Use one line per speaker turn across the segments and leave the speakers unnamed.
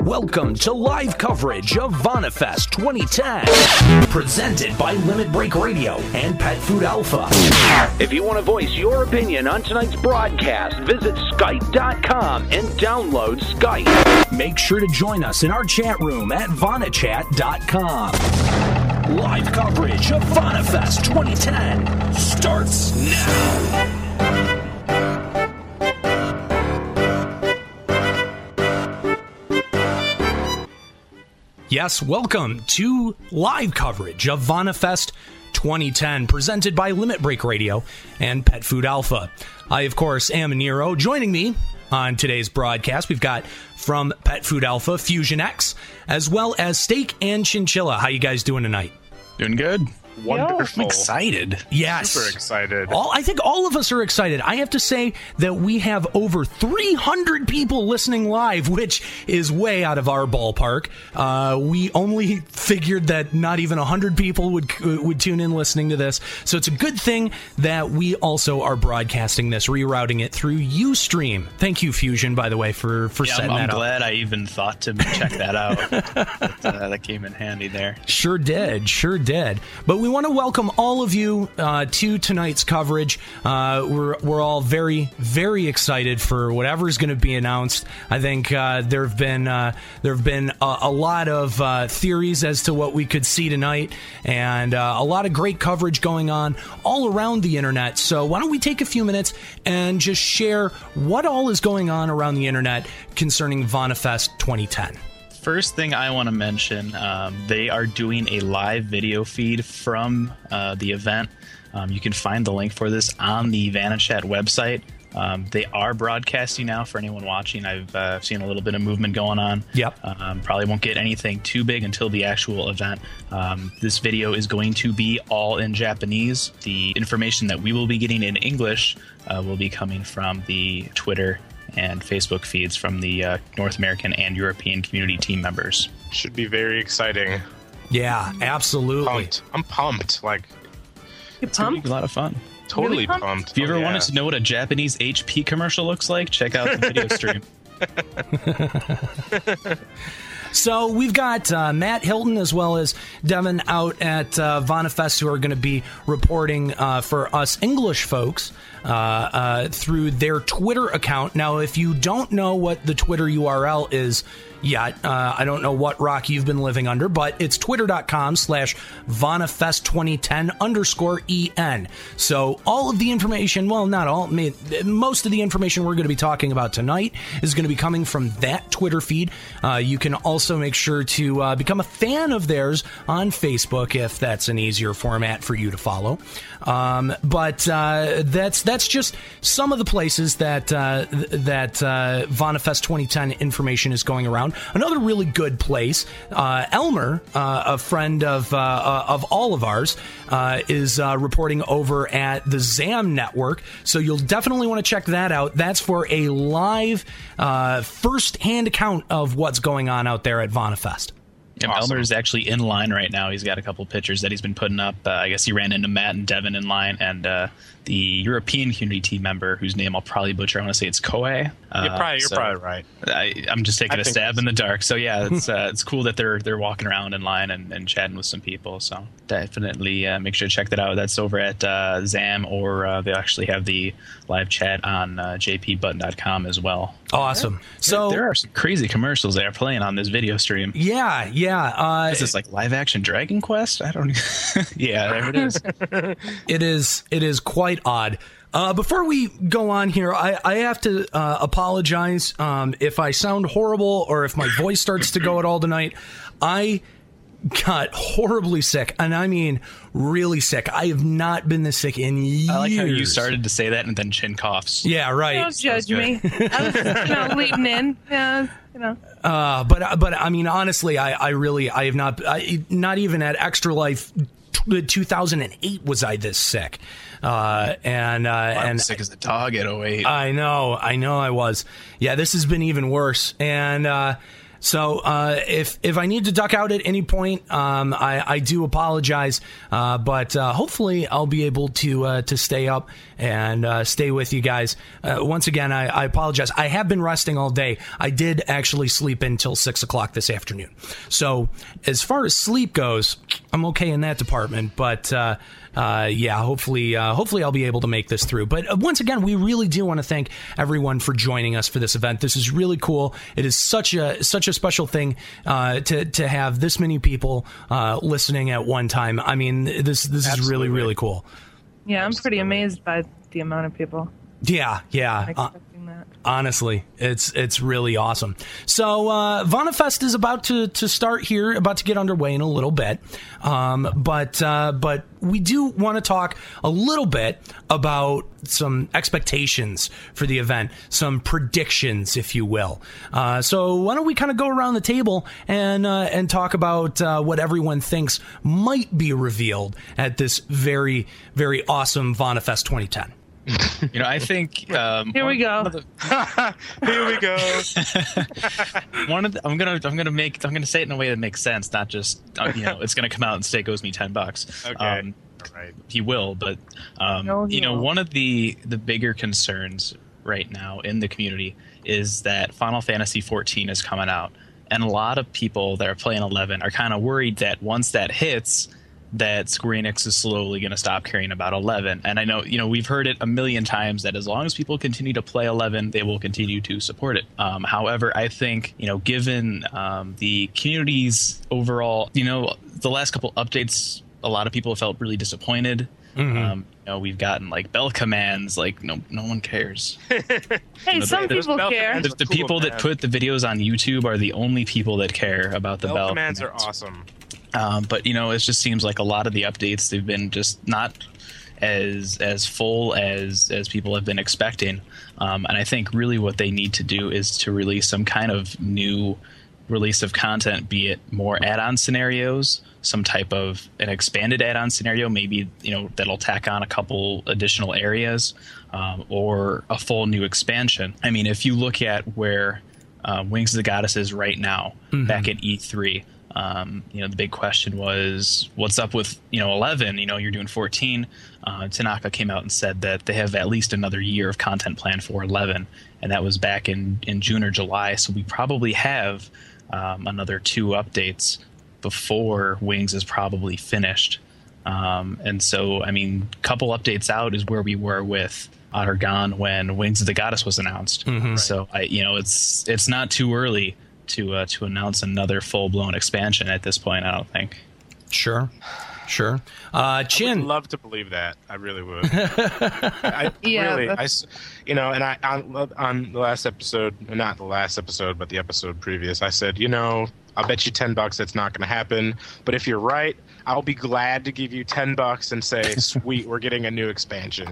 Welcome to live coverage of VanaFest 2010, presented by Limit Break Radio and Pet Food Alpha. If you want to voice your opinion on tonight's broadcast, visit Skype.com and download Skype. Make sure to join us in our chat room at VanaChat.com. Live coverage of VanaFest 2010 starts now. Yes, welcome to live coverage of VanaFest 2010, presented by Limit Break Radio and Pet Food Alpha. I, of course, am Nero. Joining me on today's broadcast, we've got from Pet Food Alpha Fusion X, as well as Steak and Chinchilla. How you guys doing tonight?
Doing good.
Wonderful.
I'm excited.
Yes.
Super excited.
All, I think all of us are excited. I have to say that we have over 300 people listening live, which is way out of our ballpark. Uh, we only figured that not even 100 people would would tune in listening to this, so it's a good thing that we also are broadcasting this, rerouting it through UStream. Thank you, Fusion, by the way, for for
Yeah, I'm,
setting
I'm
that up.
glad I even thought to check that out. That, uh, that came in handy there.
Sure did, sure did. But we want to welcome all of you uh, to tonight's coverage. Uh, we're we're all very very excited for whatever's going to be announced. I think uh, there have been uh, there have been a, a lot of uh, theories as to what we could see tonight, and uh, a lot of great coverage going on all around the internet. So why don't we take a few minutes and just share what all is going on around the internet concerning VanaFest 2010.
First thing I want to mention, um, they are doing a live video feed from uh, the event. Um, you can find the link for this on the VanaChat website. Um, they are broadcasting now for anyone watching. I've uh, seen a little bit of movement going on.
Yep.
Um, probably won't get anything too big until the actual event. Um, this video is going to be all in Japanese. The information that we will be getting in English uh, will be coming from the Twitter and Facebook feeds from the uh, North American and European community team members.
Should be very exciting.
Yeah, absolutely.
Pumped. I'm pumped. Like
You pumped?
A lot of fun.
totally
Really pumped?
pumped.
If you ever
Oh, yeah.
wanted to know what a Japanese HP commercial looks like, check out the video stream.
So we've got uh, Matt Hilton as well as Devin out at uh, VanaFest who are going to be reporting uh, for us English folks uh, uh, through their Twitter account. Now, if you don't know what the Twitter URL is yet, uh, I don't know what rock you've been living under, but it's twitter.com slash VanaFest2010 underscore EN. So all of the information, well, not all, I mean, most of the information we're going to be talking about tonight is going to be coming from that Twitter feed. Uh, you can also make sure to uh, become a fan of theirs on Facebook if that's an easier format for you to follow. Um, but uh, that's that's just some of the places that uh, th- that uh, VanaFest 2010 information is going around. Another really good place, uh, Elmer, uh, a friend of uh, uh, of all of ours, uh, is uh, reporting over at the ZAM network. So you'll definitely want to check that out. That's for a live, uh, first-hand account of what's going on out there at VanaFest.
Yeah,
Awesome.
Elmer is actually in line right now. He's got a couple pictures that he's been putting up. Uh, I guess he ran into Matt and Devin in line, and uh, the European community team member, whose name I'll probably butcher. I want to say it's Koei. Uh,
You're probably, you're
so
probably right.
I, I'm just taking
I
a
think
stab
that's-
in the dark. So yeah, it's uh, it's cool that they're they're walking around in line and, and chatting with some people. So definitely uh, make sure to check that out. That's over at uh, Zam, or uh, they actually have the live chat on uh, jpbutton.com as well.
Awesome. So.
there are some crazy commercials that are playing on this video stream.
yeah, yeah. Uh,
Is this like live action Dragon Quest? I don't. yeah, there it is.
it is it is quite odd. Uh, before we go on here, I, I have to uh, apologize um, if I sound horrible or if my voice starts to go at all tonight. I got horribly sick, and I mean really sick. I have not been this sick in years.
I like how you started to say that and then chin coughs.
Yeah, right.
Don't judge me. I was, you know, leading in. Yeah, you know.
Uh, but but I mean honestly, I, I really I have not I, not even at Extra Life. t- 2008 was I this sick, uh, and uh,
I'm
and
sick as a dog at 08.
I know, I know I was. Yeah, this has been even worse. And uh, So uh, if if I need to duck out at any point, um, I, I do apologize, uh, but uh, hopefully I'll be able to uh, to stay up and uh, stay with you guys. Uh, once again, I, I apologize. I have been resting all day. I did actually sleep until six o'clock this afternoon. So as far as sleep goes, I'm okay in that department. But uh, uh, yeah, hopefully, uh, hopefully I'll be able to make this through. But uh, once again, we really do want to thank everyone for joining us for this event. This is really cool. It is such a such a special thing uh, to to have this many people uh, listening at one time. I mean, this this is really
Absolutely.
really cool.
Yeah, I'm
Absolutely.
pretty amazed by the amount of people
Yeah, yeah. Uh,
expecting that.
honestly it's it's really awesome so uh vanafest is about to to start here about to get underway in a little bit um but uh but we do want to talk a little bit about some expectations for the event some predictions if you will uh so why don't we kind of go around the table and uh and talk about uh what everyone thinks might be revealed at this very very awesome vanafest 2010
You know, I think um,
Here we
one-
go.
One of the,
Here we go.
one of the- I'm gonna I'm gonna make I'm gonna say it in a way that makes sense, not just uh, you know it's gonna come out and Steak owes me ten bucks.
Okay.
Um,
All right.
he will, but um,
No, he
you know,
won't.
one of the the bigger concerns right now in the community is that Final Fantasy 14 is coming out, and a lot of people that are playing 11 are kind of worried that once that hits, that Square Enix is slowly going to stop caring about 11. And I know, you know, we've heard it a million times that as long as people continue to play 11, they will continue to support it. Um, however, I think, you know, given um, the community's overall, you know, the last couple updates, a lot of people felt really disappointed. Um, you know, we've gotten like bell commands, like no, no one cares.
Hey, some
there's
people
Belkin
care.
and
The, the
Cool
people that
Man.
put the videos on YouTube are the only people that care about the
Bell,
bell,
commands are
commands.
awesome.
Um, but you know, it just seems like a lot of the updates they've been just not as as full as as people have been expecting. Um, and I think really what they need to do is to release some kind of new release of content, be it more add-on scenarios, some type of an expanded add-on scenario, maybe you know that'll tack on a couple additional areas, um, or a full new expansion. I mean, if you look at where uh, Wings of the Goddess is right now, back at E3. Um, you know, the big question was, what's up with you know 11? You know, you're doing 14. Uh, Tanaka came out and said that they have at least another year of content planned for 11, and that was back in in June or July. So we probably have um, another two updates before Wings is probably finished. Um, and so, I mean, couple updates out is where we were with Ottergon when Wings of the Goddess was announced. So, I, you know, it's it's not too early to uh, to announce another full blown expansion at this point. I don't think.
Sure, sure. Uh,
I'd
Chin,
love to believe that. I really would. I
Yeah,
really,
that's-
I s you know, and I on, on the last episode, not the last episode, but the episode previous, I said, you know, I'll bet you ten bucks it's not going to happen. But if you're right, I'll be glad to give you ten bucks and say, sweet, we're getting a new expansion.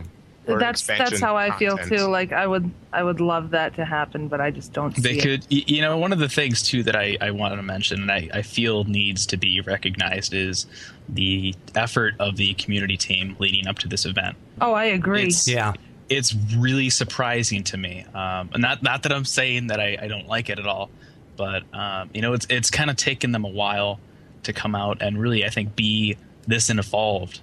or
That's that's
expansion
how I feel
content."
too. Like I would I would love that to happen, but I just don't see
They
it.
could, y- you know, one of the things too that I, I wanted to mention and I, I feel needs to be recognized is the effort of the community team leading up to this event.
Oh, I agree.
It's-
yeah,
it's really surprising to me. Um, and not not that I'm saying that I, I don't like it at all, but um, you know, it's it's kind of taken them a while to come out and really, I think, be this involved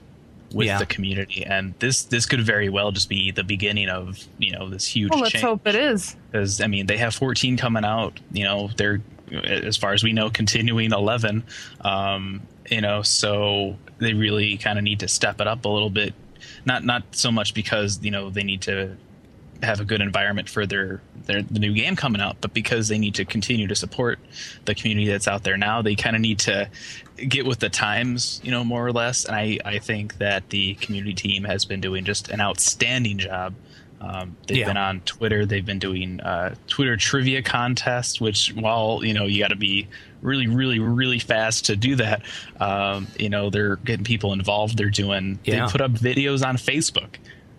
with
Yeah.
the community. And this this could very well just be the beginning of you know this huge
Well, let's
change
hope it is.
because I mean they have 14 coming out. You know they're as far as we know continuing 11. Um, you know so they really kind of need to step it up a little bit. Not not so much because you know they need to have a good environment for their their the new game coming out, but because they need to continue to support the community that's out there now. They kind of need to get with the times, you know, more or less. And I I think that the community team has been doing just an outstanding job. Um, they've
Yeah.
been on Twitter. They've been doing uh, Twitter trivia contests, which while you know you got to be really, really, really fast to do that, um, you know they're getting people involved. They're doing.
Yeah.
They put up videos on Facebook,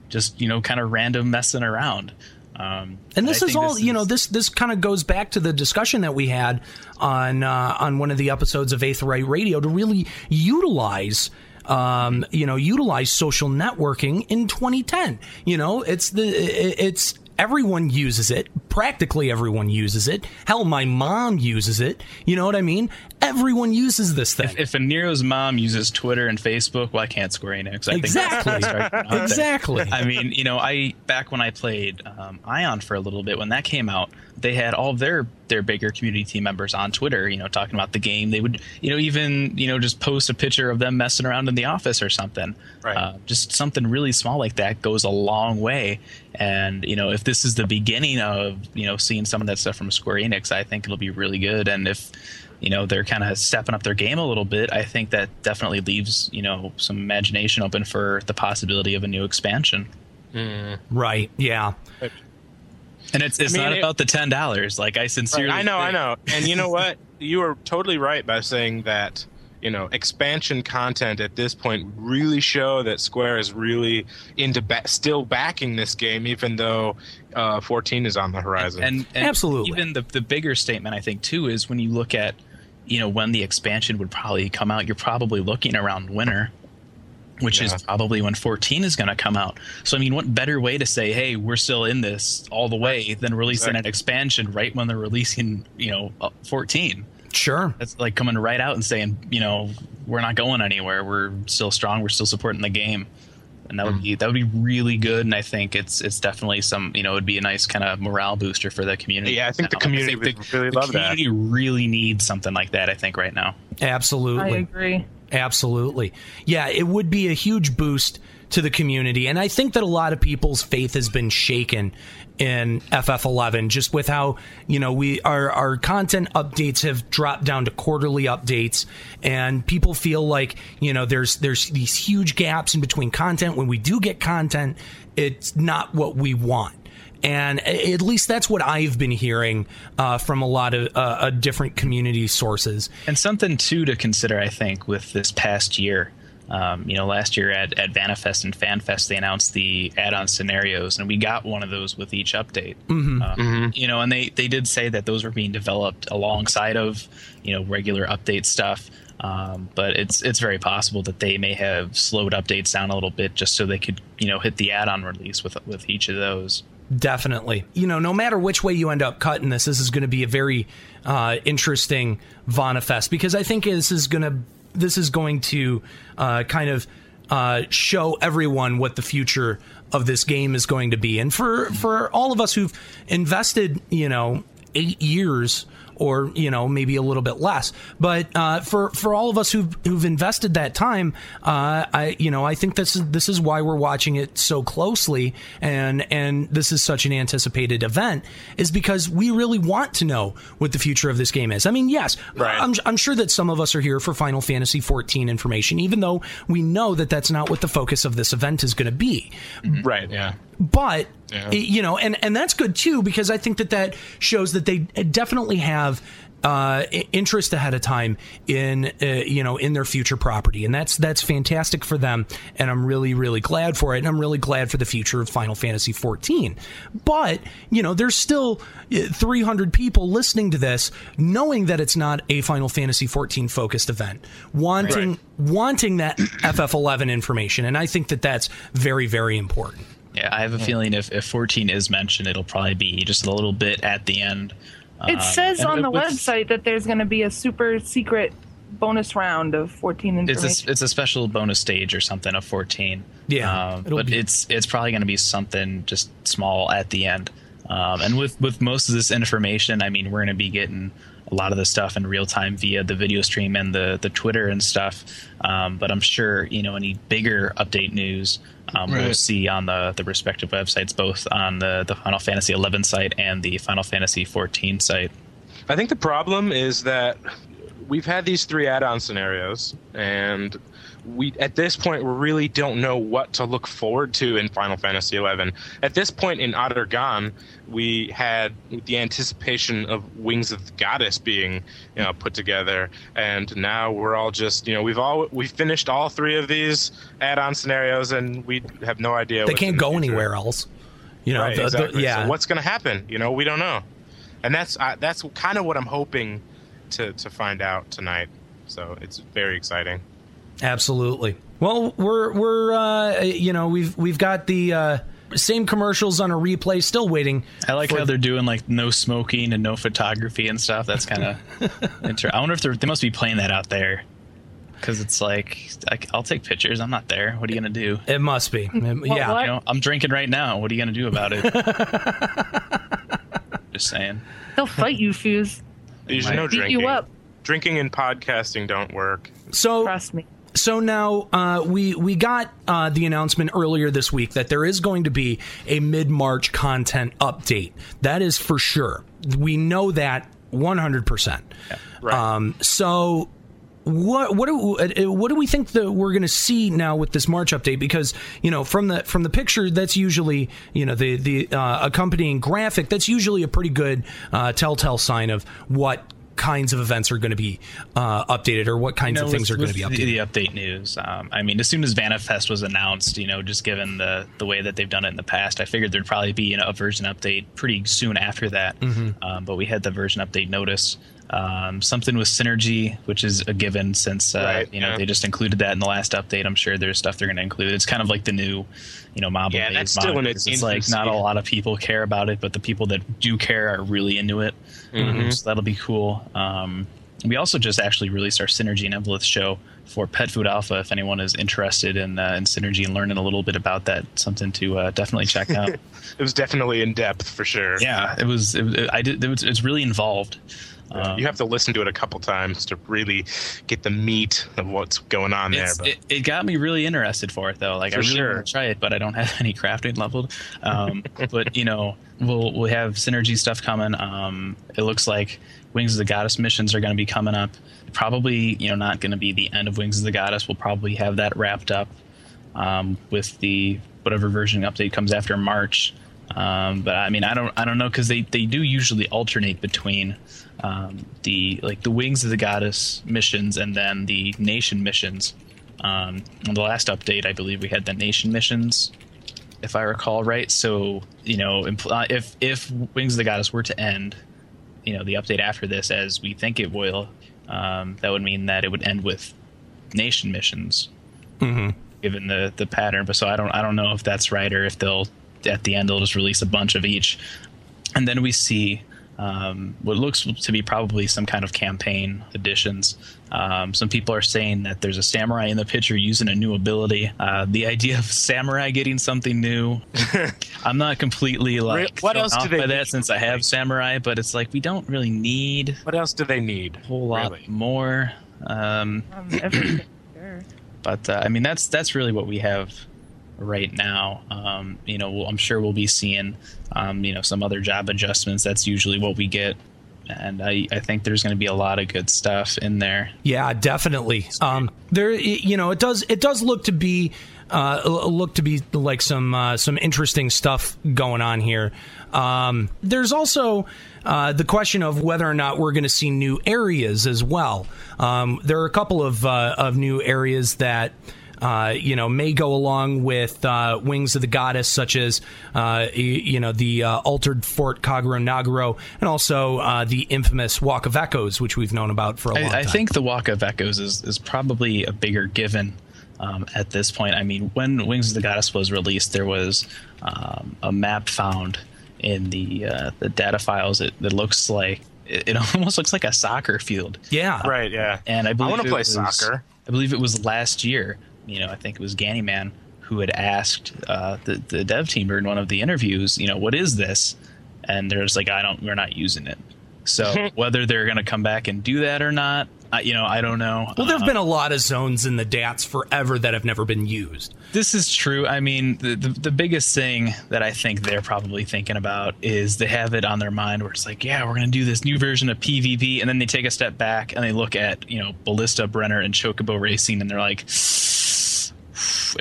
just you know, kind of random messing around. Um,
and this
I
is
think
all you know.
is-
This this kind of goes back to the discussion that we had on uh, on one of the episodes of Eighth Right Radio to really utilize. Um, you know, utilize social networking in 2010. You know, it's the it- it's everyone uses it, practically everyone uses it. Hell, my mom uses it. You know what I mean? Everyone uses this thing.
If a Nero's mom uses Twitter and Facebook, why can't Square Enix? I
Exactly.
Think that's what's right now.
exactly.
I mean, you know, I back when I played um, Ion for a little bit, when that came out, they had all of their their bigger community team members on Twitter, you know, talking about the game. They would, you know, even you know just post a picture of them messing around in the office or something.
Right.
Uh, just something really small like that goes a long way. And you know, if this is the beginning of you know seeing some of that stuff from Square Enix, I think it'll be really good. And if you know they're kind of stepping up their game a little bit i think that definitely leaves you know some imagination open for the possibility of a new expansion
right. Yeah.
and it's it's
I mean,
not
it-
about the ten dollars like i sincerely
I know, I
think-
know. And you know what? You were totally right by saying that, you know, expansion content at this point really show that Square is really into ba- still backing this game, even though uh, 14 is on the horizon.
and, and
Absolutely.
even the, the bigger statement i think too is when you look at you know when the expansion would probably come out you're probably looking around winter which
Yeah.
is probably when 14 is going to come out so i mean what better way to say hey we're still in this all the way than releasing an
Exactly.
expansion right when they're releasing you know uh, 14
Sure.
that's like coming right out and saying you know we're not going anywhere we're still strong we're still supporting the game and that
Hmm.
would be that would be really good and i think it's it's definitely some you know it would be a nice kind of morale booster for the community
Yeah, I think the
now.
community would really
the
love that.
community really needs something like that i think right now
I
Absolutely.
agree.
Absolutely. Yeah, it would be a huge boost to the community. And I think that a lot of people's faith has been shaken in FF11 just with how, you know, we our our content updates have dropped down to quarterly updates and people feel like, you know, there's there's these huge gaps in between content when we do get content, it's not what we want and a- at least that's what I've been hearing uh, from a lot of uh, uh, different community sources.
And something too to consider, I think, with this past year. Um, you know, last year at at Vanifest and FanFest, they announced the add-on scenarios, and we got one of those with each update.
Mm-hmm.
Uh, You know, and they they did say that those were being developed alongside of you know regular update stuff. Um, but it's it's very possible that they may have slowed updates down a little bit just so they could you know hit the add-on release with with each of those.
Definitely. You know, no matter which way you end up cutting this, this is going to be a very uh, interesting Vonifest because I think this is going to this is going to uh, kind of uh, show everyone what the future of this game is going to be, and for for all of us who've invested, you know, eight years or you know maybe a little bit less. But uh, for for all of us who've who've invested that time, uh, I you know I think this is this is why we're watching it so closely, and and this is such an anticipated event is because we really want to know what the future of this game is. I mean, yes,
Right.
I'm I'm sure that some of us are here for Final Fantasy 14 information, even though we know that that's not what the focus of this event is going to be
right, yeah.
but it- you know and and that's good too because i think that that shows that they definitely have uh, i- interest ahead of time in uh, you know in their future property, and that's that's fantastic for them, and I'm really really glad for it, and I'm really glad for the future of Final Fantasy 14. But you know, there's still uh, 300 people listening to this, knowing that it's not a Final Fantasy 14 focused event, wanting wanting that FF11 information, and I think that that's very very important.
Yeah, I have a feeling if if 14 is mentioned, it'll probably be just a little bit at the end.
It says
Um, and
on the
with-
website that there's going to be a super secret bonus round of 14
it's
information.
a, it's a special bonus stage or something of 14
Yeah,
um,
it'll
but
be-
it's it's probably going to be something just small at the end um, and with with most of this information i mean we're going to be getting a lot of the stuff in real time via the video stream and the the twitter and stuff um, but i'm sure you know any bigger update news um, we'll
Right.
see on the the respective websites both on the the final fantasy 11 site and the final fantasy 14 site
I think the problem is that we've had these three add-on scenarios, and we at this point we really don't know what to look forward to in Final Fantasy XI. At this point in Ottergon, we had the anticipation of Wings of the Goddess being you know put together, and now we're all just you know we've all we finished all three of these add-on scenarios, and we have no idea.
they
what's
can't
in the
go
future.
anywhere else. You know,
Right,
the- the-
exactly.
yeah.
So what's going to happen? You know, we don't know, and that's I that's kind of what I'm hoping to to find out tonight. So it's very exciting.
absolutely. Well, we're we're uh, you know we've we've got the uh, same commercials on a replay. Still waiting.
I like how they're doing like no smoking and no photography and stuff. That's kind of interesting. I wonder if they're, they must be playing that out there because it's like I, will take pictures. I'm not there. What are you gonna do?
It must be. It- yeah.
You know, I'm drinking right now. What are you gonna do about it? Just saying.
They'll fight you, Fuse.
There's
Might
no
Beat
drinking.
you up.
Drinking and podcasting don't work.
So
Trust me.
so now uh, we we got uh, the announcement earlier this week that there is going to be a mid March content update. That is for sure. We know that one hundred percent.
Right.
Um, so what what do uh, what do we think that we're going to see now with this March update? Because you know from the from the picture, that's usually you know the the uh, accompanying graphic. That's usually a pretty good uh, telltale sign of what kinds of events are going to be uh, updated or what kinds
know,
of things
with-
are going to be
with
updated.
The, the update news. Um, I mean, as soon as Vanifest was announced, you know, just given the the way that they've done it in the past, I figured there'd probably be you know, a version update pretty soon after that.
Mm-hmm.
Um, but we had the version update notice. Um, something with synergy, which is a given since uh,
Right,
you know
yeah.
they just included that in the last update. I'm sure there's stuff they're going to include. It's kind of like the new, you know, mob.
Yeah,
Wave
that's still in
monikers.
its
It's like not a
infancy.
lot of people care about it, but the people that do care are really into it.
Mm-hmm.
Um, so that'll be cool. Um, we also just actually released our Synergy and Evelith show for Pet Food Alpha. If anyone is interested in, uh, in Synergy and learning a little bit about that, something to uh, definitely check out.
It was definitely in depth for sure.
yeah, it was. It, it- I did. It was, it's really involved. Um,
You have to listen to it a couple times to really get the meat of what's going on there.
it's-
But
it, it got me really interested for it though. Like I
For
really
sure.
want to try it, but I don't have any crafting leveled. Um, but you know, we'll we'll have synergy stuff coming. Um, it looks like Wings of the Goddess missions are going to be coming up. Probably you know not going to be the end of Wings of the Goddess. We'll probably have that wrapped up um, with the whatever version update comes after March. Um, but I mean, I don't, I don't know because they, they do usually alternate between um, the like the Wings of the Goddess missions and then the Nation missions. Um, on the last update, I believe we had the Nation missions, if I recall right. So you know, impl- uh, if if Wings of the Goddess were to end, you know, the update after this, as we think it will, um, that would mean that it would end with Nation missions
Mm-hmm.
given the the pattern. But so I don't I don't know if that's right or if they'll at the end they'll just release a bunch of each, and then we see um, what looks to be probably some kind of campaign additions. Um, some people are saying that there's a samurai in the picture using a new ability. Uh, the idea of samurai getting something new, I'm not completely like
what
thrown
else do
off
they
by
need?
that since I have samurai, but it's like we don't really need
what else do they need?
a whole lot
Really?
more. Um,
Um, everything. Sure.
but uh, I mean that's that's really what we have right now. Um, you know, we'll, I'm sure we'll be seeing um, you know some other job adjustments. That's usually what we get, and I, I think there's going to be a lot of good stuff in there.
Yeah, definitely. Um, there, you know, it does it does look to be uh, l- look to be like some uh, some interesting stuff going on here. Um, there's also uh, the question of whether or not we're going to see new areas as well. Um, there are a couple of uh, of new areas that uh, you know, may go along with uh, Wings of the Goddess, such as, uh, y- you know, the uh, altered Fort Kaguro Nagoro, and also uh, the infamous Walk of Echoes, which we've known about for a long
I, I
time.
think the Walk of Echoes is, is probably a bigger given um, at this point. I mean, when Wings of the Goddess was released, there was um, a map found in the uh, the data files. It, it looks like it, it almost looks like a soccer field.
Yeah.
Right, yeah.
and I
I
believe
wanna
it
play
was-
soccer.
I believe it was last year. You know, I think it was Gannyman who had asked uh, the the dev team during one of the interviews. You know, what is this? And there's like, I don't. We're not using it. So whether they're going to come back and do that or not, I, you know, I don't know. Um,
Well, there have been a lot of zones in the DATs forever that have never been used.
This is true. I mean, the, the the biggest thing that I think they're probably thinking about is they have it on their mind where it's like, yeah, we're gonna do this new version of PvP, and then they take a step back and they look at you know Ballista, Brenner, and Chocobo Racing, and they're like,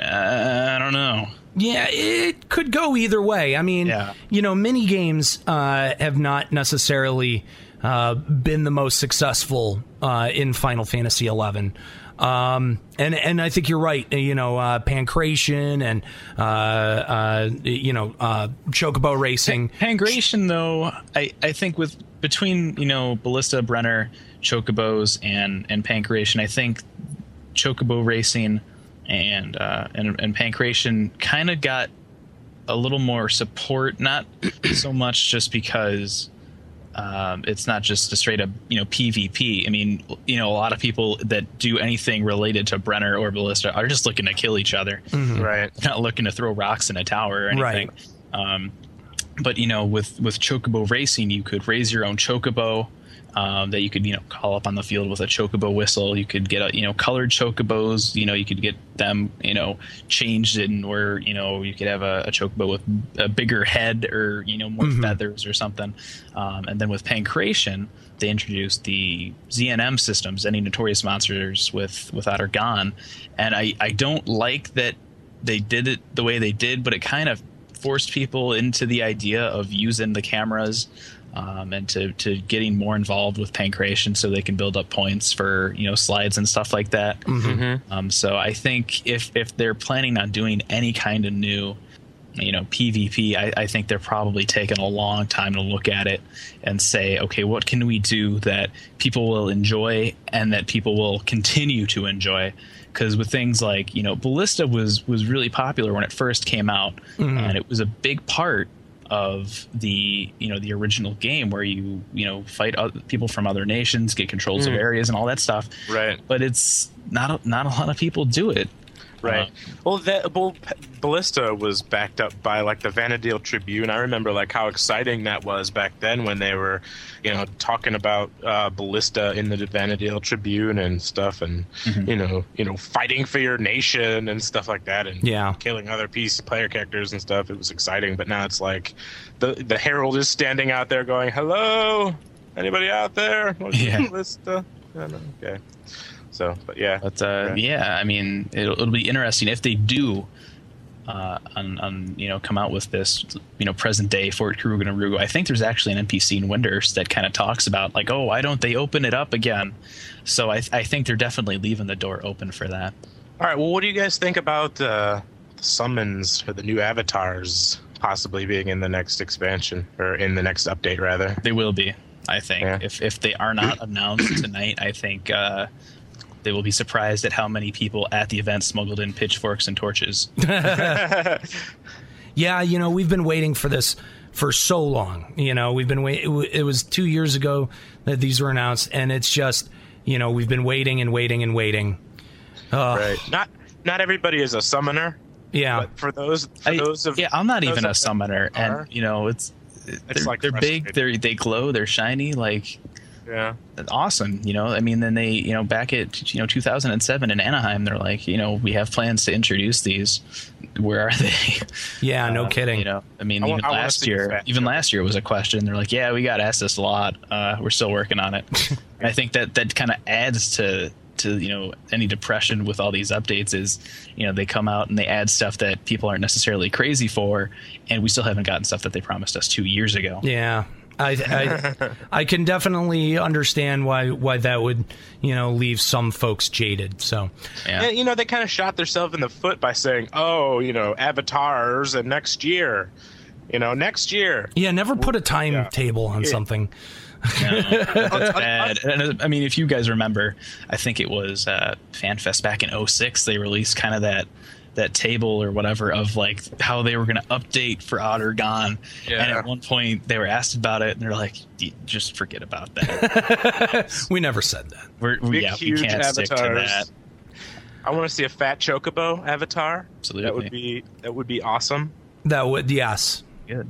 uh, I don't know.
Yeah, it could go either way. I mean,
Yeah.
you know, mini games uh, have not necessarily uh, been the most successful uh, in Final Fantasy XI. Um, and and I think you're right. You know, uh, Pancration and uh, uh, you know uh, Chocobo Racing.
Pangration, though, I, I think with between you know Ballista, Brenner, Chocobos, and and Pancration, I think Chocobo Racing and uh, and and Pancration kind of got a little more support, not so much just because um, it's not just a straight up you know PvP. I mean, you know, a lot of people that do anything related to Brenner or Ballista are just looking to kill each other,
Right.
not looking to throw rocks in a tower or anything.
Right.
Um, but you know, with with chocobo racing, you could raise your own chocobo. Um, that you could you know call up on the field with a chocobo whistle. You could get a, you know colored chocobos. You know you could get them you know changed in where you know you could have a, a chocobo with a bigger head or you know more feathers or something. Um, and then with pancreation, they introduced the ZNM systems, any notorious monsters with without are gone. And I I don't like that they did it the way they did, but it kind of forced people into the idea of using the cameras um, and to, to getting more involved with pancreation so they can build up points for you know slides and stuff like that. Um, so I think if if they're planning on doing any kind of new you know PvP, I, I think they're probably taking a long time to look at it and say, okay, what can we do that people will enjoy and that people will continue to enjoy? Because with things like you know Ballista was was really popular when it first came out, and it was a big part of the you know the original game where you you know fight other, people from other nations, get controls of areas and all that stuff
Hmm. Right.
but it's not a, not a lot of people do it.
Right. well, that well, P- Ballista was backed up by like the Vanadil Tribune. I remember like how exciting that was back then when they were, you know, talking about uh, Ballista in the Vanadil Tribune and stuff, and you know, you know, fighting for your nation and stuff like that, and
Yeah.
killing other piece player characters and stuff. It was exciting, but now it's like the the Herald is standing out there going, "Hello, anybody out there? What's
Yeah.
Ballista." I don't know. Okay. So, but yeah.
But uh,
Right.
yeah, I mean, it'll, it'll be interesting if they do, uh, on, on you know, come out with this, you know, present day Fort Kruger and Rugo. I think there's actually an NPC in Winders that kind of talks about like, oh, why don't they open it up again? So I I think they're definitely leaving the door open for that.
All right. Well, what do you guys think about uh, the summons for the new avatars possibly being in the next expansion or in the next update, rather?
They will be, I think.
Yeah.
If if they are not announced tonight, I think uh, they will be surprised at how many people at the event smuggled in pitchforks and torches.
yeah, you know, we've been waiting for this for so long. You know, we've been wait. It, w- it was two years ago that these were announced, and it's just, you know, we've been waiting and waiting and waiting. Uh,
Right. Not not everybody is a summoner,
Yeah.
but for those for
I-
those of
yeah, I'm not
those
even a
of-
summoner,
are.
and you know it's, they're,
like
they're big,
frustrating.
they they glow, they're shiny, like
Yeah.
awesome. You know, I mean, then they you know back at you know 2007 in Anaheim, they're like you know we have plans to introduce these. Where are they?
yeah. No
Uh,
kidding.
You know, I mean,
I wa-
even
I wanna
last
see the
year,
fat
even
joke.
last year was a question. They're like, yeah, we got asked this a lot. Uh, we're still working on it. and I think that that kind of adds to to you know any depression with all these updates is you know they come out and they add stuff that people aren't necessarily crazy for, and we still haven't gotten stuff that they promised us two years ago.
Yeah. I, I I can definitely understand why why that would you know leave some folks jaded. So
Yeah.
Yeah, you know, they kind of shot themselves in the foot by saying, "Oh, you know, avatars and next year." You know, next year.
yeah, never put a timetable on something.
That's bad. And, uh, I mean, if you guys remember, I think it was uh, FanFest back in 06, they released kind of that that table or whatever of like how they were going to update for Otter Gone. And
Yeah.
at one point, they were asked about it, and they're like, "D- just forget about that.
We never said that.
We're, we-
Big,
yeah, we
huge
can't stick to
avatars.
that.
I want to see a fat chocobo avatar. That
Absolutely.
would be that would be awesome.
That would yes.
Good.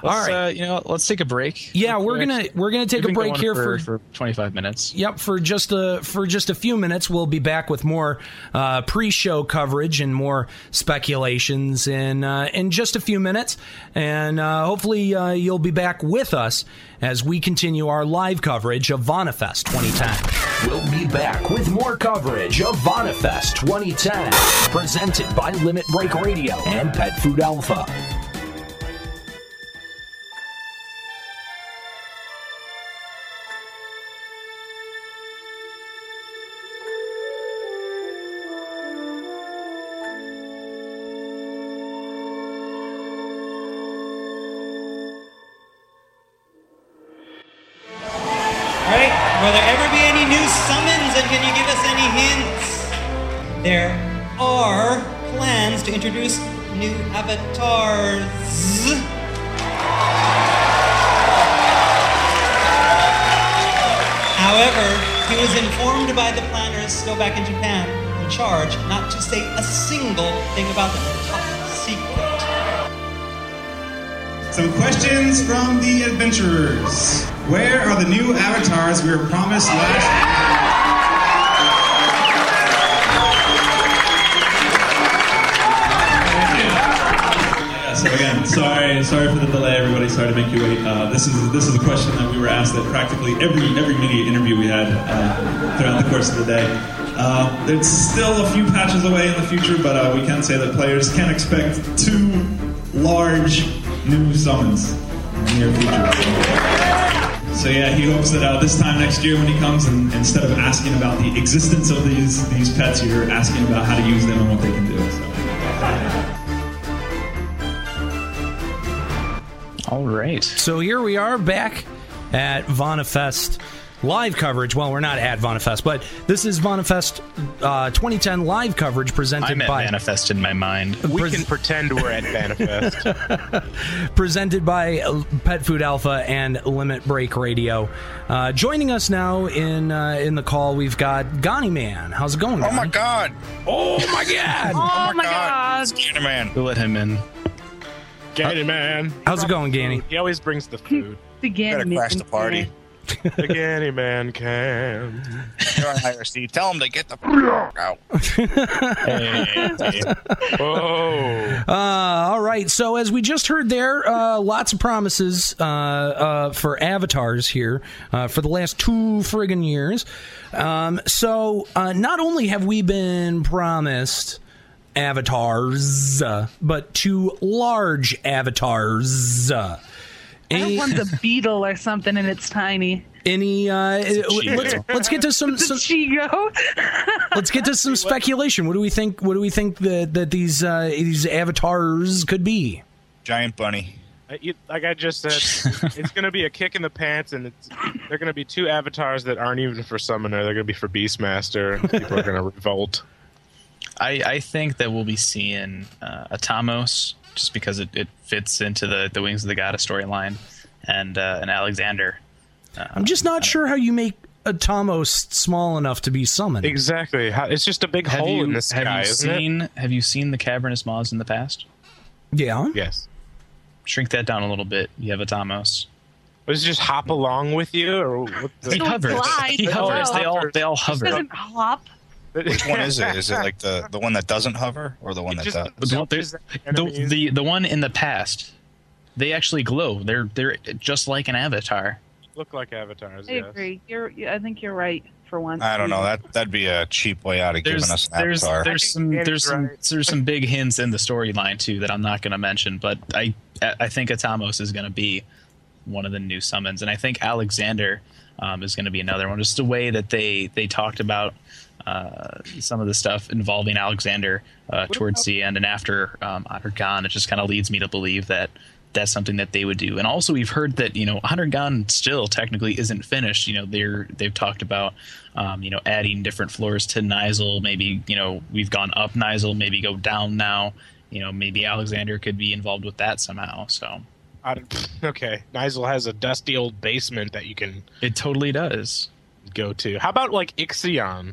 All
Let's,
right.
uh, you know, let's take a break.
Yeah,
Real
we're
quick.
gonna we're gonna take
We've
a
been
break
going
here
for,
for
for 25 minutes.
Yep, for just a for just a few minutes, we'll be back with more uh, pre-show coverage and more speculations in uh, in just a few minutes, and uh, hopefully uh, you'll be back with us as we continue our live coverage of Vonifest 2010. We'll be back with more coverage of Vonifest 2010, presented by Limit Break Radio and Pet Food Alpha.
All right, will there ever be any new summons and can you give us any hints? There are plans to introduce new avatars. However, he was informed by the planners still back in Japan in charge not to say a single thing about them. Top secret.
Some questions from the adventurers. Where are the new avatars we were promised last?
Yeah, so again, sorry, sorry for the delay, everybody. Sorry to make you wait. Uh, this is this is a question that we were asked at practically every every mini interview we had uh, throughout the course of the day. Uh, it's still a few patches away in the future, but uh, we can say that players can expect two large new summons in the near future. So yeah, he hopes that uh, this time next year when he comes, and instead of asking about the existence of these these pets, you're asking about how to use them and what they can do. So.
All right.
So here we are back at Vonifest live coverage. Well, we're not at Vonifest, but this is Vonifest uh, 2010 live coverage presented
I'm at
by
Manifest in my mind.
We
Pres-
can pretend we're at Manifest.
presented by uh, Pet Food Alpha and Limit Break Radio. Uh, joining us now in uh, in the call, we've got Gani Man. How's it going?
Oh my
Gani?
god!
Oh my god!
Oh, my god.
Spider-Man.
We'll let him in.
Ganny man.
How's it going, Ganny?
He always brings the food.
Began
Better crash the party.
the Ganny man can.
You're on IRC. Tell him to get the f- out.
Oh.
Uh, all right. So as we just heard there, uh, lots of promises uh, uh, for avatars here uh, for the last two friggin' years. Um, so uh, not only have we been promised avatars, uh, but two large avatars. Uh,
That
any
one's a beetle or something, and it's tiny.
any uh,
cheat.
let's, let's get to some,
It's a
some
Chigo.
let's get to some speculation. What do we think? What do we think that that these uh, these avatars could be?
Giant bunny.
I- you- Like I just said, it's going to be a kick in the pants, and it's, they're going to be two avatars that aren't even for Summoner. They're going to be for Beastmaster. People are going to revolt.
I, I think that we'll be seeing uh, Atamos just because it, it fits into the, the Wings of the Goddess storyline and uh, and Alexander. Uh,
I'm just
Uh,
not sure how you make a Tomos small enough to be summoned.
Exactly. How- It's just a big
Have
hole
you,
in the sky,
have you
isn't it?
seen have you seen the Cavernous Maws in the past?
Yeah.
Yes.
Shrink that down a little bit. You have Atamos.
Does it just hop along with you, or what
He
So
the,
it
hovers.
flies,
He hovers.
oh.
They all they all
It
hover.
doesn't hop.
Which one is it? Is it like the, the one that doesn't hover or the one that
just-
does?
But the, the, the, the, the one in the past, they actually glow. They're they're just like an avatar.
look like avatars?
I
yes.
agree. You're. yeah, I think you're right for once.
I don't know. That that'd be a cheap way out of
There's
giving us an
there's
avatar.
I think
there's some
Danny's
there's some
right.
there's some big hints in the storyline too that I'm not going to mention, but I I think Atamos is going to be one of the new summons, and I think Alexander um, is going to be another one. Just the way that they they talked about uh, some of the stuff involving Alexander uh, towards the end and after um, Ottergon, it just kind of leads me to believe that that's something that they would do. And also, we've heard that you know Ottergon still technically isn't finished. You know, they're they've talked about um, you know adding different floors to Nizel. Maybe you know we've gone up Nizel, maybe go down now. You know, maybe Alexander could be involved with that somehow. So
I don't- okay. Nizel has a dusty old basement that you can
it totally does.
go to. How about like Ixion?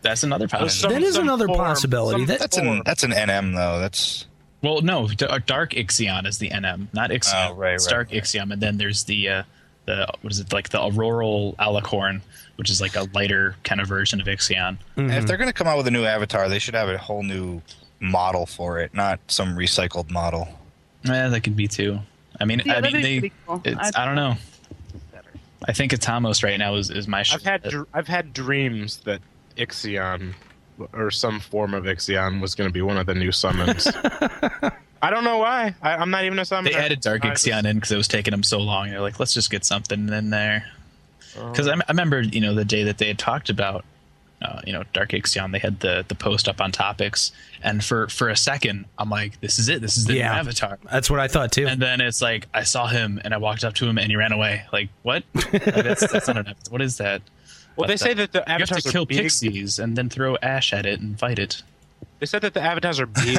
That's another
There's
possibility.
some-
That is
some
another
form-
possibility.
some
That-
that's an
form.
that's an NM though. That's
Well, no, D- uh, Dark Ixion is the NM, not Ixion.
Oh, right,
it's
right,
Dark
right.
Ixion, and then there's the uh, the what is it like the Auroral Alicorn, which is like a lighter kind of version of Ixion.
if they're gonna come out with a new avatar, they should have a whole new model for it, not some recycled model.
Eh, that could be too. I mean,
Yeah,
I
that'd
mean,
be
they.
pretty cool.
It's,
I-
I don't know. I think Atamos right now is is my.
I've had dr- I've had dreams that Ixion or some form of Ixion was going to be one of the new summons. I don't know why. I, I'm not even a summoner.
They added Dark
I just-
Ixion in because it was taking them so long. They're like, let's just get something in there. Because I, m- I remember, you know, the day that they had talked about, uh, you know, Dark Ixion, they had the the post up on topics, and for for a second, I'm like, this is it. This is the new
Yeah.
avatar.
That's what I thought too.
And then it's like I saw him, and I walked up to him, and he ran away. Like what? Like, that's, that's not an avatar. What is that?
Well, they
But
say that the
you have
avatars
to kill
are big.
pixies and then throw ash at it and fight it.
They said that the avatars are big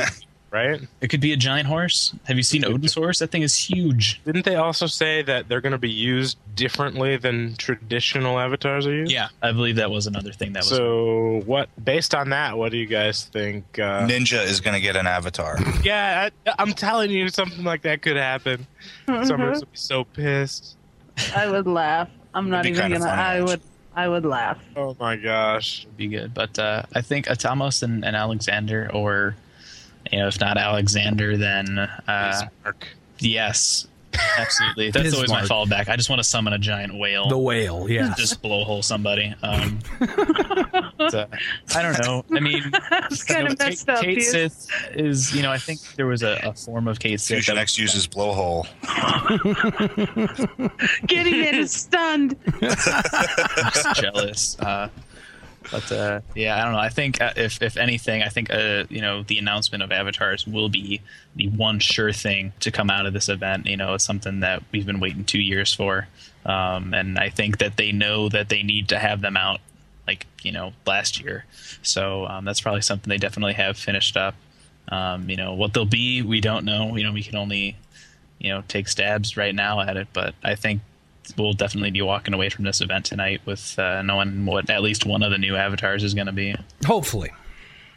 right?
It could be a giant horse. Have you seen Odin's horse? That thing is huge.
Didn't they also say that they're going to be used differently than traditional avatars are used?
Yeah, I believe that was another thing that was.
So what? Based on that, what do you guys think? Uh,
Ninja is going to get an avatar.
yeah, I, I'm telling you, something like that could happen. Summers would be so pissed.
I would laugh. I'm not
be
even
kinda
gonna.
funny,
I would. I would laugh.
Oh my gosh!
be good. But uh, I think Atamos and, and Alexander, or you know, if not Alexander, then uh,
Mark.
yes, absolutely. That's always my
Bismarck.
fallback. I just want to summon a giant whale,
The whale, yeah.
just blowhole somebody. Um, but, uh, I don't know. I mean,
That's kind
you know,
of messed
Kate,
up.
Kate
dude.
Sith is, you know, I think there was a, a form of Kate Sith.
Fusion
that-
X uses blowhole.
Gideon is stunned.
jealous. Uh, but uh, yeah, I don't know. I think uh, if if anything, I think uh, you know the announcement of avatars will be the one sure thing to come out of this event. You know, it's something that we've been waiting two years for, um, and I think that they know that they need to have them out, like you know last year. So um, that's probably something they definitely have finished up. Um, you know what they'll be, we don't know. You know, we can only you know take stabs right now at it, but I think we'll definitely be walking away from this event tonight with uh, knowing what at least one of the new avatars is going to be.
Hopefully.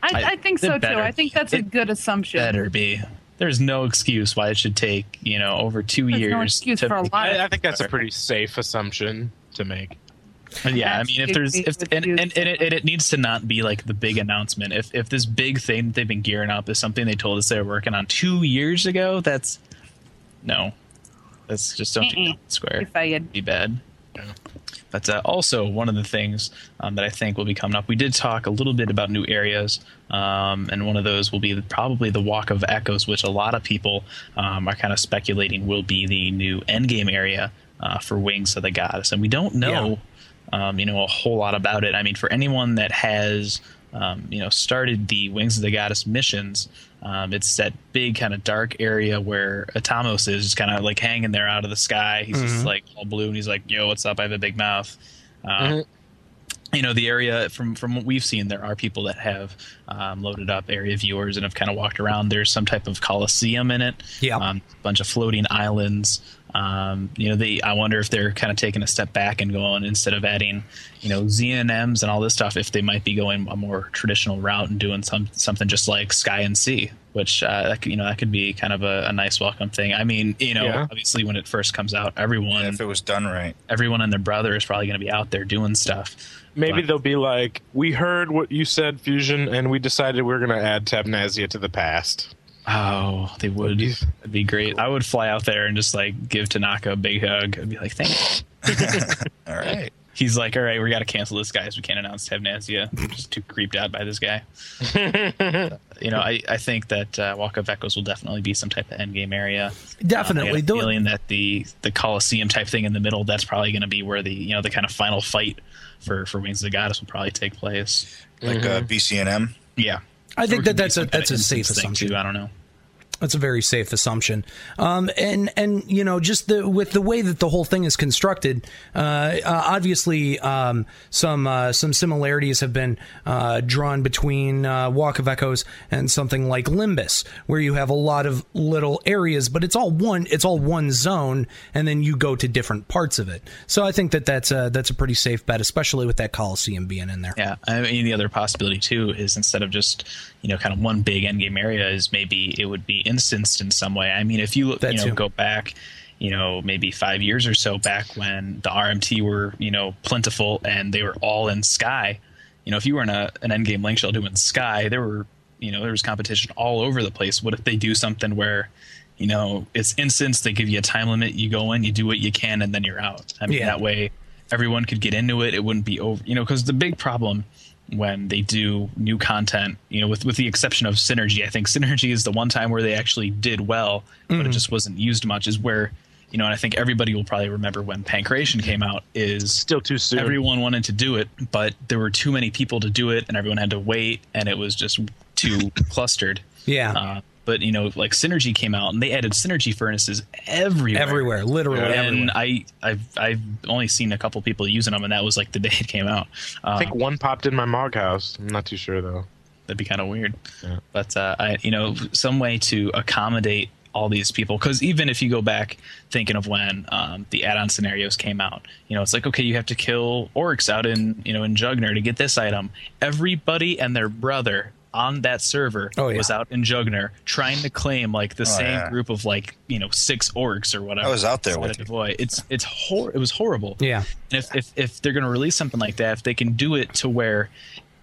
I-
I, I think
they're
so too.
better.
I think that's a
It-
good assumption.
Better be. There's no excuse why it should take you know over two
There's
years.
no excuse
to-
for a lot.
I, I
Of,
think that's a pretty safe assumption to make.
Yeah, I
That's
mean, if there's
big
if
with
and,
you.
and, and, it, and it needs to not be like the big announcement. If if this big thing that they've been gearing up is something they told us they were working on two years ago, that's no. That's just don't do
Mm-mm.
that square.
if I had
be bad. But uh, also one of the things um, that I think will be coming up. We did talk a little bit about new areas, um, and one of those will be probably the Walk of Echoes, which a lot of people um, are kind of speculating will be the new endgame area uh, for Wings of the Goddess, and we don't know, um, you know, a whole lot about it. I mean, for anyone that has um, you know, started the Wings of the Goddess missions. Um, it's that big kind of dark area where Atamos is just kind of like hanging there out of the sky. He's just like all blue, and he's like, "Yo, what's up? I have a big mouth." Uh, You know, the area from from what we've seen, there are people that have um, loaded up area viewers and have kind of walked around. There's some type of coliseum in it.
Yep.
um, bunch of floating islands. Um, you know, they. I wonder if they're kind of taking a step back and going instead of adding, you know, ZNMs and all this stuff. If they might be going a more traditional route and doing some something just like Sky and Sea, which uh, that, could- you know that could be kind of a, a nice welcome thing. I mean, you know,
Yeah.
obviously when it first comes out, everyone,
If it was done right,
everyone and their brother is probably going to be out there doing stuff.
Maybe
But-
they'll be like, "We heard what you said, Fusion, and we decided we are going to add Tabnazia to the past."
Oh, they would.
be-
That'd be great. I would fly out there and just like give Tanaka a big hug. I'd be like, thank you.
all right.
he's like, all right, we got to cancel this, guys. We can't announce Tevnazia. I'm just too creeped out by this guy. you know, I, I think that uh, Walk of Echoes will definitely be some type of endgame area.
Definitely.
I got a
Don't-
feeling that the the Coliseum type thing in the middle, that's probably going to be where the you know the kind of final fight for for Wings of the Goddess will probably take place.
Like uh, BCNM.
Yeah.
Mm-hmm. I think
Or it could
that
be
that's a
some kind
that's
of
a safe
instance thing,
assumption.
Too. I don't know.
That's a very safe assumption. Um, and and you know, just the with the way that the whole thing is constructed, uh, uh, obviously um, some uh, some similarities have been uh, drawn between uh, Walk of Echoes and something like Limbus, where you have a lot of little areas, but it's all one it's all one zone, and then you go to different parts of it. So I think that that's a, that's a pretty safe bet, especially with that Coliseum being in there.
Yeah, I mean the other possibility too is instead of just you know kind of one big endgame area is maybe it would be instanced in some way. I mean, if you look,
That
you know,
too.
go back, you know, maybe five years or so back when the RMT were you know plentiful and they were all in Sky. You know, if you were in a an endgame link shell doing Sky, there were you know there was competition all over the place. What if they do something where you know it's instance they give you a time limit you go in you do what you can and then you're out i mean
Yeah.
that way everyone could get into it it wouldn't be over you know because the big problem when they do new content you know with with the exception of synergy i think synergy is the one time where they actually did well but it just wasn't used much is where you know and i think everybody will probably remember when pancreation came out is
Still too soon.
everyone wanted to do it, but there were too many people to do it, and everyone had to wait, and it was just too clustered.
Yeah.
Uh, but you know, like Synergy came out, and they added Synergy furnaces everywhere.
Everywhere, literally everywhere.
And I, I've, I've only seen a couple people using them, and that was like the day it came out.
I
Uh,
think one popped in my mog house. I'm not too sure though.
That'd be kind of weird. But uh, I, you know, some way to accommodate all these people. Because even if you go back thinking of when um, the add-on scenarios came out, you know, it's like okay, you have to kill orcs out in you know in Jugner to get this item. Everybody and their brother on that server
Oh, yeah. Oh,
was out in Jugner trying to claim like the same
yeah.
group of like you know six orcs or whatever.
I was out there with you.
Boy, it's it's hor- It was horrible.
Yeah.
And if, if, if they're going to release something like that, if they can do it to where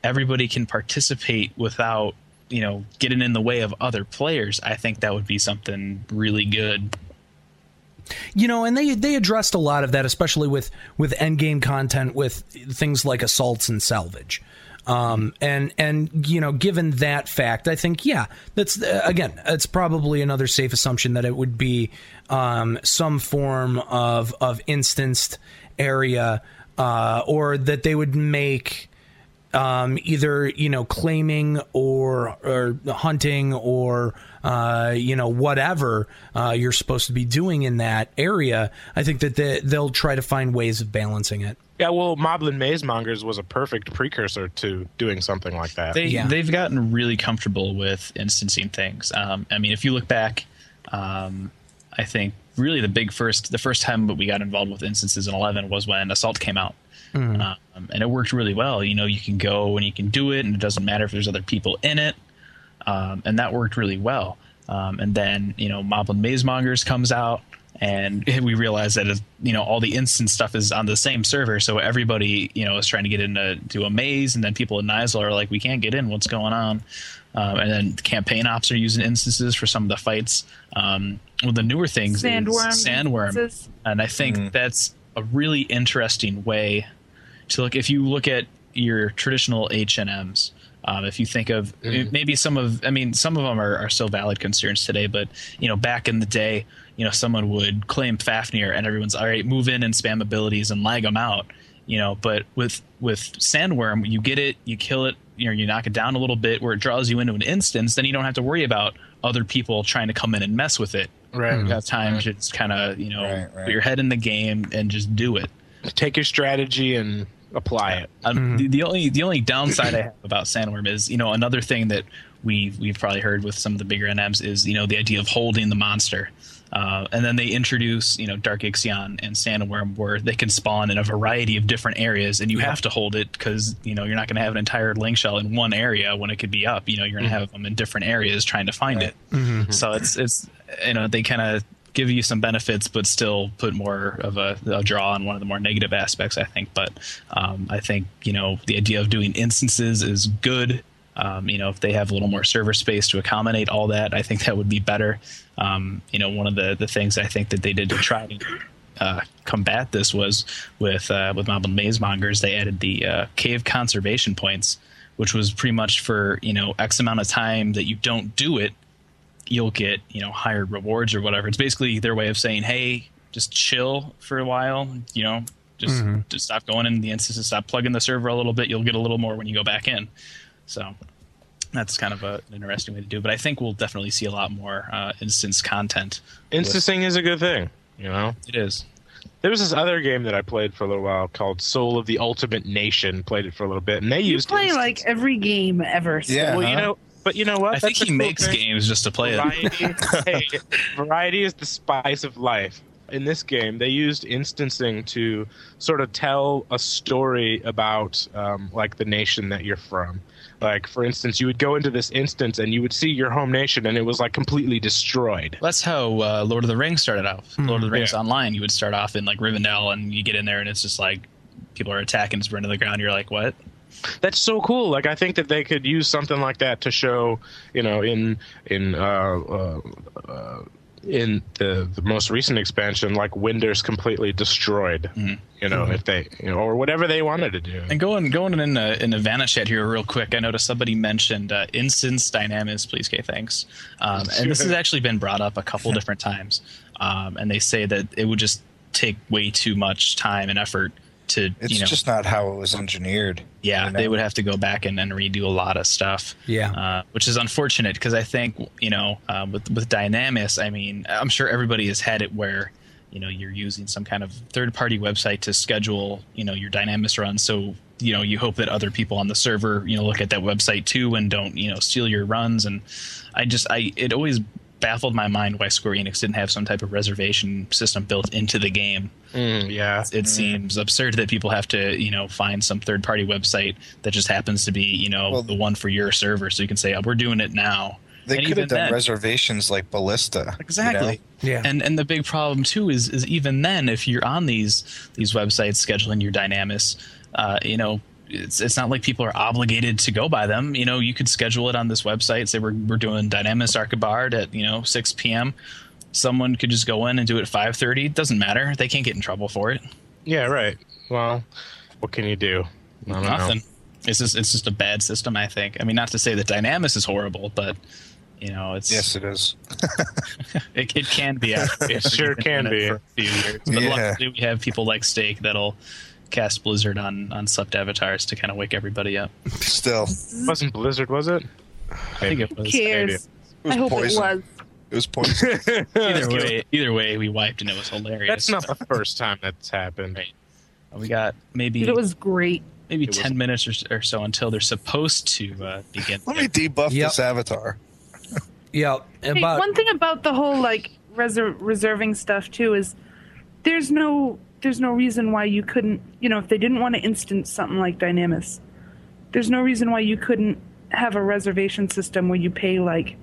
everybody can participate without, you know, getting in the way of other players, I think that would be something really good.
you know and they they addressed a lot of that especially with with end game content with things like assaults and salvage um and and you know given that fact i think yeah that's uh, again it's probably another safe assumption that it would be um some form of of instanced area uh or that they would make um, either you know claiming or or hunting or uh, you know whatever uh, you're supposed to be doing in that area. I think that they, they'll try to find ways of balancing it.
Yeah, well, Moblin Mazemongers was a perfect precursor to doing something like that.
They
Yeah.
they've gotten really comfortable with instancing things. Um, I mean, if you look back, um, I think really the big first the first time that we got involved with instances in 11 was when Assault came out.
Mm-hmm.
Um, and it worked really well. You know, you can go and you can do it, and it doesn't matter if there's other people in it. um, and that worked really well. Um, and then you know, Moblin Mazemongers comes out, and we realize that you know all the instant stuff is on the same server, so everybody you know is trying to get into to a maze, and then people in Nizel are like, we can't get in. What's going on? Um, and then campaign ops are using instances for some of the fights. Um, one of the newer things
Sandworm
is Sandworm,
instances.
and I think
Mm.
that's a really interesting way to look if you look at your traditional h&ms um, if you think of
Mm-hmm.
maybe some of i mean some of them are, are still valid concerns today but you know back in the day you know someone would claim fafnir and everyone's all right move in and spam abilities and lag them out you know but with with sandworm you get it you kill it you know you knock it down a little bit where it draws you into an instance then you don't have to worry about other people trying to come in and mess with it
Right.
you have time to just kind of you know
Mm-hmm. Right, right.
put your head in the game and just do it
Take your strategy and apply it.
um, the, the only the only downside I have about sandworm is you know another thing that we we've probably heard with some of the bigger NMs is you know the idea of holding the monster, uh, and then they introduce you know Dark Ixion and sandworm where they can spawn in a variety of different areas and you have to hold it because you know you're not going to have an entire link shell in one area when it could be up you know
Mm-hmm.
you're going to have them in different areas trying to find it so it's it's you know they kind of give you some benefits but still put more of a, a draw on one of the more negative aspects i think but um, i think you know the idea of doing instances is good um, you know if they have a little more server space to accommodate all that i think that would be better um, you know one of the, the things i think that they did to try to uh, combat this was with uh, with mob and maze mongers they added the uh, cave conservation points which was pretty much for you know x amount of time that you don't do it you'll get you know higher rewards or whatever. It's basically their way of saying, hey, just chill for a while. You know, just just stop going in the instances, stop plugging the server a little bit. You'll get a little more when you go back in. So that's kind of a, an interesting way to do. it. But I think we'll definitely see a lot more uh, instance content.
Instancing is a good thing, you know?
It is.
There was this other game that I played for a little while called Soul of the Ultimate Nation. Played it for a little bit, and they
You
used
play
instance-
like every game ever. so-
Yeah.
Well, you
huh?
know, but you know what?
I think
That's a
he
cool
makes
thing.
games just to play it.
Variety, hey, variety is the spice of life. In this game, they used instancing to sort of tell a story about um, like the nation that you're from. Like, for instance, you would go into this instance and you would see your home nation, and it was like completely destroyed.
That's how uh, Lord of the Rings started out.
Hmm.
Mm-hmm.
Lord of the Rings
Yeah.
Online, you would start off in like Rivendell, and you get in there, and it's just like people are attacking, it's burned to the ground. You're like, what?
That's so cool. Like, I think that they could use something like that to show, you know, in in uh, uh, uh, in the the most recent expansion, like Winder's completely destroyed.
Mm-hmm.
You know, if they you know, or whatever they wanted to do.
And going going in the in the Vanna chat here real quick, I noticed somebody mentioned uh, instance dynamics. Please, K, thanks. Um, and this has actually been brought up a couple different times, um, and they say that it would just take way too much time and effort to
It's
you know
just not how it was engineered.
yeah
you know?
they would have to go back and, and redo a lot of stuff
Yeah.
uh, which is unfortunate because i think you know uh, with with dynamis i mean i'm sure everybody has had it where you know you're using some kind of third party website to schedule you know your dynamics run so you know you hope that other people on the server you know look at that website too and don't you know steal your runs and i just i it always baffled my mind why square enix didn't have some type of reservation system built into the game
Mm, yeah.
it seems absurd that people have to you know find some third party website that just happens to be you know
Well-
the one for your server so you can say oh, we're doing it now
They
And
could
even
have done
then-
reservations like Ballista.
Exactly.
Yeah.
And and the big problem too is is even then if you're on these these websites scheduling your dynamis, uh, you know, it's it's not like people are obligated to go by them. You know, you could schedule it on this website, say we're we're doing dynamis archibard at, you know, six PM. Someone could just go in and do it at five thirty. It doesn't matter. They can't get in trouble for it.
Yeah, right. Well, what can you do? I don't know.
Nothing. It's just it's just a bad system, I think. I mean not to say that dynamis is horrible, but you know, it's
Yes, it is.
It, it can be. Actually,
It sure
We've
can
been doing it For
be.
a few years, but
Yeah.
luckily we have people like Stake that'll cast Blizzard on on slept avatars to kind of wake everybody up.
Still,
It wasn't Blizzard, was it?
I think it was.
Cares.
It was
I hope
poison.
it was.
it was poison.
Either way, either way, we wiped and it was hilarious.
That's not the first time that's happened.
We got maybe
Dude, it was great.
maybe
was-
ten minutes or, s- or so until they're supposed to uh, begin.
Let me debuff
Yep.
this avatar.
Yeah,
Hey,
about
one thing about the whole like reser- reserving stuff too is there's no there's no reason why you couldn't you know if they didn't want to instance something like Dynamis, there's no reason why you couldn't have a reservation system where you pay like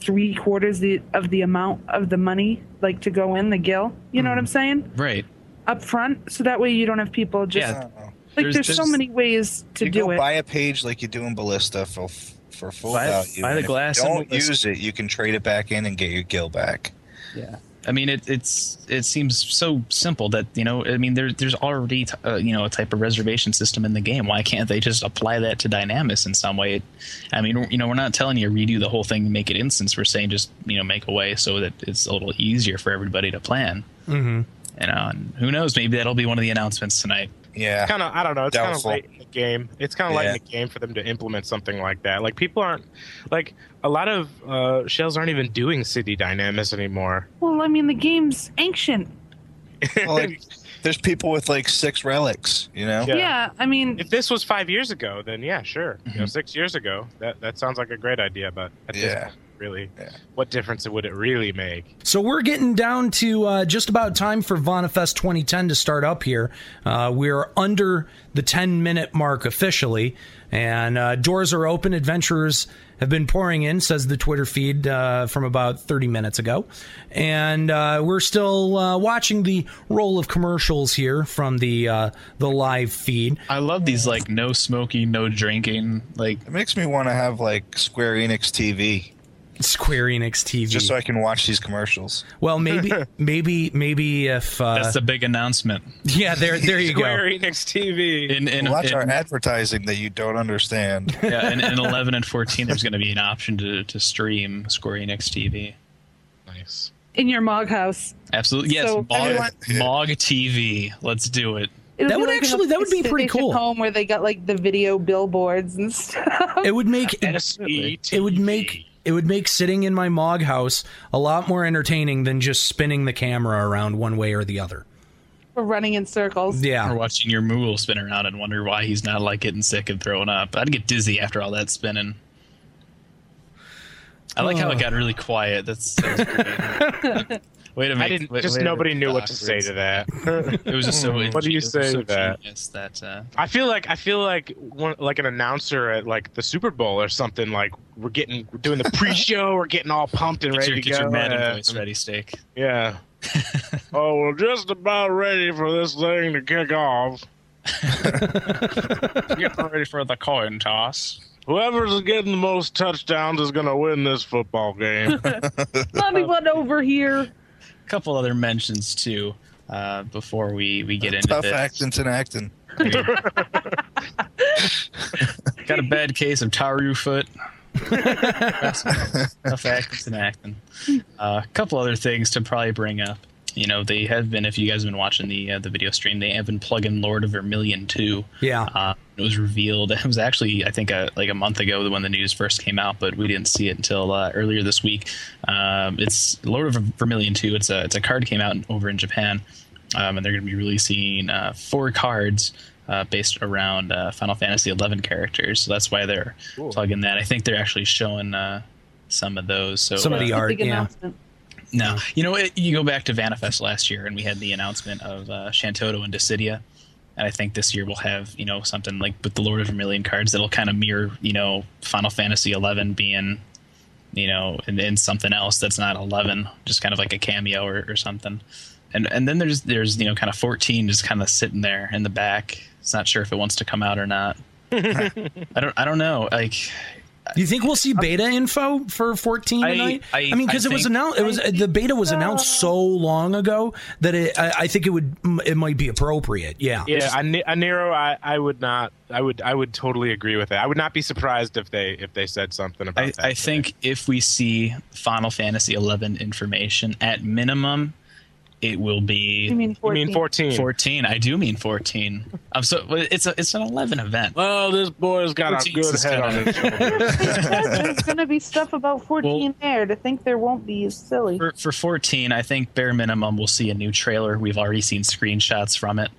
three quarters the, of the amount of the money like to go in the gill. You know what I'm saying?
right.
Up front, so that way you don't have people just
Yeah.
like
there's
there's, so
just-
many ways to
you
do
go
it.
buy a page like you do in Ballista for for full
Buy-
value.
buy the
and if you
glass and
Don't
Ballista.
use it. You can trade it back in and get your gill back.
Yeah. I mean, it, it's it seems so simple that you know. I mean, there, there's already t- uh, you know a type of reservation system in the game. Why can't they just apply that to Dynamis in some way? It, I mean, you know, we're not telling you redo the whole thing and make it instance. We're saying just you know make a way so that it's a little easier for everybody to plan. Mm-hmm. You know, and who knows? Maybe that'll be one of the announcements tonight.
Yeah.
Kind of, I don't know. It's kind of
Doubtful.
late in the game. It's kind of late
Yeah.
in the game for them to implement something like that. Like people aren't, like a lot of uh, shells aren't even doing city dynamics anymore.
well, I mean the game's ancient.
Well, like, there's people with like six relics. You know.
Yeah.
yeah I mean
If this was five years ago, then yeah, sure. You know, six years ago, that that sounds like a great idea. But at this
Mm-hmm. Yeah.
point, really,
Yeah.
what difference would it really make?
So we're getting down to uh, just about time for Vonifest 2010 to start up here. Uh, we're under the 10 minute mark officially, and uh, doors are open. Adventurers have been pouring in, says the Twitter feed uh, from about 30 minutes ago. And uh, we're still uh, watching the roll of commercials here from the uh, the live feed.
I love these like no smoking, no drinking. Like
It makes me want to have like Square Enix TV
Square Enix TV.
just so I can watch these commercials.
well, maybe, uh, maybe, maybe if uh,
that's the big announcement.
yeah, there, there you go.
Square Enix TV.
In in,
Watch our
in,
advertising that you don't understand.
yeah, in, in 11 and 14, there's going to be an option to to stream Square Enix TV.
nice.
in your mog house.
Absolutely. Yes,
So,
Mog,
everyone-
Mog TV. Let's do it.
It'll
That
be
would
like in a
actually- that would be pretty
PlayStation
cool.
Home where they got like the video billboards and stuff.
It would make
E
SETV.
it would make it would make sitting in my mog house a lot more entertaining than just spinning the camera around one way or the other.
We're running in circles.
Or
Yeah.
watching your Moogle spin around and wonder why he's not like getting sick and throwing up. I'd get dizzy after all that spinning. I like how it got really quiet. That's. that was great. Wait a minute.
I didn't. just nobody knew what to say to that.
It was just so.
What do you
it was
say
so
to that?
genius that uh,
I feel like I feel like one, like an announcer at like the Super Bowl or something. Like we're getting we're doing the pre-show, we're getting all pumped and
get
ready
your,
to
get
go.
your Madden
uh,
voice ready, steak.
Yeah. oh, we're just about ready for this thing to kick off.
Get ready for the coin toss.
Whoever's getting the most touchdowns is gonna win this football game.
Mommy went over here.
A couple other mentions too uh, before we we get into
Tough
this.
acting and acting.
Got a bad case of Taru foot. Tough acting and acting. Uh, a couple other things to probably bring up. you know, they have been. If you guys have been watching the uh, the video stream, they have been plugging Lord of Vermilion too.
Yeah.
uh, it was revealed. It was actually, I think, uh like a month ago when the news first came out, but we didn't see it until uh, earlier this week. Um, it's Lord of Vermilion two. It's a it's a card came out in- over in Japan, um, and they're going to be releasing uh, four cards. Uh, based around uh, Final Fantasy XI characters, so that's why they're plugging that. I think they're actually showing uh, some of those. So
Some of
uh,
the art,
Big
yeah.
announcement.
no, you know, it, you go back to Vanifest last year, and we had the announcement of uh, Shantoto and Dissidia, and I think this year we'll have you know something like with the Lord of Vermilion cards that'll kind of mirror you know Final Fantasy eleven being you know and, and something else that's not eleven, just kind of like a cameo or, or something, and and then there's there's you know kind of fourteen just kind of sitting there in the back. It's not sure if it wants to come out or not. I don't I don't know like.
You think we'll see beta info for 14
I-
tonight? I,
I-
mean, because
I
it was
think-
announced, it was the beta was announced so long ago that it, I, I think it would, it might be appropriate. Yeah.
Yeah, I, Ne- I, Nero, I, I would not. I would. I would totally agree with that. I would not be surprised if they if they said something about
I,
that.
I think if we see Final Fantasy XI information, at minimum, it will be
You mean
I
14?
mean, fourteen.
14. I do mean 14. I'm so well, it's a it's an 11 event.
Well, this boy's got a
14
good
is
head on
kinda-
his shoulders.
There's going to be stuff about 14
Well-
there. To think there won't be is silly.
For, for 14, I think bare minimum we'll see a new trailer. We've already seen screenshots from it.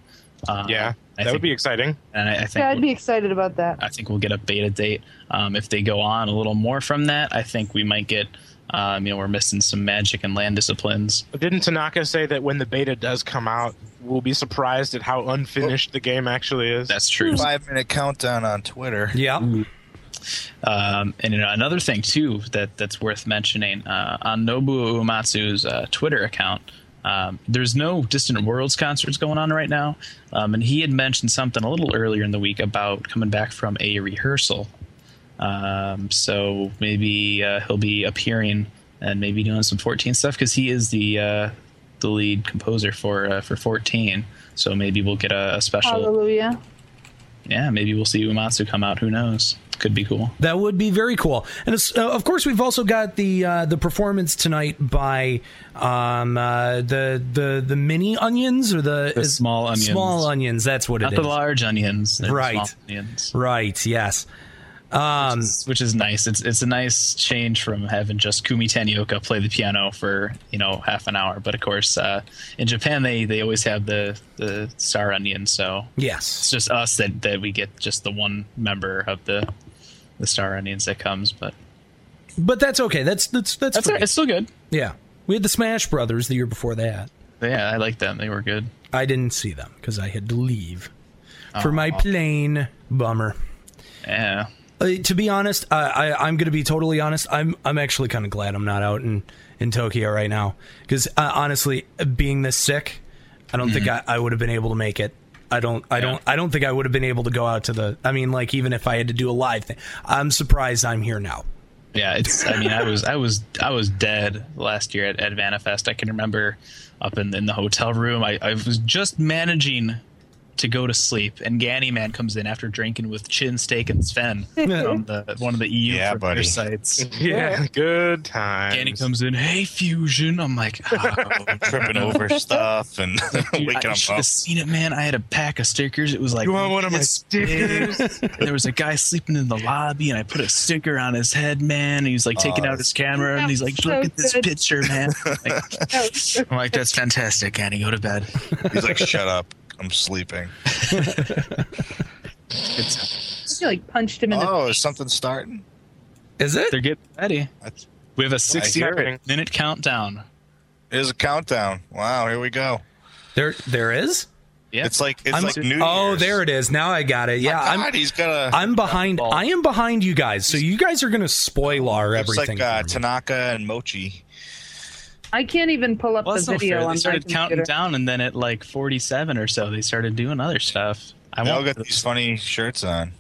Uh, I
yeah, that
think,
would be exciting.
And I, I think
Yeah, I'd
we'll-
be excited about that.
I think we'll get a beta date. Um, if they go on a little more from that, I think we might get. Um, you know, we're missing some magic and land disciplines.
But Didn't Tanaka say that when the beta does come out, we'll be surprised at how unfinished the game actually is?
That's true. Mm-hmm.
Five minute countdown on Twitter.
Yeah.
Um, and you know, another thing too that that's worth mentioning uh, on Nobuo Uematsu's uh, Twitter account. Um, there's no Distant Worlds concerts going on right now, um, and he had mentioned something a little earlier in the week about coming back from a rehearsal. Um, so maybe uh, he'll be appearing and maybe doing some 14 stuff because he is the uh, the lead composer for uh, for 14. So maybe we'll get a, a special.
Hallelujah.
Yeah, maybe we'll see Uematsu come out. Who knows? Could be cool.
That would be very cool. And it's, uh, of course, we've also got the uh, the performance tonight by um, uh, the the the mini onions or the,
The small onions.
Uh, Small onions. That's what
not
it
the
is.
large onions, they're the
Right.
small onions,
right. Yes. Um,
which is nice. It's it's a nice change from having just Kumi Tanioka play the piano for you know half an hour. But of course, uh, in Japan they, they always have the the star onion, so it's
yes.
just us that, that we get just the one member of the the star onions that comes. But
But that's okay. That's that's that's,
that's all right.
fine.
it's still good.
yeah. We had the Smash Brothers the year before that.
Yeah, I like them. They were good.
I didn't see them because I had to leave for my plane. Bummer.
Oh. Yeah.
Uh, to be honest, I, I, I'm going to be totally honest. I'm I'm actually kind of glad I'm not out in, in Tokyo right now because uh, honestly, being this sick, I don't think
Mm-hmm.
I, I would have been able to make it. I don't I don't I don't think I would have been able to go out to the. I mean, like even if I had to do a live thing, I'm surprised I'm here now.
Yeah, it's. I mean, I was, I was, I was dead last year at, at Vanifest. I can remember up in, in the hotel room. I, I was just managing to go to sleep, and Gannyman comes in after drinking with Chin Steak and Sven from the one of the E EU
Yeah,
premier
buddy.
sites.
yeah, good time.
Ganny comes in, hey Fusion. I'm like, oh,
Tripping over stuff and
dude,
waking
I
them
should
up.
have seen it, man. I had a pack of stickers. It was like,
You want one of my
this big. And there was a guy sleeping in the lobby, and I put a sticker on his head, man. And he was like taking
Aw.
out his camera, and he's like,
So
look at this
good.
picture, man. Like,
Oh,
I'm like, that's fantastic, Annie. Go to bed.
He's like, shut up. I'm sleeping.
she like punched him in the
Oh, is something starting?
Is it?
They're getting ready.
That's-
We have a 60
happening.
minute countdown.
There's a countdown. Wow, here we go.
There there is.
Yeah.
It's like it's
I'm-
like New
oh,
Year's.
there it is. Now I got it. Yeah,
God,
I'm
he's got a.
I'm behind. I am behind you guys. So you guys are going to spoil our
It's
everything.
like uh,
for me.
Tanaka and Mochi.
I can't even pull up
well, that's
the
not
video
fair.
on
They started
my
counting
computer.
down, and then at like 47 or so, they started doing other stuff. I
They all
won't.
got these funny shirts on.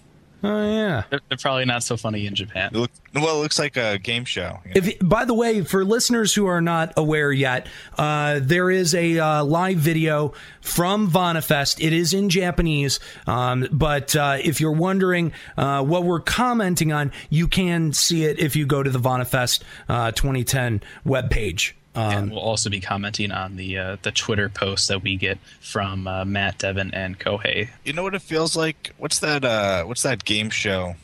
oh yeah.
They're, they're probably not so funny in Japan.
It look, well, it looks like a game show. you know.
If, by the way, for listeners who are not aware yet, uh, there is a uh, live video from Vanafest. It is in Japanese, um, but uh, if you're wondering uh, what we're commenting on, you can see it if you go to the Vanafest uh, 2010 webpage.
Um,
and we'll also be commenting on the uh, the Twitter posts that we get from uh, Matt, Devin, and Kohei.
You know what it feels like? What's that? Uh, what's that game show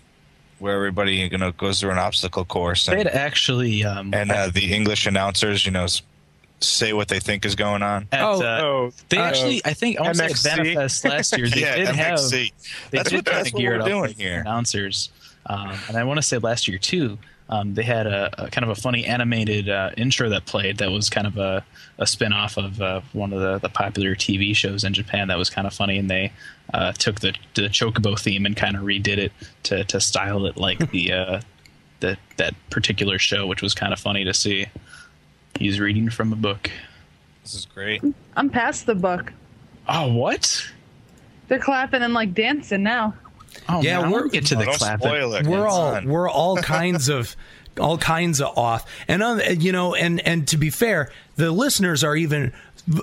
where everybody you know goes through an obstacle course
They'd
and,
actually um,
and uh, the English announcers, you know, s- say what they think is going on?
at,
Oh,
uh,
Oh,
they
uh,
actually I think I want to
MXC.
say Vanifest last year they
yeah,
did have
MXC.
they
that's
did
what,
try
that's
to
what
gear
we're
it up
doing
with
here.
announcers. Um, and I want to say last year too, um, they had a, a kind of a funny animated uh, intro that played that was kind of a, a spin off of uh, one of the, the popular TV shows in Japan that was kind of funny. And they uh, took the, the Chocobo theme and kind of redid it to, to style it like the, uh, the that particular show, which was kind of funny to see. He's reading from a book.
This is great.
I'm past the book.
Oh, what?
They're clapping and like dancing now.
Oh,
Yeah,
man, I wanna
we're-
get to the
Don't
clapping.
spoil it.
we're
It's
all
on.
we're all kinds of all kinds of off and on you know and and to be fair the listeners are even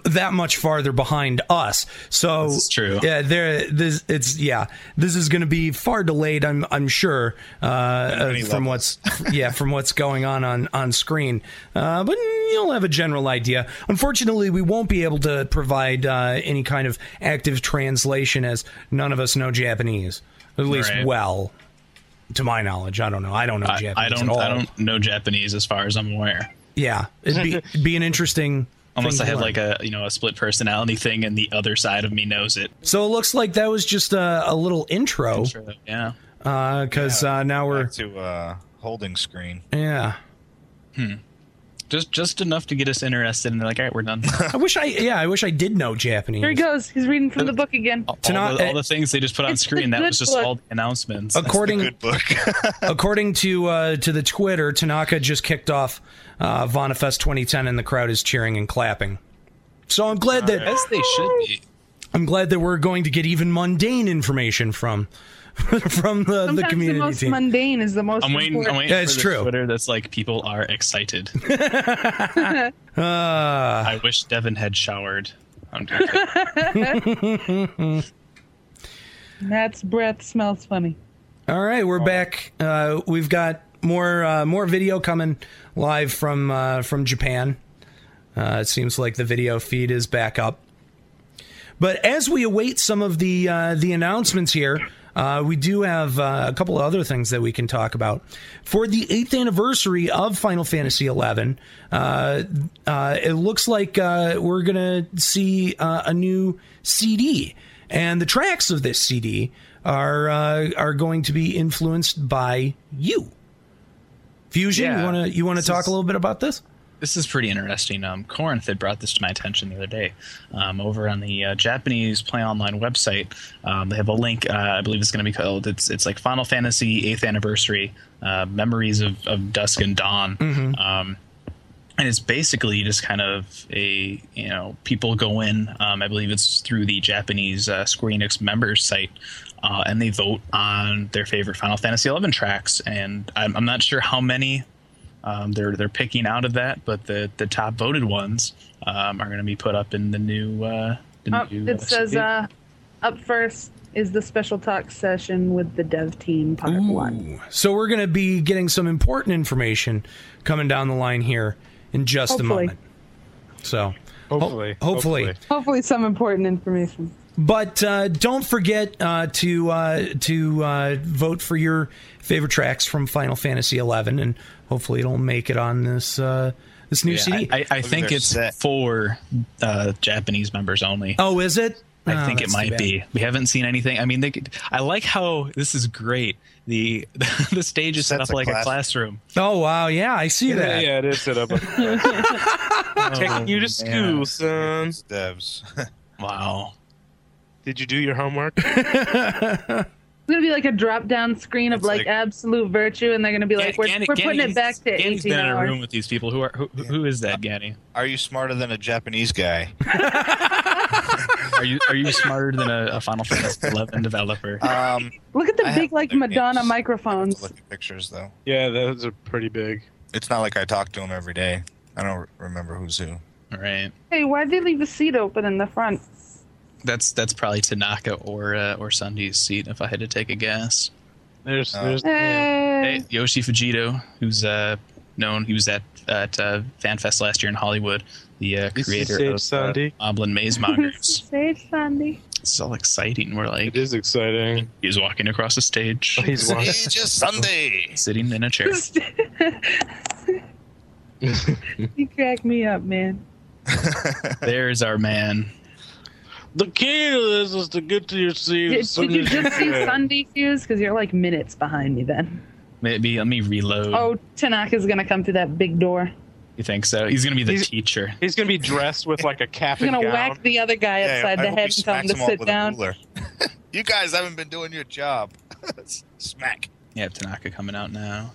that much farther behind us so
This is true.
yeah there this it's yeah this is going to be far delayed i'm i'm sure uh, uh
many
from
levels.
what's yeah from what's going on on on screen uh but you'll have a general idea unfortunately we won't be able to provide uh any kind of active translation as none of us know japanese at least
Right.
well to my knowledge. I don't know. I don't know
I,
Japanese
I don't.
at all.
I don't know Japanese as far as I'm aware.
Yeah, it'd be it'd be an interesting.
Unless
thing
I
to
have
learn.
like a you know a split personality thing, and the other side of me knows it.
So it looks like that was just a, a little intro,
Sure, yeah.
because uh, now we're
Back to uh, holding screen.
yeah.
Just just enough to get us interested, and they're like, all right, we're done.
I wish I yeah I wish I did know Japanese. eh,
Here he goes. He's reading from the book again.
all,
Tonight-
the, all the things they just put on
It's the
screen. That
good
was just
book.
all the announcements.
According
Good book.
according to uh, to the Twitter, Tanaka just kicked off uh, Vonifest 2010, and the crowd is cheering and clapping. So I'm glad that
As they should be.
I'm glad that we're going to get even mundane information from from the, the
Sometimes the,
community
most
team.
mundane is the most.
I'm waiting. I'm
important.
waiting
Yeah,
for
it's
the
true.
Twitter that's like people are excited.
Ah.
I wish Devin had showered. I'm joking.
Mm-hmm.
Matt's breath smells funny.
All right, we're back. Uh, we've got more uh, more video coming live from uh, from Japan. Uh, it seems like the video feed is back up. But as we await some of the uh, the announcements here, uh, we do have uh, a couple of other things that we can talk about. For the eighth anniversary of Final Fantasy XI, uh, uh, it looks like uh, we're gonna see uh, a new CD, and the tracks of this CD are uh, are going to be influenced by you. Fusion, you
Yeah.
wanna you wanna
This
talk
is-
a little bit about this?
this is pretty interesting. Um, Corinth had brought this to my attention the other day. Um, over on the uh, Japanese Play Online website, um, they have a link. Uh, I believe it's going to be called. It's it's like Final Fantasy Eighth Anniversary uh, Memories of, of Dusk and Dawn.
Mm-hmm.
Um, and it's basically just kind of a you know people go in um, i believe it's through the japanese uh, square enix members site uh, and they vote on their favorite final fantasy 11 tracks and i'm, I'm not sure how many um, they're they're picking out of that but the the top voted ones um, are going to be put up in the new uh, the
Up,
new, uh,
Oh, it says,
CD.
uh, "Up first is the special talk session with the dev team, part one."
So we're going to be getting some important information coming down the line here in just a
Hopefully.
moment. So ho-
Hopefully,
hopefully.
hopefully.
Hopefully, some important information.
But uh, don't forget uh, to uh, to uh, vote for your favorite tracks from Final Fantasy XI, and hopefully it'll make it on this uh, this new
Yeah,
CD.
I, I think
their
it's
set.
for uh, Japanese members only.
oh, is it?
I
Oh,
think it
that's too
might
bad.
be. We haven't seen anything. I mean, they could, I like how this is great. The the stage is set
That's
up
a
like a
class-
classroom.
Oh wow, yeah, I see
Yeah,
that.
yeah, it is set up. Taking Oh, you to school, son.
Devs.
Wow.
Did you do your homework?
It's gonna be like a drop-down screen of
It's
like,
like-
absolute virtue, and they're gonna be like, "We're,
Ganny-
we're putting
Ganny's-
it back to
Ganny's
18
been in a room
hours."
with these people. Who are who, who- who is that, Ganny?
Are you smarter than a Japanese guy?
Are you are you smarter than a, a Final Fantasy eleven developer?
Um,
Look at the
I
big
have
like
other
Madonna
games.
microphones.
look at pictures though.
yeah, those are pretty big.
It's not like I talk to him every day. I don't re- remember who's who.
All right.
Hey, why'd they leave a seat open in the front?
That's that's probably Tanaka or uh, or Sunday's seat if I had to take a guess.
There's,
Uh,
Oh.
there's. yeah.
Hey,
Hey, Yoshi Fujito, who's uh known. He was at at uh, FanFest last year in Hollywood. The uh,
This is
creator
Sage
of
Sandy.
Uh, Oblin Maze Mongers.
Sage Sandy.
it's all exciting. We're
It
like
is exciting.
he's walking across the stage,
He's watching.
It's just Sunday.
sitting in a chair.
you crack me up, man.
There's our man.
The key to this is to get to your seat.
Did,
as soon
did you
as
just see
can.
Sunday Fuse? Because you're like minutes behind me then.
Maybe let me reload.
Oh, Tanaka's gonna come through that big door.
You think so? He's gonna be the
He's-
teacher.
He's gonna be dressed with like a cap
I'm
and
gonna
gown.
whack the other guy upside
I
the
hope
head
he
and tell him
smacks
to
him all
sit
with a
down.
ruler. you guys haven't been doing your job. Smack.
Yeah, Tanaka coming out now.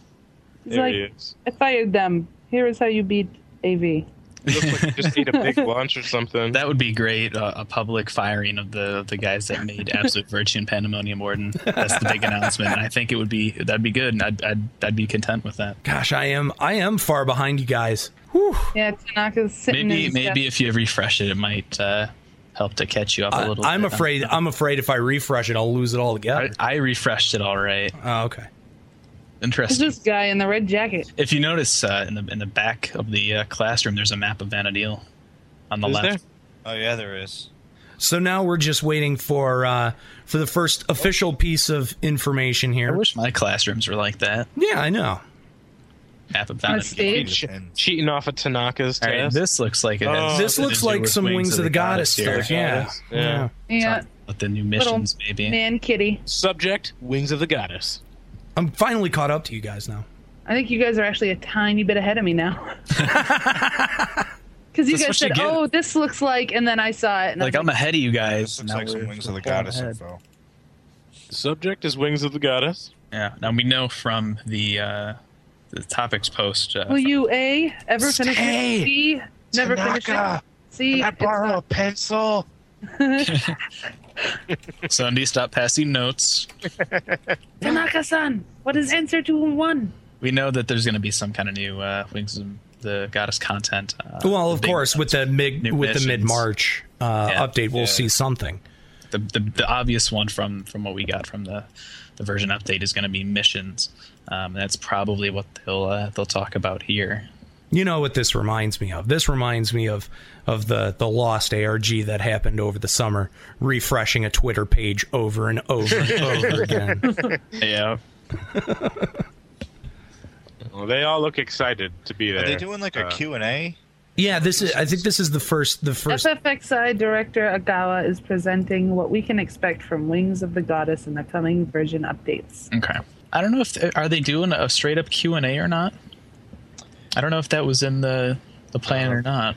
He's
There
like,
he is.
I fired them. Here is how you beat AV.
He looks like he just ate a big lunch or something.
That would be great. Uh, a public firing of the the guys that made Absolute Virtue and Pandemonium Warden. That's the big announcement. And I think it would be that'd be good, and I'd I'd, I'd be content with that.
Gosh, I am I am far behind you guys.
Yeah, Tanaka's sitting.
Maybe
in his
maybe
desk.
if you refresh it, it might uh, help to catch you up a
I,
little.
I'm
bit.
afraid I'm afraid if I refresh it, I'll lose it all
I,
together.
I refreshed it all right.
Oh, okay.
It's
Interesting.
this guy in the red jacket.
If you notice uh, in the in the back of the uh, classroom, there's a map of Vanadil on the
Is
left.
Oh yeah, there is.
So now we're just waiting for uh, for the first official piece of information
I
here.
wish my classrooms were like that.
Yeah, I know.
Map of
On a
Vanadil.
there?
stage.
Che- cheating off of Tanaka's
All right,
test.
this looks like it has
Oh,
This
something to
looks
do
like
with
some Wings of the Goddess,
here.
stuff. Yeah.
Goddess, yeah.
Yeah,
But the new
little
missions, maybe.
man, kitty.
Subject: Wings of the Goddess.
I'm finally caught up to you guys now.
I think you guys are actually a tiny bit ahead of me now. Because you
That's what
guys
you
said,
get.
"Oh, this looks like," and then I saw it, and
Like I'm
I'm
ahead of you guys.
This looks
Now
like some
we're-
wings of the
we're all
goddess
ahead.
info.
Subject is Wings of the Goddess.
Yeah. Now we know from the uh, the topics post. Uh,
"Will you a ever finish
Stay.
it? B never finish it?
Tanaka,
C
I borrow a pencil.
from Sunday, stop passing notes.
Tanaka-san, what is answer to one?"
We know that there's going to be some kind of new uh, Wings of the Goddess content. Uh,
Well, of
big-
course, with the mid
New
with the
missions.
mid March uh,
Yeah.
update, we'll
Yeah.
see something.
the, the the obvious one from from what we got from the the version update is going to be missions. Um, that's probably what they'll uh, they'll talk about here.
You know what this reminds me of? This reminds me of of the the lost ARG that happened over the summer, refreshing a Twitter page over and over and over again.
Yeah.
Well, they all look excited to be there.
Are they doing like a
Uh,
Q and A?
Yeah, this is. I think this is the first the first
FFXI director Agawa is presenting what we can expect from Wings of the Goddess in the coming version updates.
Okay. I don't know if uh, are they doing a straight up Q and A or not. I don't know if that was in the the plan
Uh-huh.
or not.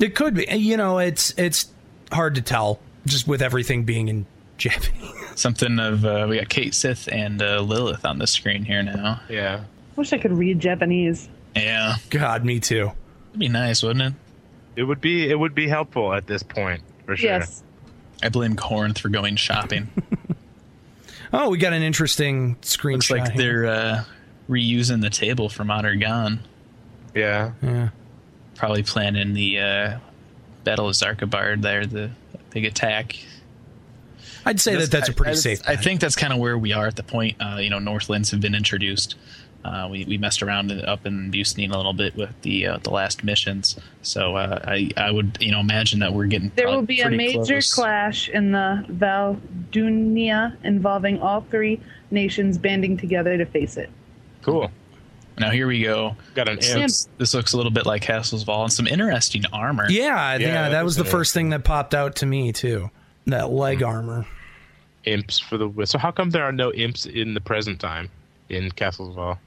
It could be. You know, it's it's hard to tell just with everything being in Japanese.
Something of uh, we got Kate Sith and uh, Lilith on the screen here now.
Yeah.
Wish I could read Japanese.
Yeah,
God, me too.
it'd be nice, wouldn't it?
It would be it would be helpful at this point for sure.
Yes.
I blame Corn for going shopping.
Oh, we got an interesting screenshot.
Looks like
here.
they're uh, reusing the table from Honor Gone.
Yeah.
Yeah.
probably planning the uh, Battle of Zarkabard there, the big attack.
I'd say that that's a pretty
I,
safe.
I
bet.
think that's kind of where we are at the point. Uh, you know, Northlands have been introduced. Uh, we, we messed around in- up in Bustein a little bit with the uh, the last missions, so uh, I I would you know imagine that we're getting
Uh,
There will
probably
be a
pretty
major
close.
clash in the Valdunia involving all three nations banding together to face it.
Cool.
Now here we go.
Got an
This
imp.
looks, this looks a little bit like Castle's Vault and some interesting armor.
Yeah, I- yeah,
Yeah,
that,
that
was
was
the
it.
first thing that popped out to me too. That leg armor.
imps for the wi- so how come there are no imps in the present time in Castle Hall?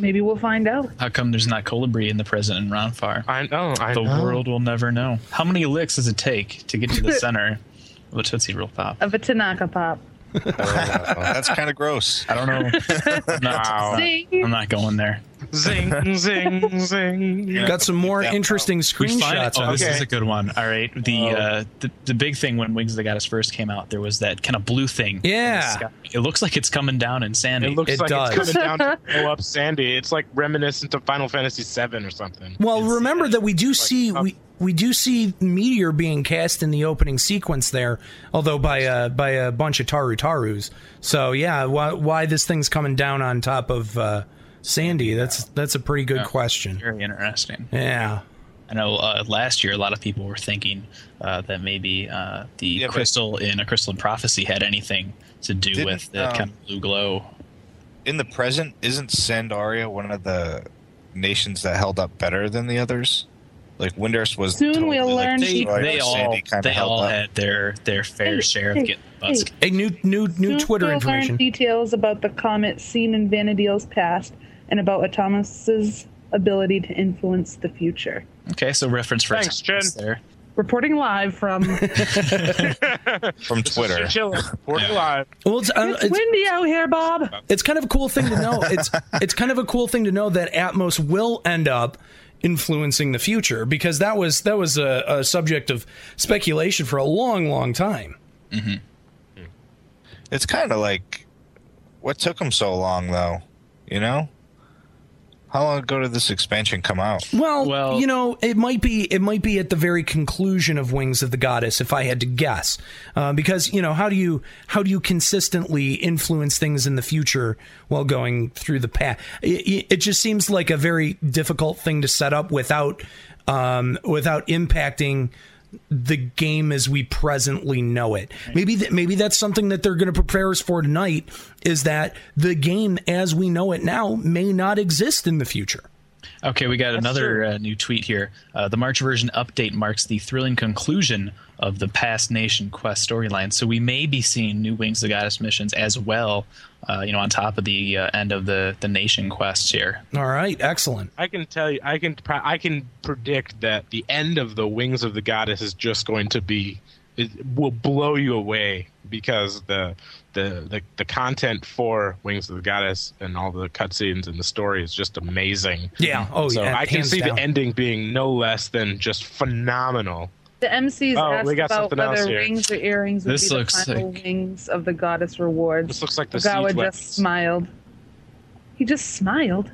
Maybe we'll find out.
How come there's not Colibri in the present in Ronfar?
I know. I
The
know.
world will never know. How many licks does it take to get to the center of a Tootsie Roll Pop?
Of a Tanaka pop.
That's kind of gross.
I don't know. I'm not,
Wow.
Zing.
I'm not going there.
zing zing zing.
Got some more interesting
We find,
screenshots.
oh,
on
this
this.
is a good one. All right.
Oh.
The, uh, the the big thing when Wings of the Goddess first came out, there was that kind of blue thing. in the
Yeah.
sky. It looks like it's coming down in Sandy.
It looks
It
like
does.
it's coming down to blow up Sandy. It's like reminiscent of Final Fantasy VII or something.
Well, remember that we do see
up-
we we do see meteor being cast in the opening sequence there, although by a by a bunch of taru tarus. So yeah, why why this thing's coming down on top of uh, Sandy, that's that's a pretty good
Yeah.
question.
Very interesting.
Yeah.
I know uh, last year a lot of people were thinking uh, that maybe uh, the
but-
crystal in a crystal in prophecy had anything to do
Didn't,
with the
um,
kind of blue glow.
In the present, isn't Sandaria one of the nations that held up better than the others? Like Windurst was.
Soon we'll
like,
learn
They,
destroyed,
they
but
all
Sandy kinda
they
held
all
up.
had their their fair
Hey,
share of
hey,
getting butts.
hey.
A new new new
Soon
Twitter
we'll
information.
Learn details about the comet seen in Vanadiel's past and about Atomis's ability to influence the future.
Okay, so reference for
Thanks,
examples
Jen.
there.
Reporting live from It's
from Twitter.
Chilling. Port alive.
Well, it's, uh, it's,
windy out here, Bob.
it's kind of a cool thing to know. It's it's kind of a cool thing to know that Atmos will end up influencing the future because that was that was a, a subject of speculation for a long, long time.
It's kind of like, what took them so long, though? You know, how long ago did this expansion come out?
Well,
Well-
you know, it might be it might be at the very conclusion of Wings of the Goddess, if I had to guess, uh, because you know how do you how do you consistently influence things in the future while going through the past? It, it just seems like a very difficult thing to set up without um, without impacting the game as we presently know it. Maybe th- maybe that's something that they're going to prepare us for tonight. Is that the game as we know it now may not exist in the future.
Okay, we got another uh, new tweet here. Uh, the March version update marks the thrilling conclusion of the past nation quest storyline, so we may be seeing new Wings of the Goddess missions as well. Uh, you know, on top of the uh, end of the the nation quests here.
All right, excellent.
I can tell you, I can, pro- I can predict that the end of the Wings of the Goddess is just going to be, it will blow you away because the, the, the, the content for Wings of the Goddess and all the cutscenes and the story is just amazing.
Yeah. Oh,
So
yeah.
I can
hands
see
down.
the ending being no less than just phenomenal.
The MC's
Oh,
asked
we got
about
something else
whether
here.
rings or earrings would
This
be
looks
the final
like-
wings of the goddess rewards.
This looks like the siege
Ogawa
weapons.
just smiled. He just smiled.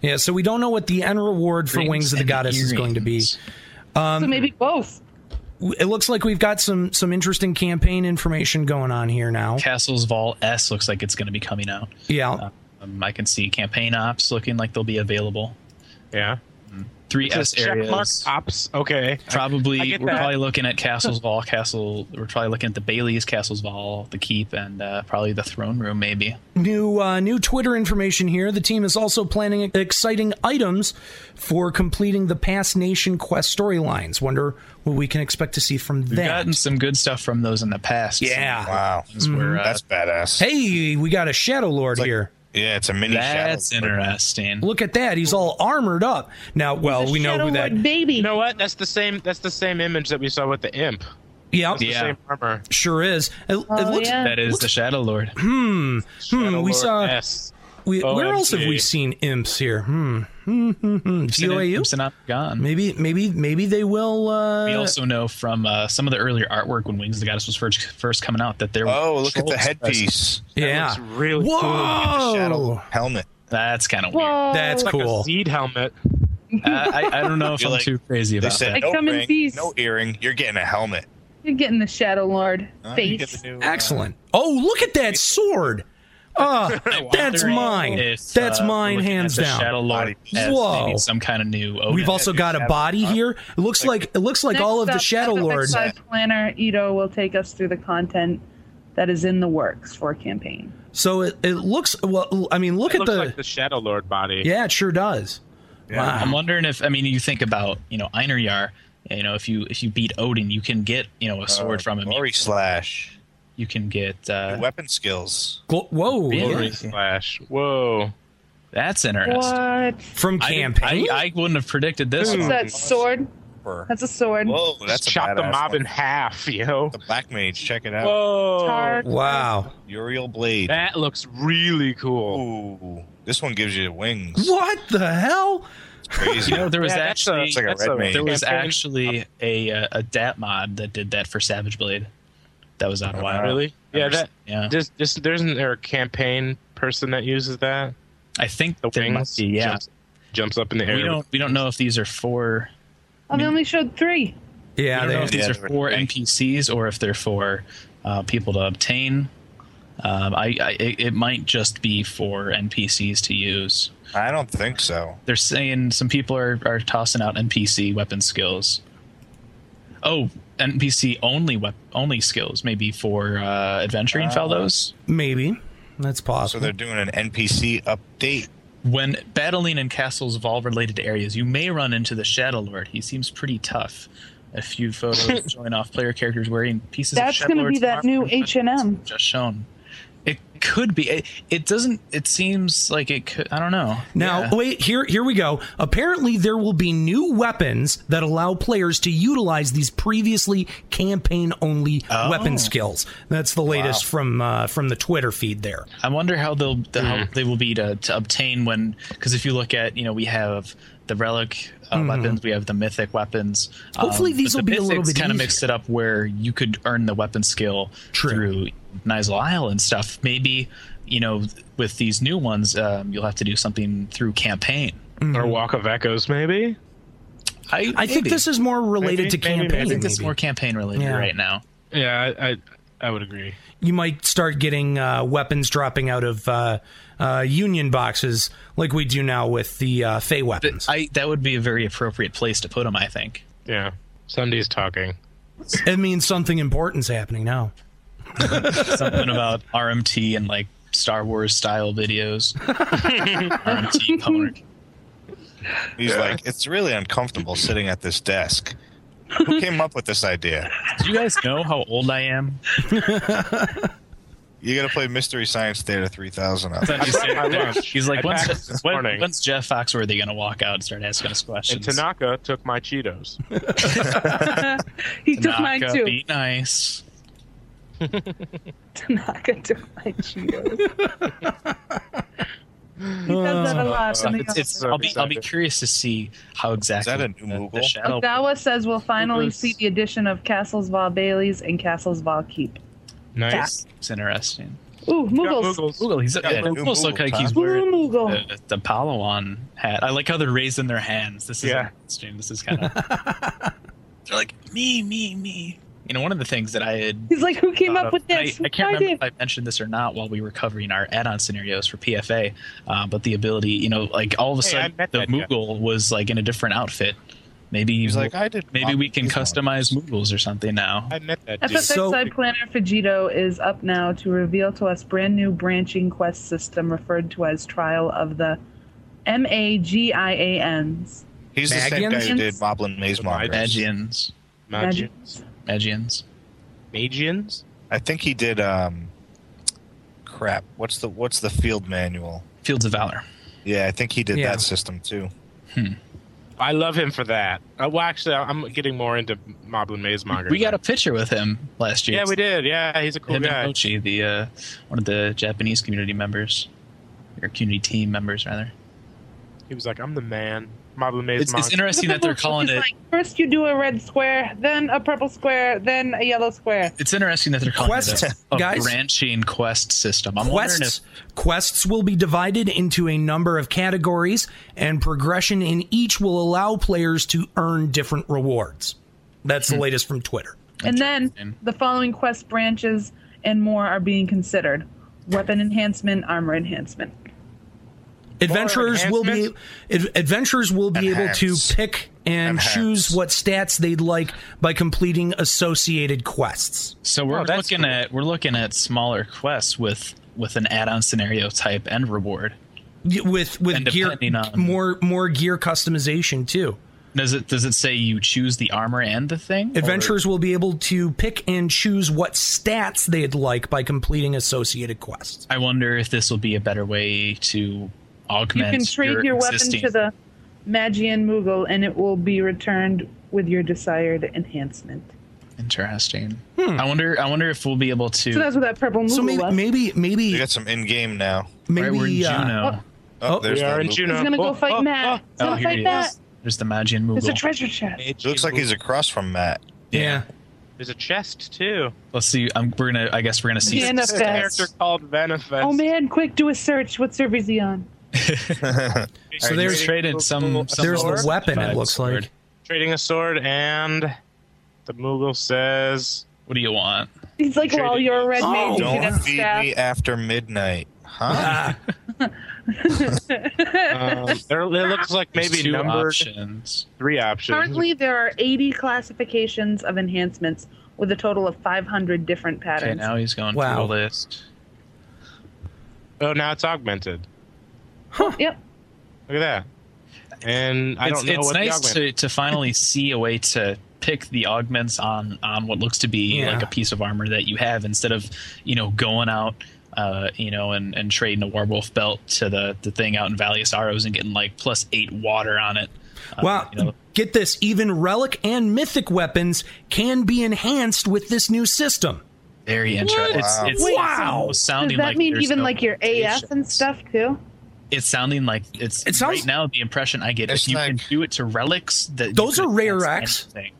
Yeah. So we don't know what the end reward for Wings of the
and
Goddess is going to be.
earrings.
so maybe both.
It looks like we've got some some interesting campaign information going on here now.
Castle's Vault S looks like it's going to be coming out.
Yeah.
Um, I can see campaign ops looking like they'll be available.
Yeah.
Three S areas.
Checkmark ops. Okay.
Probably,
I get
we're
that.
probably looking at Castle's Vault, Castle. We're probably looking at the Bailey's Castle's Vault, the Keep, and uh, probably the Throne Room, maybe.
New uh, new Twitter information here. The team is also planning exciting items for completing the past nation quest storylines. Wonder what we can expect to see from
We've
them.
gotten some good stuff from those in the past.
Yeah.
Wow,
Some things where, uh,
that's badass.
Mm-hmm. Hey, we got a Shadow Lord here.
Yeah, it's a mini.
that's
Shadow Lord.
interesting.
Look at that. He's all armored up. Now, well,
The
we know
Shadow
who that.
Lord baby.
You know what? That's the same. That's the same image that we saw with the imp.
Yeah,
It's the
Yeah.
same armor.
sure is. It, it
Oh,
looks. Hmm,
yeah.
That is the Shadow Lord.
Shadow
we
Lord
saw-
S.
We, where else have
OMG.
we seen imps here? Hmm. Hmm. Hmm. hmm. GOAU?
Ibsen gone.
Maybe, maybe, maybe they will.
We
Uh,
also know from uh, some of the earlier artwork when Wings of the Goddess was first first coming out that there. were
Oh, look at
trolls
the
present.
headpiece.
yeah.
looks really cool.
The Shadow
Whoa.
Lord helmet.
That's kind of weird. Uh,
Whoa.
That's
Like
cool.
a seed helmet.
I, I- I don't know if
You're
I'm
like-
too crazy
They
about
said
I
that.
no
come in
ring,
peace.
no earring. You're getting a helmet.
You're getting the Shadow Lord
Ah,
Oh, you get
face.
the new, uh,
Excellent. Oh, look at that sword. Ah, that's
Wondering
mine.
if,
that's
uh,
mine,
looking at
hands
the
down.
Shadow Lord.
Body
as
Whoa.
maybe Some kind of new. Odin.
We've also got a body here. It looks like it looks like all of
Next
the
up,
Shadow
FFXI
Lords.
planner Ito will take us through the content that is in the works for campaign.
So it, it looks. Well, I mean, look
It
at
looks
the,
like the Shadow Lord body.
Yeah, it sure does. Wow.
I'm wondering if I mean you think about you know Einarjar. You know if you if you beat Odin, you can get you know a sword from him.
Glory slash.
You can get. Uh,
Weapon skills.
Gl- Whoa.
Really?
yeah.
Slash. Whoa.
that's interesting.
What?
From
I, didn't-
campaign.
I, I wouldn't have predicted this.
What's
one.
that sword?
Whoa,
That's a sword.
that's a
Chop the
badass
mob
one.
in half, yo.
The black mage. Check it out.
Whoa.
Tar-
wow.
Uriel blade.
That looks really cool.
Ooh, this one gives you wings.
What the hell?
Crazy.
You know there was
Yeah, that's a-
actually
it's like a
That's
red
a-
mage.
there was
campaign.
actually a uh, a DAT mod that did that for Savage Blade. That was out a while.
Really? Yeah. That.
Yeah.
Just, just, there's isn't there a campaign person that uses that?
I think
The
there
wings.
must be. Yeah.
Jumps, jumps up in the air.
We don't we don't know if these are for
Oh, they only showed three.
I
Yeah,
don't know if
they,
these
Yeah,
are
they were
for
three.
NPCs or if they're for uh, people to obtain. Um, I, I it it might just be for NPCs to use.
I don't think so.
They're saying some people are, are tossing out NPC weapon skills. Oh, NPC only wep- only skills maybe for uh, adventuring fellows.
Maybe that's
So
possible.
they're doing an NPC update.
When battling in castles of all related areas, you may run into the Shadow Lord. He seems pretty tough. A few photos showing off player characters wearing pieces of
That's
Shadow
gonna be
Lord's
that
armor
new
and weapons
H&M.
just shown. It could be. It, it doesn't. It seems like it could. I don't know.
Now,
Yeah.
wait, here here we go. Apparently there will be new weapons that allow players to utilize these previously campaign only weapon skills. That's the latest from uh, from the Twitter feed there.
I wonder how they'll the, how
Mm.
they will be to, to obtain when because if you look at you know we have the relic uh, weapons we have the mythic weapons.
Mm-hmm.
um,
Hopefully these will be a little bit
kind of
easier.
mixed it up where you could earn the weapon skill
True.
through Nizel Isle and stuff. Maybe you know with these new ones um, you'll have to do something through campaign.
Or Walk of Echoes, maybe?
I
Mm-hmm. I think
maybe.
this is more related
Maybe,
to
maybe,
campaign.
maybe.
I think this is
maybe.
more campaign related
Yeah.
right now.
Yeah, I, I, I would agree.
you might start getting uh, weapons dropping out of uh, uh, union boxes like we do now with the uh, Fey weapons.
I that would be a very appropriate place to put them. I think.
Yeah. Sunday's talking.
it means something important's happening now.
something about RMT and like Star Wars style videos. RMT pwned.
He's like, it's really uncomfortable sitting at this desk. Who came up with this idea?
Do you guys know how old I am?
You got to play Mystery Science Theater 3000 out there.
I brought my lunch.
He's like,
I
when's,
packed this
when-
morning,
when's Jeff Foxworthy going to walk out and start asking us
and
questions?
Tanaka took my Cheetos.
He took mine
Tanaka,
too.
Be nice.
Tanaka took my Cheetos. he does that a
Uh,
lot. in the
Uh, It's, it's,
so
I'll, be, I'll be
excited.
curious to see how exactly
that a new
the- the
Moogle?
shadow-
Ozawa says we'll finally
Lucas.
see the addition of Castles Val Bailey's and Castles Val Keep.
Nice.
It's interesting.
Ooh,
Got
Moogles.
Moogles.
Moogle, he's
Yeah,
yeah,
new
almost look
Moogle,
like
huh?
he's
Ooh,
wearing
Moogle.
the, the Palawan hat. I like how they're raising their hands. This is
Yeah.
interesting. This is kind of they're like me, me, me. You know, one of the things that I had
He's like, who came
thought
up
of-
with
and
this?
I, I can't
I
remember
did.
if I mentioned this or not while we were covering our add-on scenarios for PFA, uh, but the ability, you know, like all of a
Hey, I
sudden
met
the
that guy.
Moogle was like in a different outfit. Maybe
He's like, I did.
maybe we can customize Moogles or something now.
I met that dude.
FFXI
So-
Planner Fujito is up now to reveal to us brand new branching quest system referred to as Trial of the M A G I A N's.
He's the same guy who did Moblin Maze Mongers.
Magians,
Magians.
Magians.
Magians?
I think he did. um Crap. What's the What's the field manual?
Fields of Valor.
Yeah, I think he did
Yeah.
that system too.
I love him for that. Uh, well, actually, I- I'm getting more into Moblin Maze Monger.
We got a picture with him last year.
Yeah, we did. Yeah, he's a cool
Him
guy.
and Ochi, the uh, one of the Japanese community members, or community team members rather.
He was like, I'm the man. Moblin Maze
It's, it's
Monger.
interesting that they're calling it.
Like, First, you do a red square, then a purple square, then a yellow square.
It's interesting that they're calling
Quest,
it a, a
guys.
branching quest system. I'm wondering if
Quests quests will be divided into a number of categories, and progression in each will allow players to earn different rewards. That's
Hmm.
the latest from Twitter.
And then the following quest branches and more are being considered weapon enhancement, armor enhancement.
Adventurers will be ad- adventurers will be able
Enhance.
to pick and
Enhance.
choose what stats they'd like by completing associated quests.
So we're
Oh, that's
looking
cool.
at we're looking at smaller quests with with an add-on scenario type and reward.
Y- with with
And
gear
depending on-
more more gear customization too.
Does it does it say you choose the armor and the thing?
Adventurers will be able to pick and choose what stats they'd like by completing associated quests.
I wonder if this will be a better way to
You
augment.
can trade your, weapon
existing-
to the Magian Moogle and it will be returned with your desired enhancement.
Interesting. I wonder. I wonder if we'll be able to.
Hmm. So that's what that purple Moogle
So maybe
was.
maybe
We
maybe
got some in game now.
right,
maybe
we're in
uh,
Juno.
Oh,
Oh,
Oh,
there's
We are
the
in
Moogle.
Juno.
He's gonna go
Oh,
fight
oh,
Matt. He's
Oh,
gonna
here
fight
he
Matt.
is. There's the Magian Moogle.
It's a treasure chest.
Magian
Looks like he's across from Matt.
yeah.
There's a chest, too.
Let's see. I'm, we're gonna. I guess we're gonna see.
Yeah, no,
There's a
Venifest.
character called Venifest.
Oh man, quick, do a search. What server is he on?
so
There's
there's
traded some. some
there's
sort
the
of
weapon it
vibes
looks
forward.
like.
trading a sword, and the Moogle says,
What do you want?
He's like, well, you're a red
Oh.
mage. You should
Don't
have
feed
staff.
me after midnight, huh?
Ah,
Um, there, it looks like
There's
maybe
two
numbered
options.
three options.
Currently, there are 80 classifications of enhancements with a total of 500 different
Okay,
patterns.
now he's going
Wow.
through the list.
Oh, now it's augmented.
Yep.
Look at that. And I
it's
don't know
it's
what the
nice
augmented.
to, to finally see a way to pick the augments on on what looks to be
Yeah.
like a piece of armor that you have instead of you know going out uh, you know and, and trading a werewolf belt to the the thing out in Valley of Sorrows and getting like plus eight water on it. Uh,
wow.
you know,
Get this, even relic and mythic weapons can be enhanced with this new system.
very interesting. It's,
Wow.
it's,
Wait,
it's
so-
almost sounding
Does that
like
mean
there's
even
no
like your AF and
limitations.
stuff too?
It's sounding like it's
It sounds-
right now the impression I get
It's
if you can
like-
do it to relics that you
Those
could
are rare
enhance
acts.
anything.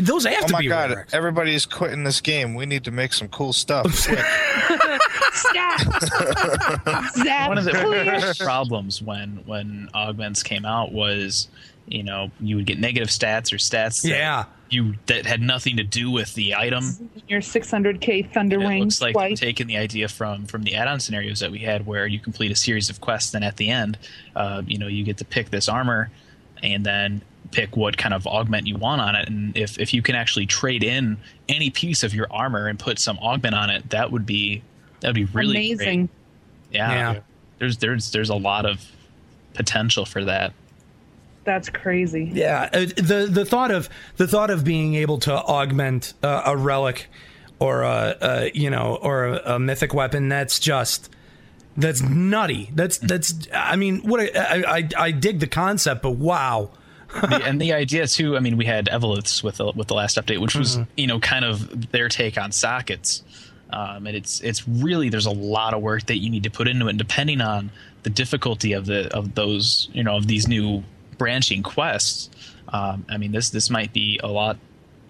Those have
Oh
to
my
be
god,
relics.
everybody's quitting this game. We need to make some cool stuff. Quick.
Stop! Zap!
one of the one of the
clear.
biggest problems when when augments came out was you know you would get negative stats or stats that
Yeah.
you that had nothing to do with the item
Your 600k
and it
Thunderwing
looks like they're
twice.
taking the idea from from the add-on scenarios that we had where you complete a series of quests and at the end uh, you know you get to pick this armor and then pick what kind of augment you want on it and if if you can actually trade in any piece of your armor and put some augment on it that would be that would be really great.
Amazing.
yeah
Yeah.
there's there's there's a lot of potential for that.
That's crazy.
Yeah, uh, the the thought of the thought of being able to augment uh, a relic or a, a you know or a, a mythic weapon that's just that's nutty. That's that's I mean what a- I I, I dig the concept, but wow,
The- and the idea too, I mean, we had Evoliths with the, with the last update, which was you know kind of their take on sockets. Um, and it's it's really there's a lot of work that you need to put into it, and depending on the difficulty of the of those you know of these new branching quests. Um, I mean, this this might be a lot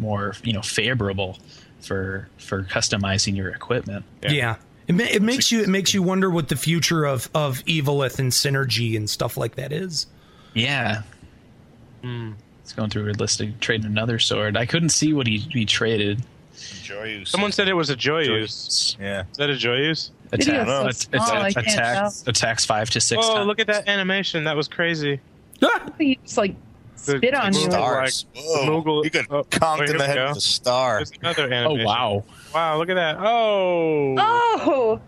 more you know favorable for for customizing your equipment.
yeah. It, ma- it makes you it makes you wonder what the future of of Evilith and synergy and stuff like that is.
Yeah. Hmm. It's going through a list of trading another sword. I couldn't see what he, he traded.
Enjoy you.
Someone said it was a Joyous.
It's
yeah.
Is that a Joyous?
Attack,
so
it's- it's-
small, I
it's
can't
attacks, attacks five to six.
Oh,
times.
look at that animation. That was crazy.
Ah!
He just like spit on you.
Star-
Stars.
Like,
Whoa.
Moogle-
you got
oh,
conked
wait,
in
here
the
we
head
go.
with a star.
There's another
Oh
animation.
wow!
Wow, look at that. Oh,
Oh!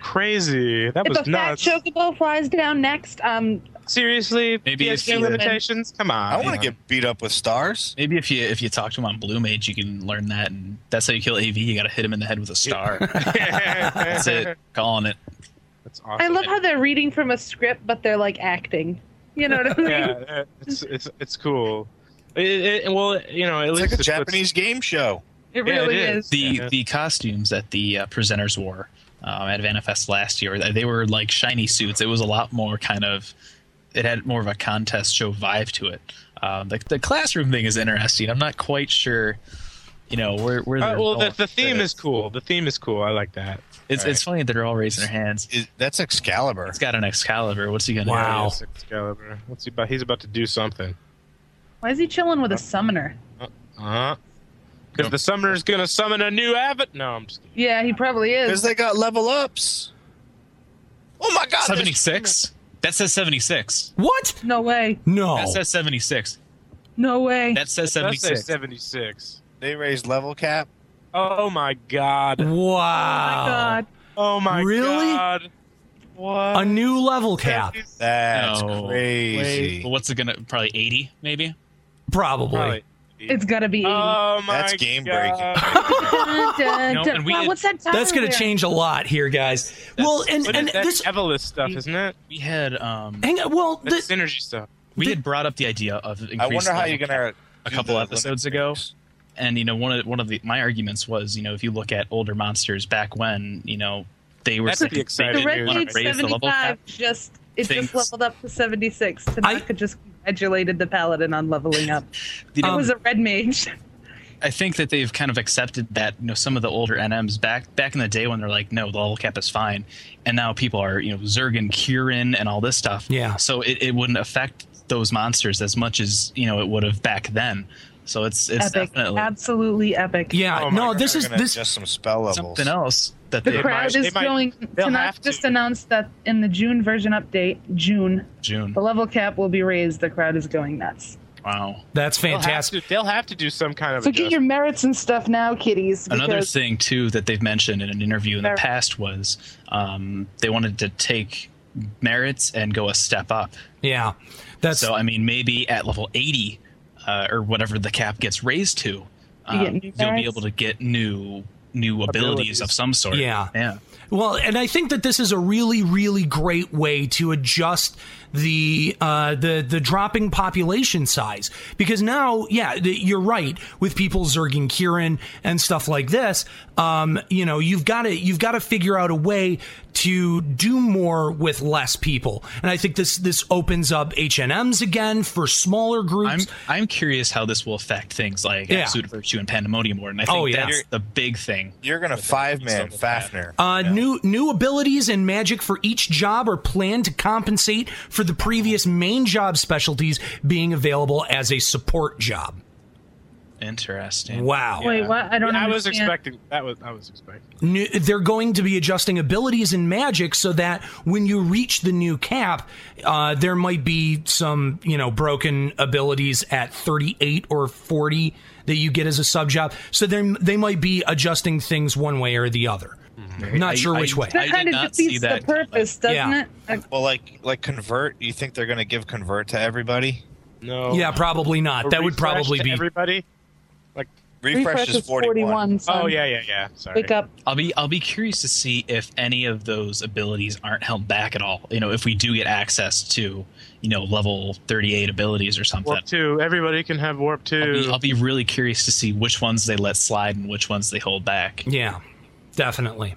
crazy. That
If a
was
fat
nuts.
chocobo flies down next, um,
Seriously?
Maybe
PS
if you- uh,
limitations? Come on.
I want to get beat up with stars.
Maybe if you if you talk to him on Blue Mage, you can learn that, and that's how you kill AV. You got to hit him in the head with a star. that's it. Calling it.
That's awesome.
I love how they're reading from a script, but they're like acting. You know what I mean?
Yeah, it's, it's, it's cool. It, it, well, you know, at
It's
least
like a
puts-
Japanese game show.
It
Yeah, it
really
is.
is.
The
Yeah.
the costumes that the uh, presenters wore um, at Vanifest last year, they were like shiny suits. It was a lot more kind of. It had more of a contest show vibe to it. Um, the, the classroom thing is interesting. I'm not quite sure, you know, where where.
Uh,
they're
well,
going
the, the
with
theme
this.
is cool. The theme is cool. I like that.
It's it's funny that they're all raising their hands.
Is- that's Excalibur.
It's got an Excalibur. What's he gonna
Wow.
do?
Yes, Excalibur. What's he about? He's about to do something.
Why is he chilling with a summoner?
Uh-huh. Because the summoner's gonna summon a new abbot. No, I'm just kidding.
Yeah, he probably
Because
is.
they got level ups. Oh my god.
Seventy
there's-
six. That says seventy six.
What?
No way.
No.
That says seventy six.
No way.
That says
It
seventy
does say
six.
76.
They raised level cap.
Oh my god.
Oh wow.
God.
Oh my
Really?
god. What?
A new level cap,
That's
No.
crazy.
But what's it gonna? Probably eighty, maybe.
probably.
Probably.
It's gotta be 80.
Oh my
That's game breaking.
God.
Dun, dun,
No,
dun.
and we-
wow, Uh, what's that
That's
going
going to change a lot here, guys. well, and,
What
and
is that
this
Evolus stuff, isn't it?
We had um,
Hang on. Well,
That's
the,
synergy stuff.
we
the-
had brought up the idea of.
I wonder how you're
gonna.
gonna.
a
do
couple
the
episodes
limit
ago.
breaks.
and you know one of one of the my arguments was you know if you look at older monsters back when you know they were
That's the
they
exciting
didn't
The Red
news.
wanna
Mage
raise the level cap.
75 just it
Thanks.
just leveled up to 76.
I-
Tanaka just congratulated the paladin on leveling up.
You know,
it was a red mage.
I think that they've kind of accepted that you know some of the older NMs back back in the day when they're like no the level cap is fine, and now people are you know Zerg Kieran and all this stuff.
Yeah.
So it, it wouldn't affect those monsters as much as you know it would have back then. So it's it's
epic,
definitely
absolutely epic.
Yeah,
Oh my
no,
God,
this
they're
is
gonna
this.
just some spell levels.
something else that
The
they
crowd
might-
is
they might-
going
they'll
to not
have
just
to.
announce that in the June version update, June,
June.
the level cap will be raised. The crowd is going nuts.
Wow.
That's
They'll have,
fantastic.
to, they'll have to do some kind of.
So get your
adjustment.
merits and stuff now, kiddies.
Another
because-
thing too that they've mentioned in an interview in the
Merit.
past was um, they wanted to take merits and go a step up.
Yeah, that's
So I mean, maybe at level eighty uh, or whatever the cap gets raised to, um,
get new
you'll be
merits?
able to get new new abilities,
Abilities.
of some sort.
Yeah.
Yeah.
Well, and I think that this is a really, really great way to adjust the uh, the the dropping population size because now, yeah, th- you're right with people Zerg and Kieran and stuff like this. Um, you know, you've got to you've got to figure out a way to do more with less people, and I think this this opens up H and M's again for smaller
I'm
groups.
I'm curious how this will affect things like
Yeah.
Absolute Virtue and Pandemonium Warden. I think
Oh, yeah.
that's the big thing.
You're gonna five man
level cap.
Fafnir.
Uh, New new abilities and magic for each job are planned to compensate for the previous main job specialties being available as a support job.
Interesting.
Wow.
Wait, what? I don't know.
I was expecting that was I was expecting.
New, they're going to be adjusting abilities and magic so that when you reach the new cap, uh, there might be some you know broken abilities at 38 or 40 that you get as a sub job. So they they might be adjusting things one way or the other. Not
Mm-hmm. I-
sure
I-
which way.
I
That
did
kind of
not see
defeats the
that coming.
purpose, doesn't
Yeah.
it? I-
Well, like like convert. You think they're gonna give convert to everybody?
No.
yeah, probably not.
A
That would
refresh
probably
to
be
everybody. Like
Refresh, is forty one.
son.
oh yeah yeah yeah. Sorry.
Wake up.
I'll be I'll be curious to see if any of those abilities aren't held back at all. You know, if we do get access to, you know, level 38 abilities or something.
Warp two. Everybody can have warp
I'll
two.
be, I'll be really curious to see which ones they let slide and which ones they hold back.
Yeah, definitely.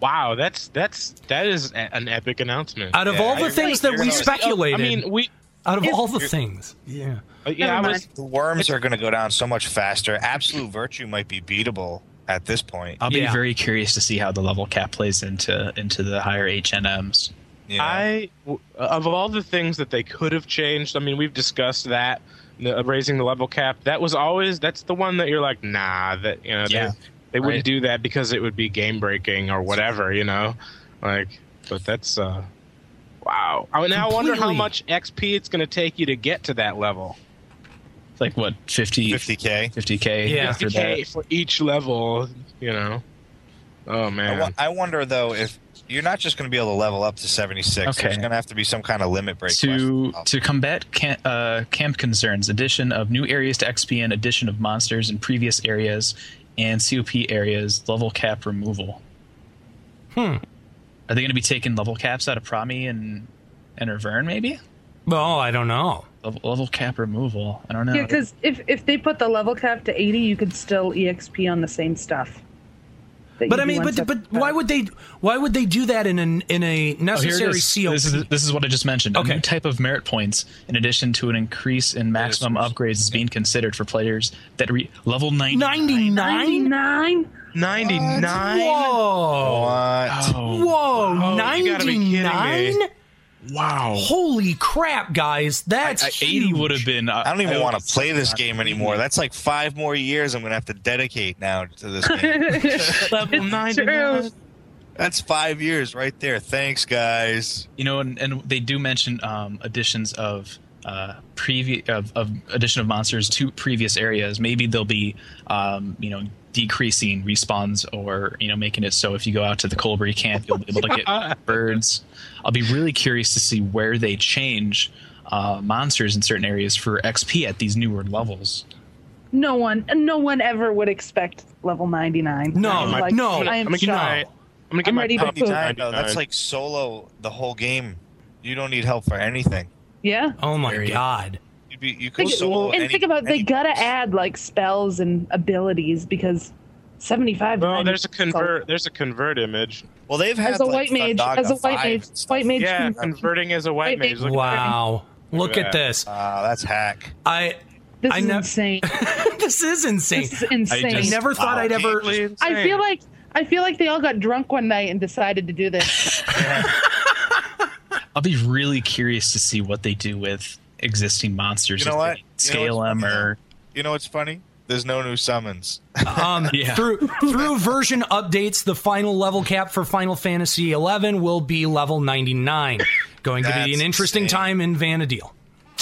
wow, that's that's that is a- an epic announcement.
Out of
Yeah,
all the
you're
things
right.
that
You're
we
right.
speculated,
I mean, we.
out of
If-
all the things, yeah,
Yeah, I
Never
was.
The worms are gonna go down so much faster. Absolute virtue might be beatable at this point.
I'll be
Yeah.
very curious to see how the level cap plays into into the higher HNMs.
You know?
I w- of all the things that they could have changed. I mean, we've discussed that the, uh, raising the level cap. That was always that's the one that you're like, nah, that you know,
Yeah,
they, they wouldn't
right.
do that because it would be game breaking or whatever, you know, like. But that's uh, wow. I, mean, now I wonder how
Completely.
much XP it's going to take you to get to that level.
Like what 50
fifty k.
50k
Yeah.
after that.
50K for each level, you know. Oh
I
man.
wo- I wonder though if you're not just going to be able to level up to 76. There's
Okay.
going to have to be some kind of limit break.
to
quest.
to combat camp, uh, camp concerns, addition of new areas to XPN, addition of monsters in previous areas, and COP areas, level cap removal. Hmm. Are they going to be taking level caps out of Promi and and Revern maybe?
well, I don't know.
Level, level cap removal. I don't know.
Yeah, because if if they put the level cap to eighty, you could still exp on the same stuff. that
But
you
I
do
mean,
on
but
stuff
but
like
why
that.
would they? Why would they do that in an in a
Oh, here it
necessary
is.
CO?
This is this is what I just mentioned.
Okay.
A new type of merit points, in addition to an increase in maximum upgrades, is being considered for players that re- level 90.
Ninety nine.
ninety-nine?
99?
Whoa!
What?
Oh,
Whoa!
you gotta be kidding
Ninety
me.
nine.
Wow.
Holy crap, guys! That's
I- 80 would have been. uh,
I don't even want to play this game anymore. That's like five more years I'm going to have to dedicate now to this game.
Level 99.
That's five years right there. Thanks, guys.
you know, and, and they do mention um, additions of uh, previous of, of addition of monsters to previous areas. Maybe they'll be, um, you know, decreasing respawns or you know making it so if you go out to the Colbury camp, you'll be able to get birds. I'll be really curious to see where they change uh, monsters in certain areas for XP at these newer levels.
No one, no one ever would expect level ninety-nine.
No,
I'm
my- no,
I am
I'm gonna get my, I'm
shocked.
gonna get
I'm
my
ready to
pop-
poop.
99, though, that's
99.
like solo the whole game. You don't need help for anything.
Yeah,
Oh my
Very-
god!
You'd be, you could
think,
solo
and
any-
think about they
any-
gotta add like spells and abilities because seventy-five.
Well, there's a
90
convert. There's a convert image.
Well, they've had
As a
like,
white mage,
Thundaga
as a white
five
mage,
and stuff.
white mage.
Yeah,
convert.
converting as a white
Wait,
mage.
wait.
Look at
Wow! Look
Look at
at
that.
this.
Wow, Ah, that's hack.
I
This
I
is
nev-
insane.
this is insane.
This is insane.
I
just-
never thought
Wow.
I'd ever.
that. Insane.
I feel like I feel like they all got drunk one night and decided to do this.
I'll be really curious to see what they do with existing monsters.
You know
if
what?
they
You know
Scale
what's
them
funny?
or
You know what's funny? There's no new summons.
Um,
Yeah.
Through through version updates, the final level cap for Final Fantasy XI will be level 99, going to be
That's
an interesting
insane.
time in Vanadil.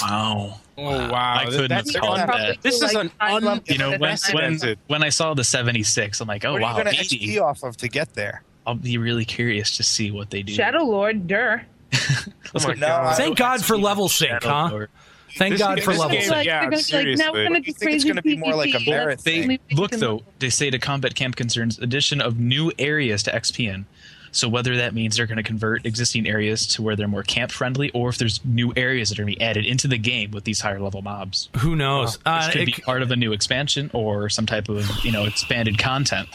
wow.
Oh wow!
I couldn't have
That's-
called
that's-
that.
This is
Like,
an
I love-
un-
You know, when, when,
unprecedented.
when I saw the 76, I'm like, oh,
Um, What
wow,
are you going to
80.
XP off of to get there?
I'll be really curious to see what they do.
Shadow Lord, Durr.
Let's
Oh
go-
my
No, I-
Thank God for level sync,
Shadow
huh?
Lord.
Thank
This-
God for
this
level
game-
sync.
yeah,
now we're gonna
seriously.
do
You think it's
crazy
gonna be more like a
PvP.
merit
Let's
thing?
only
Look,
can-
though, they say to combat camp concerns, addition of new areas to XPN. So whether that means they're going to convert existing areas to where they're more camp friendly, or if there's new areas that are going to be added into the game with these higher level mobs, which
Who knows? Uh,
could
it-
be part of a new expansion or some type of you know expanded content.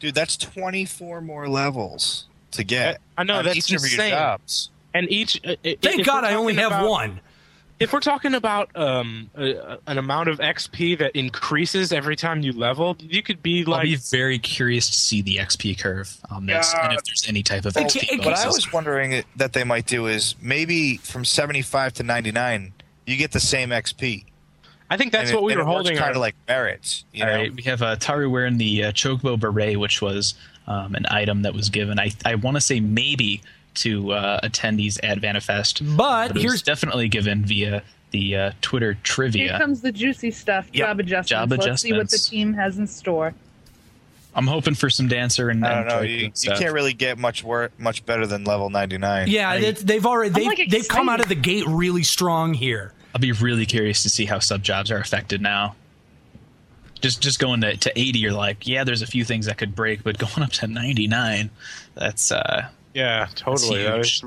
Dude, that's 24 more levels to get.
I- I know,
on
that's
each of your
insane.
jobs.
and each. uh, i-
thank
if
God
we're
I only
talking
have
about-
one.
If we're talking about um, a- a, an amount of XP that increases every time you level, you could be
I'll
like
be very curious to see the XP curve on this, and if there's any type of
It-
XP.
it-
What I
bonuses.
was wondering that they might do is maybe from 75 to 99, you get the same XP.
I think that's what we were holding.
Kind
our-
of like merits. You
All
know?
right, we have uh, Taru wearing the uh, Chocobo beret, which was um, an item that was given. I I want to say maybe to uh, attendees at Vanifest,
But
it was
here's-
definitely given via the uh, Twitter
Here
trivia.
comes the juicy stuff.
Yep.
Job adjustments.
Job
Let's see what the
adjustments.
team has in store.
I'm hoping for some dancer and,
I don't
and
know.
Chocobo
You, you
stuff.
can't really get much wor- much better than level 99.
Yeah,
I-
it's- they've already they've,
like,
they've come
excited.
out of the gate really strong here.
I'll be really curious to see how sub jobs are affected now. Just just going to, to 80, you're like, yeah, there's a few things that could break, but going up to 99, that's uh,
yeah, totally. That
huge.
is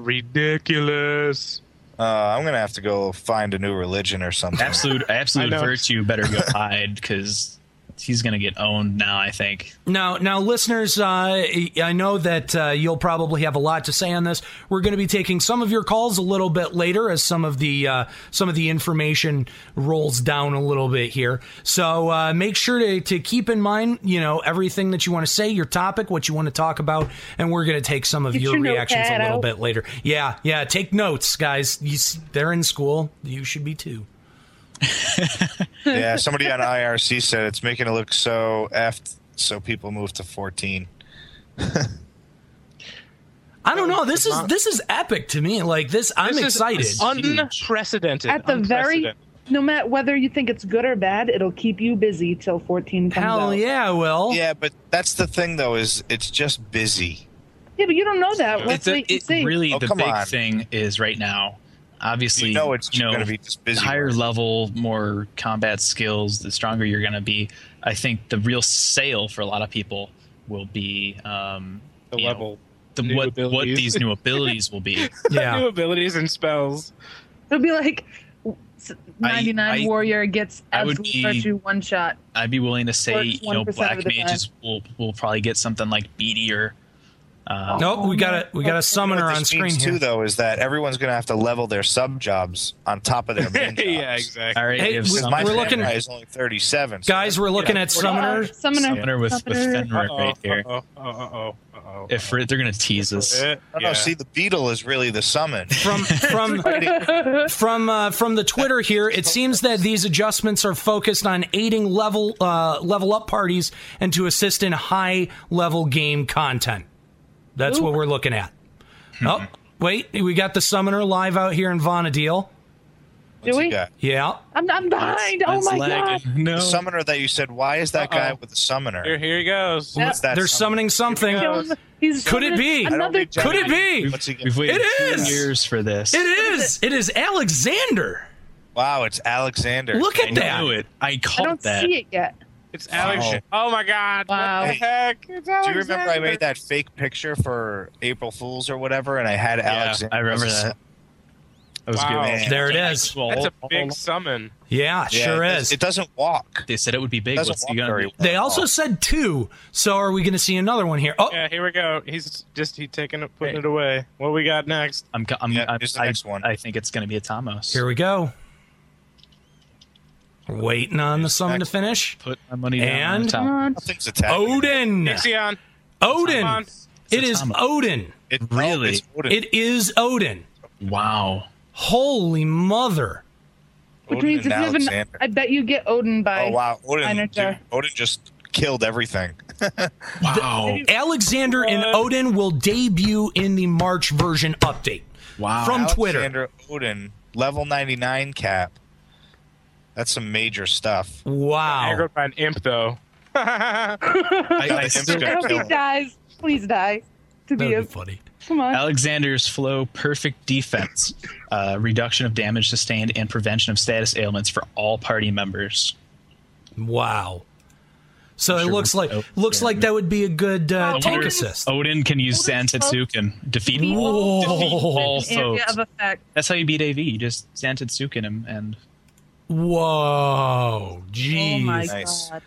ridiculous.
Uh, I'm going to have to go find a new religion or something.
absolute absolute
know.
virtue. Better go hide because he's gonna get owned now. I think.
Now, now, listeners, uh, I know that uh, you'll probably have a lot to say on this. We're going to be taking some of your calls a little bit later, as some of the uh, some of the information rolls down a little bit here. So uh, make sure to, to keep in mind, you know, everything that you want to say, your topic, what you want to talk about, and we're going to take some of
Get
your,
your
reactions a
notepad
little
out.
bit later. Yeah, yeah, take notes, guys. You, s- they're in school. You should be too.
yeah, somebody on IRC said it's making it look so effed, so people move to 14.
I don't know. This is this is epic to me. Like this, I'm
This is
excited.
Unprecedented.
At the very,
unprecedented.
no matter whether you think it's good or bad, it'll keep you busy till 14 comes
Hell
out.
yeah, Will.
Yeah, but that's the thing though is it's just busy.
Yeah, but you don't know that.
It's
Let's
a,
wait and
it
see.
really
Oh,
the
come
big
on.
thing is right now. Obviously,
You know it's gonna be just busy
Higher
work.
level, more combat skills. The stronger you're gonna be. I think the real sale for a lot of people will be um,
The
you know,
level.
the,
new
what what
abilities.
these new abilities will be.
yeah.
New abilities and spells.
It'll be like s-
I-
99
I-
warrior gets
I would
absolute
be-
virtue one shot.
I'd be willing to say
Works
you know
1% of
black
the time.
mages will will probably get something like Uh, beady or
Nope,
Oh,
we got a we got a summoner
Oh. What
on
this
screen
means
here.
too though is that everyone's going to have to level their sub jobs on top of their main jobs.
yeah, exactly.
all right.
Hey,
if
we-
Because
some-
my
We're
we're
looking-
looking is only 37. so
Guys, we're looking at summoner.
Uh, summoner.
summoner with, with
Summoner.
Fenrir right here.
Uh oh. Uh oh. Uh oh.
If we're, they're gonna tease us,
I don't know, see the beetle is really the summon.
From from from uh, from the Twitter here, it seems that these adjustments are focused on aiding level uh, level up parties and to assist in high level game content. That's what
Ooh.
we're looking at. Oh, wait, we got the summoner live out here in Vonadil.
What's
we?
he got?
Yeah,
I'm, I'm behind.
That's
oh my
lagging.
god.
No,
The summoner that you said, why is that guy
Uh-oh.
with the summoner?
here, here he goes.
Yeah.
What's that
they're summoning something.
Here we go.
Kill him. He's
Could it
summoning
be? I don't
Another
think Jack-
Could it be?
What's he got?
we've waited
It
two
is!
years for this.
It is. It is Alexander.
Wow, it's Alexander.
Look at
I
that.
knew it. I
I
called
don't
that.
see it yet.
It's Alex.
Wow.
Oh my God!
Wow.
What the heck? It's
Do you remember I
Alexander.
made that fake picture for April Fools or whatever, and I had Alexander?
I remember
as a-
that. That was
Wow.
good.
There it is.
That's a big summon.
Yeah,
Yeah,
sure
it
is.
does- It doesn't walk.
They said it would be big.
It doesn't
What's
walk
he gonna
very
be?
well.
They also said two. So are we going to see another one here? Oh,
Yeah, here we go. He's just he taking it, putting it away. What we got next?
I'm, co- I'm,
Yeah,
I'm,
here's the
I,
next one.
I think it's gonna be a Tamos.
here we go. Waiting on the summon to finish.
Put my money down on
And-
the
Come
Tamos.
on.
Nothing's attacking.
Odin.
Ixion. Come
Odin.
on.
It is
Saitama.
Odin.
It,
Really?
Oh, it's Odin.
It is Odin.
Wow.
Holy mother.
Which
Odin
means
and
if you have an,
Alexander.
I bet you get Odin by.
Oh wow, Odin!
Einerjar.
Dude, Odin just killed everything.
Wow.
Alexander and Odin will debut in the March version update.
Wow.
From- Twitter.
Alexander Odin, level ninety nine cap. That's some major stuff.
Wow.
Aggroed by an imp, though.
I, I
the
still-
Imps
I hope he
Killer.
dies. Please die. To
That
be
would
a
be funny.
come on.
Alexander's flow, perfect defense, uh, reduction of damage sustained, and prevention of status ailments for all party members.
Wow. So it
sure
looks
we'll-
like
oh,
looks
yeah.
like that would be a good uh,
Oh,
tank
Odin-
assist.
Odin can use Santitsuken, defeat all,
Whoa.
defeat all
An area
foes.
of effect.
That's how you beat AV. You just Santitsuken him, and
Whoa,
Oh
jeez,
my
Nice.
god.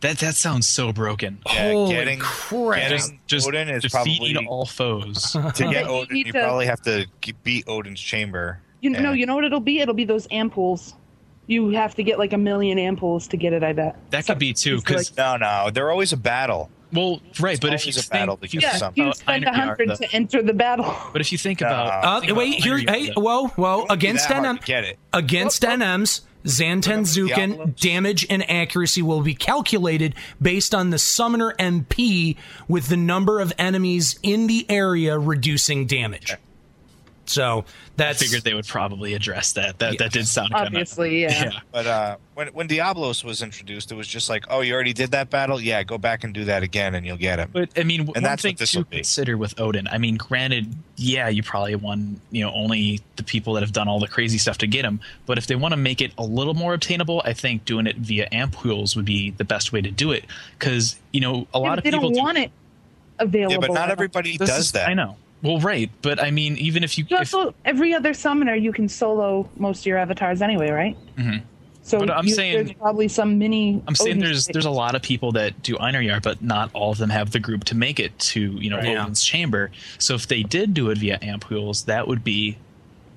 that that sounds so broken.
Yeah,
Holy
getting
crap.
getting
Just, just
Odin is
defeating
probably
all foes.
to get
You
Odin.
need
You
to-
probably have to g- beat Odin's chamber.
You know,
Yeah.
you know what it'll be? It'll be those ampules. You have to get like a million ampules to get it. I bet.
That could be too, because
No, no, they're always a battle.
well, right. But if
always
you
a
think,
battle to
if you
get
think
something.
You
about
spend a
Einar Jarl,
hundred
though-
to enter the battle.
But if you think
No.
about,
Uh,
think
wait,
about
here,
Einar Jarl,
hey,
though.
whoa, whoa,
Won't be
against
that hard to
NM,
Get it.
against NMs,
Diablos.
Zantanzuken damage and accuracy will be calculated based on the summoner MP with the number of enemies in the area reducing damage. So
I
that's
figured they would probably address that. That that did sound kinda-
Obviously, yeah.
yeah.
But uh, when when Diablos was introduced, it was just like, oh, you already did that battle. Yeah, go back and do that again, and you'll get him.
But I mean, w- one
And that's
thing
what this
to
will be.
consider with Odin. I mean, granted, yeah, you probably won. You know, only the people that have done all the crazy stuff to get him. But if they want to make it a little more obtainable, I think doing it via ampules would be the best way to do it. Because you know, a lot
Yeah,
of
they
people
don't
do-
want it available.
yeah, but not everybody
This
does
is-
that.
I know. Well, right, but I mean, even if you,
You
if-
also, every other summoner, you can solo most of your avatars anyway, right?
Mhm.
So
But I'm
you-
saying-
there's probably some mini.
I'm saying
Odin
there's
shit.
there's a lot of people that do Einar Jarl, but not all of them have the group to make it to you know
Right. Yeah.
Odin's chamber. So if they did do it via ampules, that would be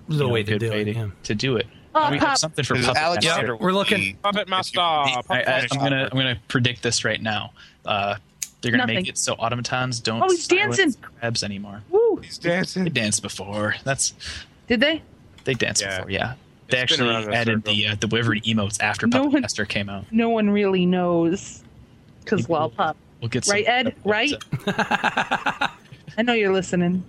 the
you know,
way
a
to
good
do
way
it.
to,
yeah.
to do it.
Oh,
we
Pop.
have something for
Because
puppet
Alexander
master.
would
we're looking-
be-
Puppet Master.
if you beat-
I, I,
Puppet
I'm
Master.
gonna I'm gonna predict this right now. Uh, they're gonna make
Nothing.
it so automatons don't
Oh, he's
silence
dancing.
crabs anymore.
Woo!
He's
They
dancing.
danced before. That's
Did they?
they danced
Yeah.
before. Yeah, they
It's been
actually
around in a
added the uh, the wyvern emotes after
No
puppet
one-
master came out.
No one really knows. Because, well, Pop.
We'll get some
Right, Ed? Right? I know you're listening.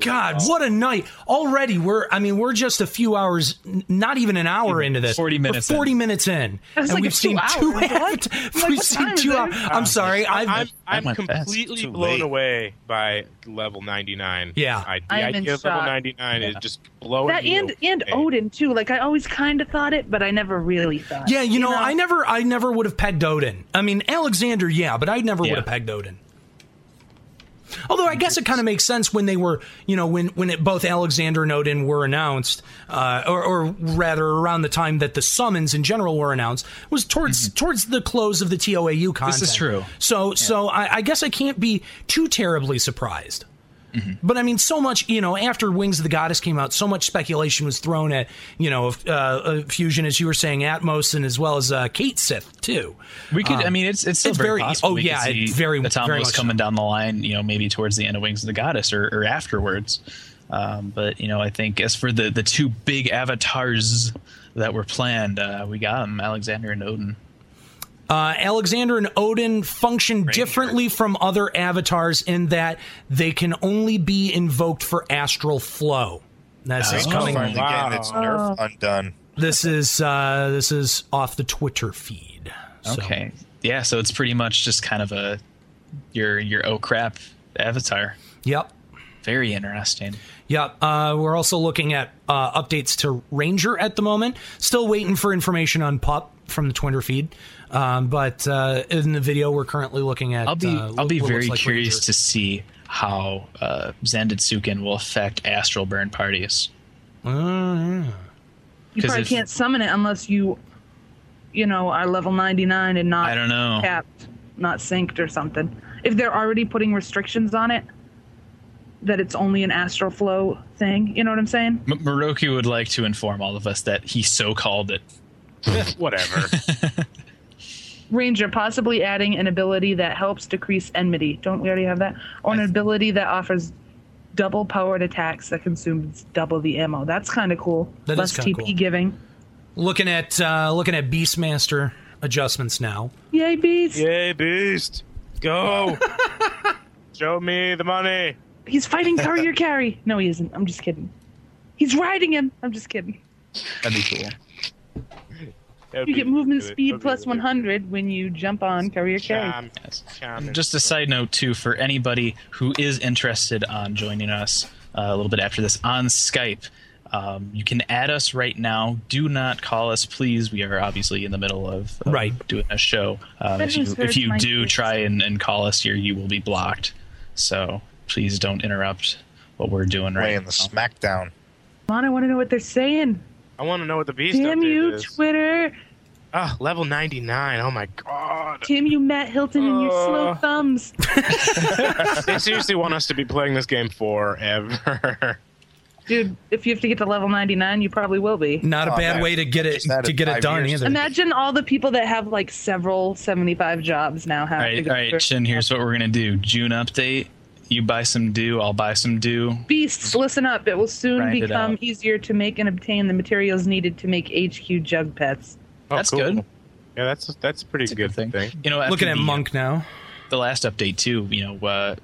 God, what a night! Already, we're I mean, we're just a few hours, n- not even an hour into this.
40
We're
minutes
Forty
in.
minutes in,
That was
and
like
we've
a
seen
two
two.
hours.
aft-
Like,
we've
what
seen
time
two.
is
hours.
it?
Um,
I'm sorry. I've,
I'm I'm
went fast.
completely
Too
blown
late.
away by level 99.
Yeah.
I, the
I am in
idea of level
shock.
99 is
Yeah.
just blowing
That
me
and and
away.
Odin too. Like I always kind of thought it, but I never really thought.
yeah, you, know, I never, I never would have pegged Odin. I mean, Alexander, yeah, but I never
Yeah.
would have pegged Odin. Although I guess it kind of makes sense when they were, you know, when when it, both Alexander and Odin were announced, uh, or, or rather around the time that the summons in general were announced, was towards towards the close of the TOAU content.
Mm-hmm. is true.
So so I, I guess I can't be too terribly surprised. But I mean, so much, you know, after Wings of the Goddess came out, so much speculation was thrown at, you know, uh, uh, Fusion, as you were saying, Atmos, and as well as uh, Kate Sith, too. Um,
We could. I mean, it's it's still
it's
very,
very-
possible.
oh,
we could
yeah,
see
it very-
the Tom
very
was
much
coming down the line. You know, maybe towards the end of Wings of the Goddess or, or afterwards. Um, but you know, I think as for the the two big avatars that were planned, uh, we got them, Alexander and Odin.
Uh, Alexander and Odin function differently from other avatars in that they can only be invoked for astral flow. This is
It's
coming.
finally getting its nerf
Oh.
undone.
This is uh, this is off the Twitter feed. So-
Okay, yeah. So it's pretty much just kind of a your your oh crap avatar.
Yep.
Very interesting.
Yeah, uh, we're also looking at uh, updates to Ranger at the moment. Still waiting for information on Pup from the Twitter feed, um, but uh, in the video we're currently looking at.
I'll be
uh,
I'll be
what looks
very
like
curious
Ranger.
to see how uh, Zanditsuken will affect astral burn parties.
you
Oh,
'cause
probably
if-
can't summon it unless you, you know, are level ninety nine and not
I don't know.
capped, not synced or something. If they're already putting restrictions on it, that it's only an astral flow thing. You know what I'm saying?
M- Moroku would like to inform all of us that he so called it.
Whatever.
Ranger possibly adding an ability that helps decrease enmity. Don't we already have that? Or an ability that offers double powered attacks that consumes double the ammo. That's kind of cool.
That is
Less
kinda
TP
cool.
giving.
Looking at uh, looking at Beastmaster adjustments now.
Yay, beast!
Yay, beast! Go! Show me the money.
He's fighting Courier Carry. No, he isn't. I'm just kidding. He's riding him. I'm just kidding.
That'd be cool.
That'd
You
be
get movement
really-
speed
that'd be
plus
really
100 when you jump on Courier Carry.
Charm,
Yes.
charm.
Just a side note too for anybody who is interested on joining us uh, a little bit after this on Skype. Um, you can add us right now. Do not call us, please. We are obviously in the middle of, of
Right.
doing a show. Um, if
That
you
just hurts
if you
my
do
feelings.
try and, and call us here, you will be blocked. So please don't interrupt what we're doing right
Laying
now.
the smackdown.
Come on, I want to know what they're saying.
I want to know what the beast
Damn
update
you,
is.
Twitter.
Ah, level 99. Oh my god.
Damn you, Matt Hilton, and your slow
Uh.
thumbs.
they seriously want us to be playing this game forever.
Dude, if you have to get to level 99, you probably will be.
Not a
Oh,
bad
man.
way to get it
Just that
to
in
get it
five
done
years.
either.
Imagine all the people that have like several 75 jobs now have
All
to
right,
go
all right,
through.
Chin. Here's what we're gonna do. June update. You buy some dew. I'll buy some dew.
Beasts, listen up. It will soon
Grind it
become
out.
easier to make and obtain the materials needed to make HQ jug pets.
Oh,
That's
cool.
good.
Yeah, that's that's a pretty
It's a
good, thing.
You know, after
Looking at
the- uh,
Monk now.
the last update too. You know, uh,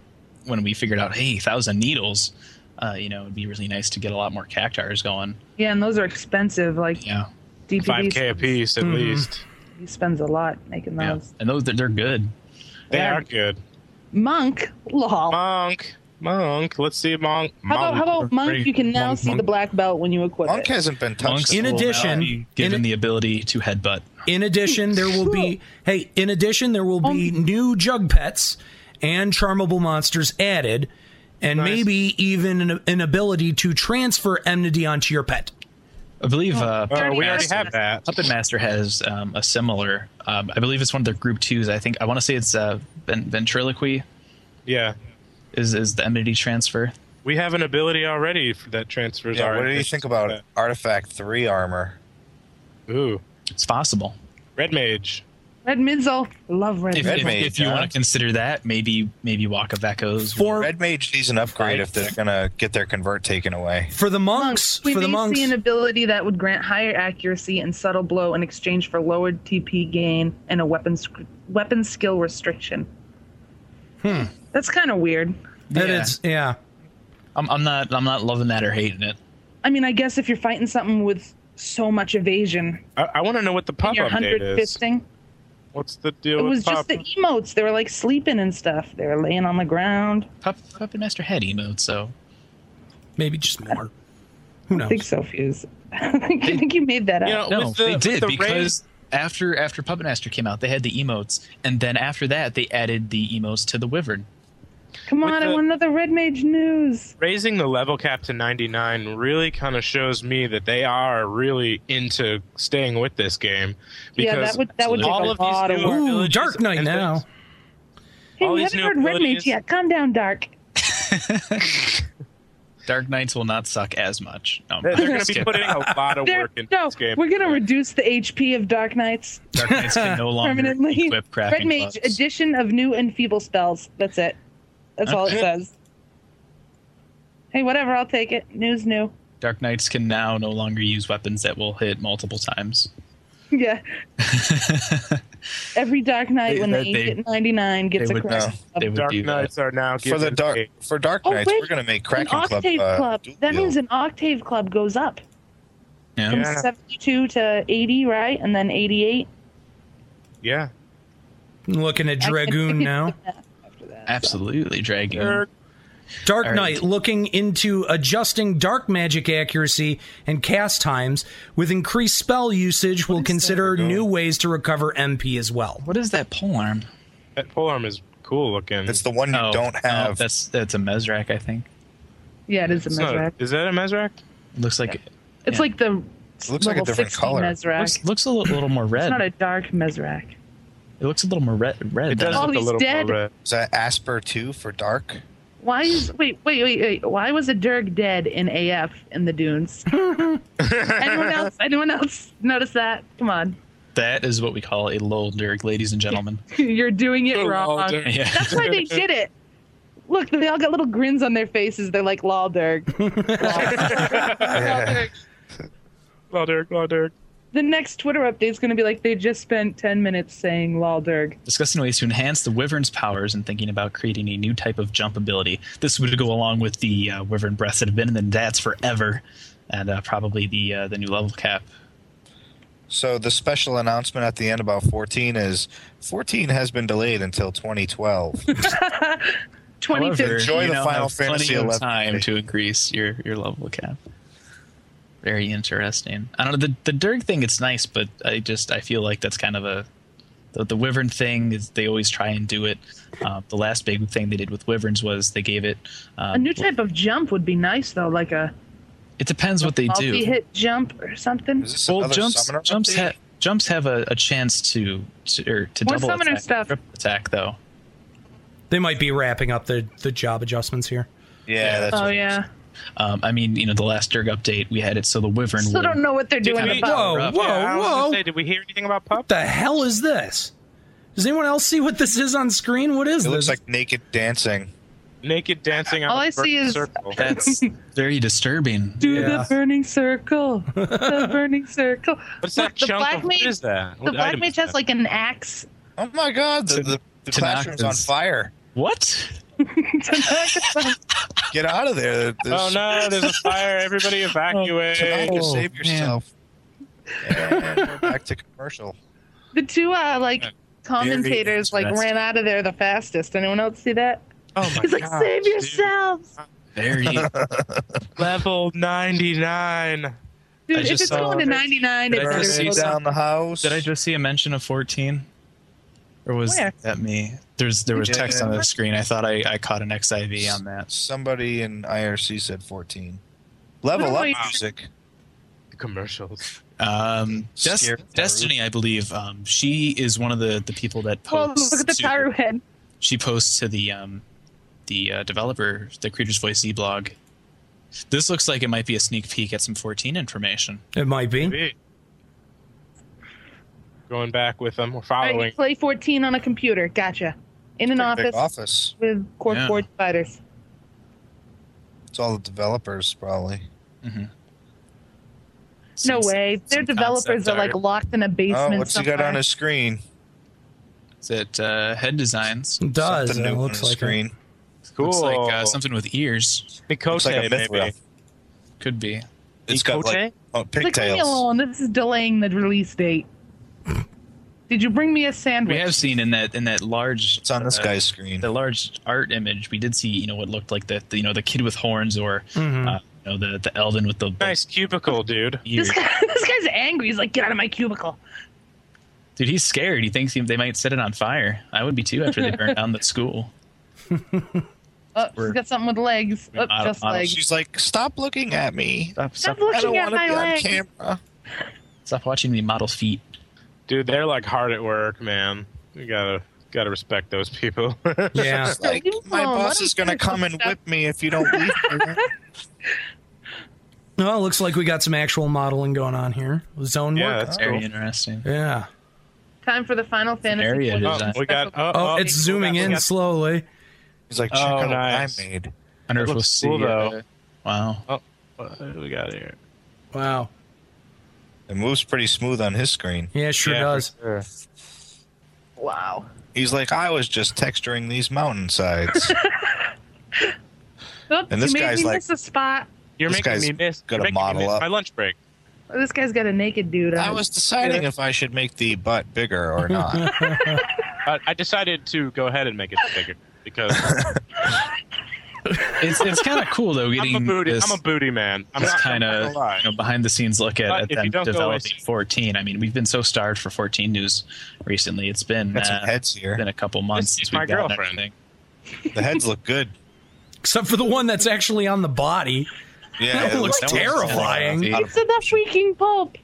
when we figured out, hey, thousand needles. Uh, you know, it'd be really nice to get a lot more cactars going.
Yeah, and those are expensive. Like
Yeah,
DPD
5k a piece at least.
he spends a lot making
yeah.
those.
And those they're- they're good.
They
Yeah.
are good.
Monk, lol.
Monk, monk. Let's see, monk.
how about how about monk? You can now
Monk,
see
monk.
the black belt when you equip
Monk
it.
hasn't been touched.
Monks
In
will now
addition-
be given
in-
the ability to headbutt.
In addition, there will be hey, in addition there will be
Um,
new jug pets and charmable monsters added and maybe even an, an ability to transfer enmity onto your pet.
I believe uh,
Oh, we already
Yes.
have that.
Puppet Master has um, a similar. Um, I believe it's one of their group twos. I think I want to say it's uh, ven- ventriloquy
Yeah,
is is the enmity transfer.
we have an ability already for that transfers.
Yeah,
our
what do you think about
it?
Artifact 3 armor?
Ooh,
It's possible.
red mage.
Red Midzo, love Red.
If,
Midzo.
Red
if,
Mage,
if you
huh?
want to consider that, maybe maybe Walk of Echoes.
For
Red Mage needs an upgrade if they're going to get their convert taken away.
for the monks,
Monks, we
for the
may
monks.
see an ability that would grant higher accuracy and subtle blow in exchange for lowered TP gain and a weapon sc- weapon skill restriction. Hmm. That's kind of weird.
that
Yeah.
it's- yeah.
I'm, I'm not I'm not loving that or hating it.
I mean, I guess if you're fighting something with so much evasion,
I, I want to know what the pop
and you're
update
hundred
is.
fisting.
What's the deal
It
with
was
pop?
just the emotes. They were like sleeping and stuff. They were laying on the ground.
Pup, Puppet Master had emotes, so
Maybe just more. Who
I think
knows?
so, Fuse. I think- I think you made that up.
you know,
no,
with the,
they
with
did
the
because after after Puppet Master came out, they had the emotes, and then after that, they added the emotes to the Wyvern.
Come
with
on, I
the-
want another Red Mage news.
raising the level cap to 99 really kind of shows me that they are really into staying with this game because
yeah, that would that would take
all
a
of
lot
these
of
new
work.
Ooh,
abilities
Dark Knight
and
now.
things-
Hey,
all
we
these
haven't
new
heard Red Mage
abilities-
yet. Calm down, Dark.
Dark Knights will not suck as much. No, I'm
They're going
just
to be
kidding.
putting a lot of
There,
work into
no,
this game.
we're gonna reduce the HP of Dark Knights
Dark Knights can no longer
permanently.
equip crafting
Red Mage
clubs.
addition of new and feeble spells. That's it. That's all it
Okay.
says. Hey, whatever. I'll take it. News new.
Dark Knights can now no longer use weapons that will hit multiple times.
Yeah. Every Dark Knight
They-
when they,
they-
get 99 gets
they
a
would uh,
crack.
They would
Dark
do that.
Knights are now
For the
given
dark,
a-
for Dark
Oh,
Knights,
wait.
we're going to make
An
Kraken Club.
octave
uh,
club.
dual
That
wield.
means an octave club goes up
Yeah.
from
Yeah.
72 to 80, right? And then 88.
yeah.
Looking at
I can-
Dragoon now.
After that, so.
Absolutely, Dragoon.
Dark
All right.
Knight looking into adjusting dark magic accuracy and cast times with increased spell usage will consider new ways to recover MP as well.
What is that polearm?
That polearm is cool looking.
It's the one you
Oh,
don't
no,
have.
that's that's a Mesrak, I think.
Yeah, it is a
It's not-
Mesrac.
is that a Mesrac?
It looks like it
It's
yeah.
like the
looks like a
level
different
60
color.
Mesrac.
looks, looks a little, little more
It's
red.
not a dark Mesrac.
it looks a little more red. red
It
than
does
I
Oh,
look a
he's
little
dead.
more red.
Is that Asper 2 for Dark?
Why is wait wait wait wait? Why was a Dirk dead in AF in the dunes? anyone else? Anyone else notice that? Come on,
That is what we call a lol dirk, ladies and gentlemen.
you're doing it wrong.
Yeah.
That's why they did it. Look, they all got little grins on their faces. They're like Lalderg. Lalderg.
Law Dirk, Law Dirk.
The next Twitter update's going to be like they just spent 10 minutes saying Lalderg.
Discussing ways to enhance the Wyvern's powers and thinking about creating a new type of jump ability. This would go along with the uh, Wyvern breaths that have been in the Dats forever, and uh, probably the uh, the new level cap.
So the special announcement at the end about 14 is 14 has been delayed until 2012.
22.
Enjoy
you
the
now
Final
have
Fantasy
plenty of
11
time
update.
to increase your your level cap. Very interesting. I don't know the the Dirk thing. It's nice, but I just I feel like that's kind of a the, the Wyvern thing is they always try and do it. Uh, the last big thing they did with Wyverns was they gave it. Um,
A new type of jump would be nice, though, like a
it depends what they do.
multi hit jump or something.
Is this
well,
another
jumps
summoner
jumps
update?
ha- jumps have a, a chance to to, or to
More
double
summoner
attack,
stuff.
triple attack though.
They might be wrapping up the, the job adjustments here.
Yeah, that's
Oh,
what-
yeah.
Um, I mean, you know, the last Dirk update we had it so the Wyvern.
Still
would-
don't know what they're
Did
doing
we-
about.
Whoa,
rough.
whoa,
Yeah, I was gonna
whoa.
say, did we hear anything about Pup?
What the hell is this? Does anyone else see what this is on screen? What is
It
this?
looks like naked dancing.
Naked dancing on
All
a
I see
burnt
is-
circle.
That's very disturbing.
Do
Yeah.
the burning circle. The burning circle.
What's that
Look,
chunk
Black
of,
Mage-
what is that?
The Black Mage has like an axe.
Oh my god, the, the, the
Tanaka's-
classroom's on fire.
What?
Get out of there. There's-
Oh no, there's a fire. Everybody evacuate.
Oh,
Tanaka, save yourself. And we're back to commercial.
The two uh like commentators like
interesting.
ran out of there the fastest. Anyone else see that?
Oh my
He's like,
God,
save
dude.
yourselves,
Very.
Level 99.
dude.
I
if
just
it's
saw-
going to 99,
Did I
it's
just see
Burning
that?
down the house.
Did I just see a mention of 14? Or was
Where?
that me? There's there was
Yeah.
text on the screen. I thought I, I caught an XIV on that.
Somebody in IRC said 14. Level
No,
up
you-
music.
Commercials.
Um, Des-
Scare Farouk.
Destiny, I believe. Um, she is one of the, the people that
Well,
posts.
Oh, look at the
to-
Taru head.
She posts to the um, the uh, developer, the Creators Voice e blog. This looks like it might be a sneak peek at some 14 information.
it might be.
Sweet. Going back with them. We're
All right,
following.
you play 14 on a computer. Gotcha. In an
Big
office
office.
with core
Yeah.
four fighters.
It's all the developers, probably.
mm-hmm.
No
Some-
way. Their
some
developers
concept
are like
art.
locked in a basement
oh, what's he
somewhere.
got on his screen?
Is it uh, head designs?
It does.
Something
It
new on
looks
the
like
screen.
cool.
Looks like uh, something with ears.
Mikote,
Looks like a
maybe.
Mithra.
Could be.
It's got like oh,
Like, leave me
pigtails.
alone. This is delaying the release date. Did you bring me a sandwich?
We have seen in that in that large
It's on this
uh,
guy's screen.
the large art image. We did see you know what looked like the, the you know the kid with horns or uh, you know the the Elden with the
Mm-hmm. Nice cubicle, dude.
ears.
this, guy, this guy's angry. He's like, get out of my cubicle.
Dude, he's scared. He thinks he, they might set it on fire. I would be too after they burn down the school.
Oh, she's
We're-
got something with legs. Oh,
I don't-
just
I don't-
legs.
She's like, stop looking at me.
Stop,
Stop
stop,
I don't
looking
want
at
to
my
be on
legs.
camera.
stop watching the model feet.
Dude, they're like hard at work, man. You gotta gotta respect those people.
Like. Yeah.
It's like,
leave me
my
alone. Let
boss
me
is going to
finish
come
this
and
stuff.
whip me if you don't leave me.
Well, it looks like we got some actual modeling going on here. Zone
yeah,
work.
that's
Very
cool.
interesting.
Yeah.
Time for the Final Fantasy.
area
fourteen
design.
Oh, we got.
special-
Oh,
Oh,
oh,
it's
we
zooming
got- we
in
got-
slowly.
He's like, check
Oh,
out
nice.
what I made.
I wonder if
That
we'll
looks
see.
cool,
uh,
though. Oh,
wow.
What do we got here?
Wow.
It moves pretty smooth on his screen.
Yeah, it sure
Yeah, for
does.
sure.
Wow.
He's like, I was just texturing these mountainsides.
Oops,
And this
you made
guy's
me
like-
miss a spot.
You're
This
making
guy's
me miss.
got
You're
a
making
model
me miss
up.
my lunch break.
Oh, this guy's got a naked dude. on
I
it.
was deciding if I should make the butt bigger or not.
I, I decided to go ahead and make it bigger because
It's it's kind of cool though.
I'm
Getting
a booty.
this,
I'm a booty man. I'm
this
not
kind
I'm not
of
gonna lie.
you know, behind the scenes look
But
at,
if
at
you
them
don't go
developing
away-
14. I mean, we've been so starved for 14 news recently. It's been
Got some
uh,
heads here.
been a couple months
This is
since
my
we've gotten
girlfriend.
everything.
The heads look good.
Except for the one that's actually on the body.
Yeah,
That looks
that one's
terrifying.
out of-
It's in the freaking pulp.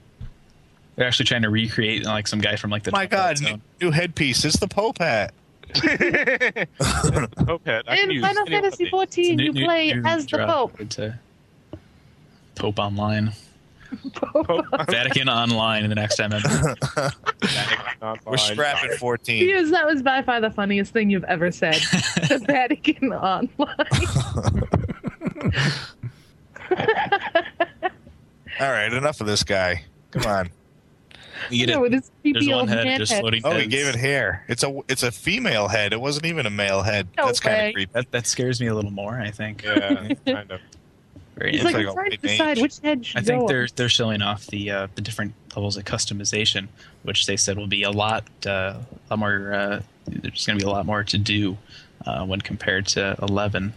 They're actually trying to recreate like some guy from like the
My God,
Twilight
new,
Zone.
new headpiece. It's the Pope hat.
Okay, I can
In
use
Final
any of
Fantasy
these.
It's a
fourteen,
new-
you
new-
play
new
as the
drop
Pope.
to Pope Online. Vatican Online the next time.
We're strapping fourteen.
Hughes, that was by far the funniest thing you've ever said. the Vatican online.
All right, enough of this guy. Come on.
We get
No, with
it.
his creepy
There's one
old
head
man
just
head.
floating.
Oh, he
heads.
gave it hair. It's a it's a female head. It wasn't even a male head.
No
That's kind
way.
of creepy.
That, that scares me a little more. I think.
Yeah, kind of.
Very
It's
He's like,
like
I'm
a
trying to
white mage.
decide which head should
I think
go
they're they're showing off the uh, the different levels of customization, which they said will be a lot uh, a lot more. Uh, there's going to be a lot more to do uh, when compared to eleven.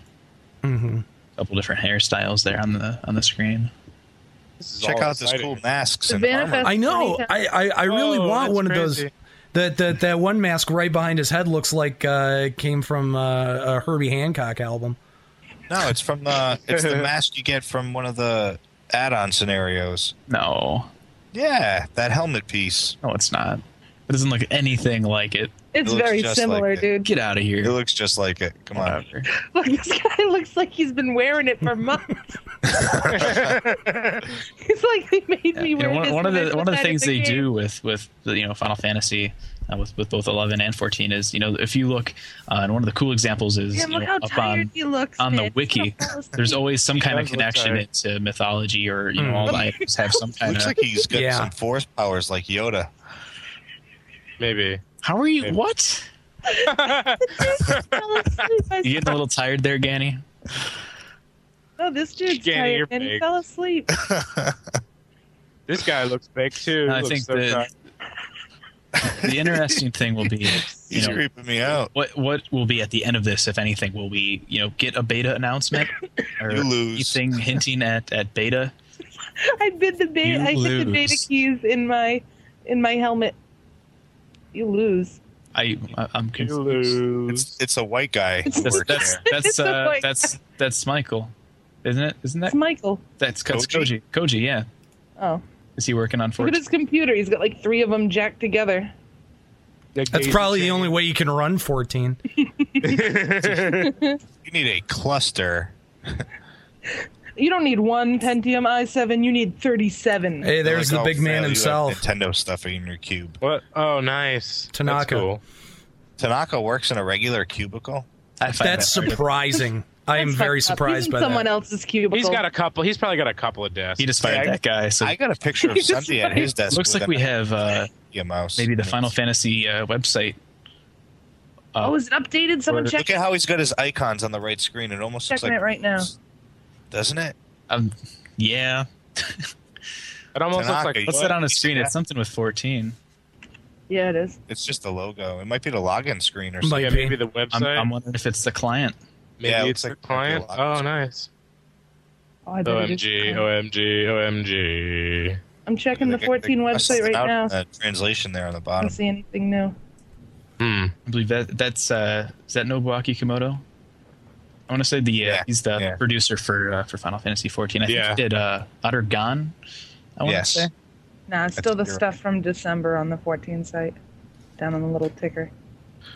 Mm-hmm.
A couple different hairstyles there on the on the screen.
This is
Check
all
out those
exciting.
cool masks
The
and armor.
manifest-
I know.
Anytime.
I, I, I really
Oh,
want
that's
one of
crazy.
those. That, that that one mask right behind his head looks like uh, came from uh, a Herbie Hancock album.
No, it's from the it's the mask you get from one of the add-on scenarios.
No,
Yeah, that helmet piece.
no, it's not. It doesn't look anything like it.
It's
looks
very
just
similar,
like it.
dude.
Get out of
It
here.
looks just like it. Come on.
Whatever.
Look, this guy looks like he's been wearing it for months. He's like, they made me
You know,
wear
one,
this.
one of
when I
the one of the
decided
things
to
they
game.
do with with you know Final Fantasy. Uh, with, with both 11 and 14 is you know if you look uh, and one of the cool examples is
Yeah,
you
look
know,
how
up
tired
on
he looks.
on the
man. He's
wiki,
gonna fall asleep.
there's always some kind of
does look
connection
tired.
into mythology or you know
Mm.
all the items have some kind
Looks
of
like he's got
Yeah.
some force powers like Yoda.
Maybe.
how are you what
Fell asleep. I
you getting a little tired there ganny
said, No, "Oh, this dude's
Ganny, you're
tired, and he
big.
fell asleep.
This guy looks big too.
I
Looks
think
so
the-
tight.
the interesting thing will be you
He's
know
creeping me out.
what what will be at the end of this if anything will we you know get a beta announcement or
You lose.
anything hinting at at beta
I did the
You
beta. I hid the beta
lose.
keys in my in my helmet. You lose.
i I- i'm
You
confused
lose.
It's it's a white guy. who
It's-
that's
works
that's
there.
that's
It's a
uh,
white
that's that's michael isn't it isn't that
It's Michael.
that's that's
Koji?
koji koji yeah
Oh,
is he working on
look
14
at his computer. He's got like three of them jacked together.
That's probably the only way you can run 14.
You need a cluster.
You don't need one Pentium i7. You need 37.
Hey, there's
Like,
the
oh,
big
fail,
man
you have
himself.
Nintendo stuff in your cube.
What? Oh, nice. That's
Tanaka.
cool.
Tanaka works in a regular cubicle.
I find
That's
that-
surprising. I am
That's
very
fucked up. He's
surprised
in
by
someone
that.
else's cubicle.
He's got a couple. He's probably got a couple of desks.
He just fired
Yeah, I-
that guy. So
I got a picture of
He's
Sunday at his desk.
looks
with
like
an
we have uh,
Ikea mouse.
maybe the Final Fantasy uh, website.
oh, is it updated? Someone check
Look at how he's got his icons on the right screen. It almost looks
checking
like
it right now.
doesn't it?
Um, yeah,
It almost looks
Tanaka,
like.
you-
what's
What?
that on the screen?
Yeah.
It's something with fourteen.
Yeah, it is.
It's just the logo. It might be the login screen or
Might
something.
Yeah,
be.
maybe the website.
I'm, I'm wondering if it's the client.
maybe
Yeah, it
it's
looks
the
like-
client. Oh, nice.
Oh, I better just-
OMG, OMG, OMG.
I'm checking the
They- they
14
crossed
website right
out
now.
The translation there on the
I
bottom.
don't see anything new.
Hmm.
I believe that that's uh, is that Nobuaki Komodo. I want to say the uh,
Yeah,
he's the
yeah.
producer for uh, for Final Fantasy fourteen. I think
Yeah.
he did uh, Utter Gone. I want
Yes.
to say
Nah, it's still the
That's zero.
stuff from December on the 14 site, down on the little ticker.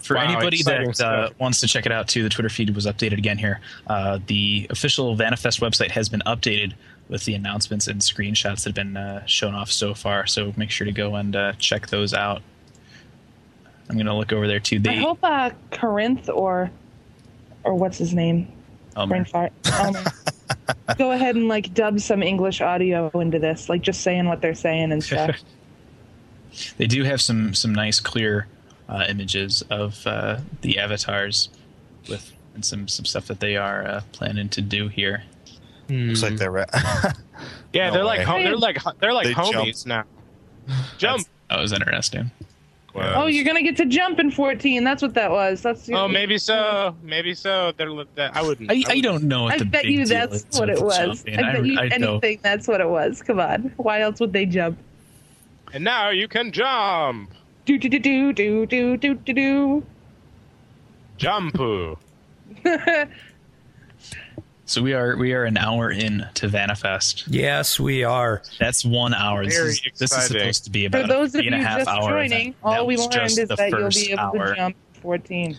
for
Wow,
anybody
exciting
that uh,
stuff.
wants to check it out too, the Twitter feed was updated again here. Uh, the official Vanifest website has been updated with the announcements and screenshots that have been uh, shown off so far. So make sure to go and uh, check those out. I'm gonna look over there too.
I
The
hope uh, Corinth or or what's his name?
Elmer.
Brain fart. Elmer. Go ahead and like dub some English audio into this, like just saying what they're saying and stuff.
they do have some some nice clear uh, images of uh, the avatars with and some some stuff that they are uh, planning to do here.
Looks
Hmm.
like they're. Ra-
Yeah,
No
they're like
way.
hom- they're like they're like
They jump.
homies now. Jump.
That was interesting.
oh, you're gonna get to jump in 14. That's what that was. That's
Oh, maybe so. Maybe so. They're li- that I wouldn't.
I, I
wouldn't-
don't know. What
I
the
bet
big
you
deal
that's
is
what
with
it was.
something.
I bet you
know.
anything that's what it was. Come on. Why else would they jump?
And now you can jump.
Do do do do do do do do do.
Jumpu.
So we are we are an hour in to Vanifest.
Yes, we are.
That's one hour. This
Very
is, this is
exciting.
supposed to be about
For those
a
of
three
you
and a half
just
hour event.
joining,
That
all we
was
learned
just
is
the
that you'll
first
be able
hour.
to jump 14.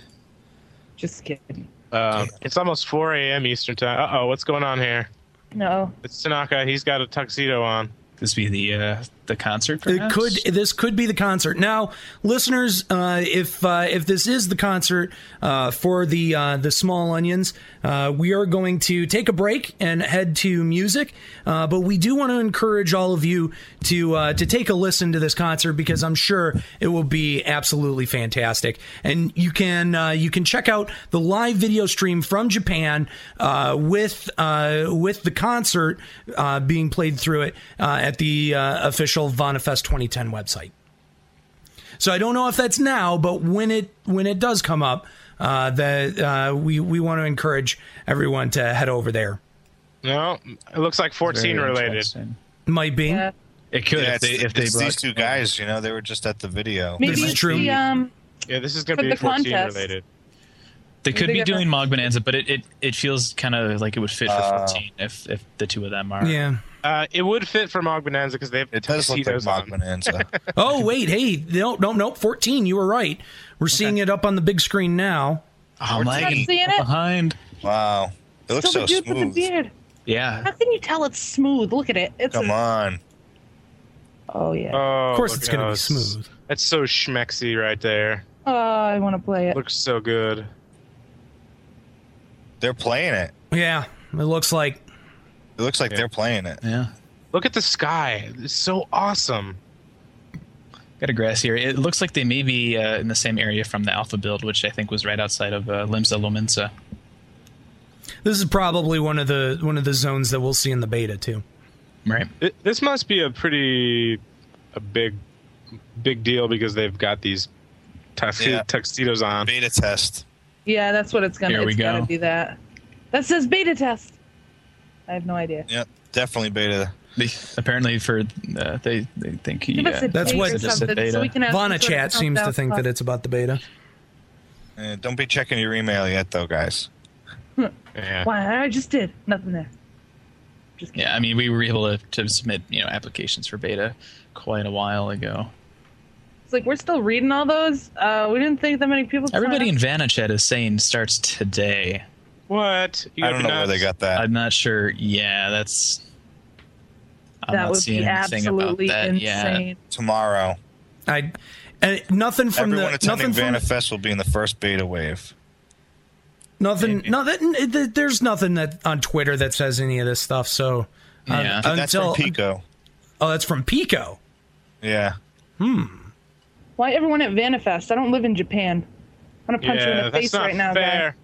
Just kidding.
Uh, it's almost 4 a.m. Eastern time. Uh oh, what's going on here?
No.
It's Tanaka. He's got a tuxedo on.
this be the uh, the concert? Perhaps?
It could. This could be the concert. Now, listeners, uh, if uh, if this is the concert uh, for the uh, the Small Onions, uh, we are going to take a break and head to music. Uh, but we do want to encourage all of you to uh, to take a listen to this concert because I'm sure it will be absolutely fantastic. And you can uh, you can check out the live video stream from Japan uh, with uh, with the concert uh, being played through it uh, at the uh, official Vonifest 2010 website. So I don't know if that's now, but when it when it does come up, uh, that uh, we we want to encourage everyone to head over there.
No, it looks like 14
Very
related.
interesting.
Might be.
It could
Yeah,
if
it's,
they if they
it's these
brought
two guys, you know, they were just at the video.
Maybe
This is
it's
true.
the um.
Yeah, this is going
But
to be
the
14
contest-
related.
They could
They
be
got
doing Mog Bonanza, but it, it, it feels kind of like it would fit for
Uh,
14 if, if the two of them are.
Yeah.
Uh, it would fit for Mog Bonanza because they have
It does look like
tuxedos
Mog
on.
Bonanza.
Oh wait, hey, no, no, no, fourteen. You were right. We're seeing it up on the big screen now.
Oh, I'm
Not
lagging
seeing it.
behind.
wow. It looks
Still the
so
dude with
smooth.
the beard.
Yeah.
How can you tell it's smooth? Look at it. It's
Come on.
oh yeah.
Oh,
Of course,
look
it's
at
going to be
us.
smooth.
That's so schmexy right there.
oh, I want to play it.
Looks so good.
They're playing it.
Yeah, it looks like.
It looks like
Yeah.
they're playing it.
Yeah.
Look at the sky. It's so awesome.
Got a grass area. It looks like they may be uh, in the same area from the Alpha build, which I think was right outside of uh, Limsa Lominsa.
This is probably one of the one of the zones that we'll see in the beta too.
Right.
Th- This must be a pretty a big big deal because they've got these tux-
Yeah.
tuxedos on.
Beta test.
Yeah, that's what it's gonna.
Here we
it's
go.
gonna be that. That says beta test. I have no idea.
Yep. Definitely beta.
They, apparently, for uh, they, they think he.
Give us
Uh,
a
That's
date
what-
or
Just
a
something
beta.
so we can have some
Vana
sort of
chat seems to
countdown
think that
clock.
it's about the beta.
Uh, don't be checking your email yet, though, guys.
Yeah.
Why? I just did nothing there. Just kidding.
yeah, I mean, we were able to, to submit you know applications for beta quite a while ago.
It's like we're still reading all those. Uh, we didn't think that many people. signed
Everybody
up.
in Vanachat is saying starts today.
What? You
I
gotta
don't
be
know where they
nuts.
got that.
I'm not sure. Yeah, that's. I'm
that
not
would
seeing
be
anything about
absolutely
that yet.
insane.
Tomorrow,
I, and nothing from
everyone
the
attending
nothing from
Vanifest will be in the first beta wave.
nothing nothing. it- it- There's nothing that on Twitter that says any of this stuff. So um,
Yeah.
until
That's from Pico.
oh, that's from Pico. Hmm.
Yeah.
Why everyone at Vanifest? I don't live in Japan. I'm gonna punch you
Yeah,
in the face
that's not
right now,
fair.
guy.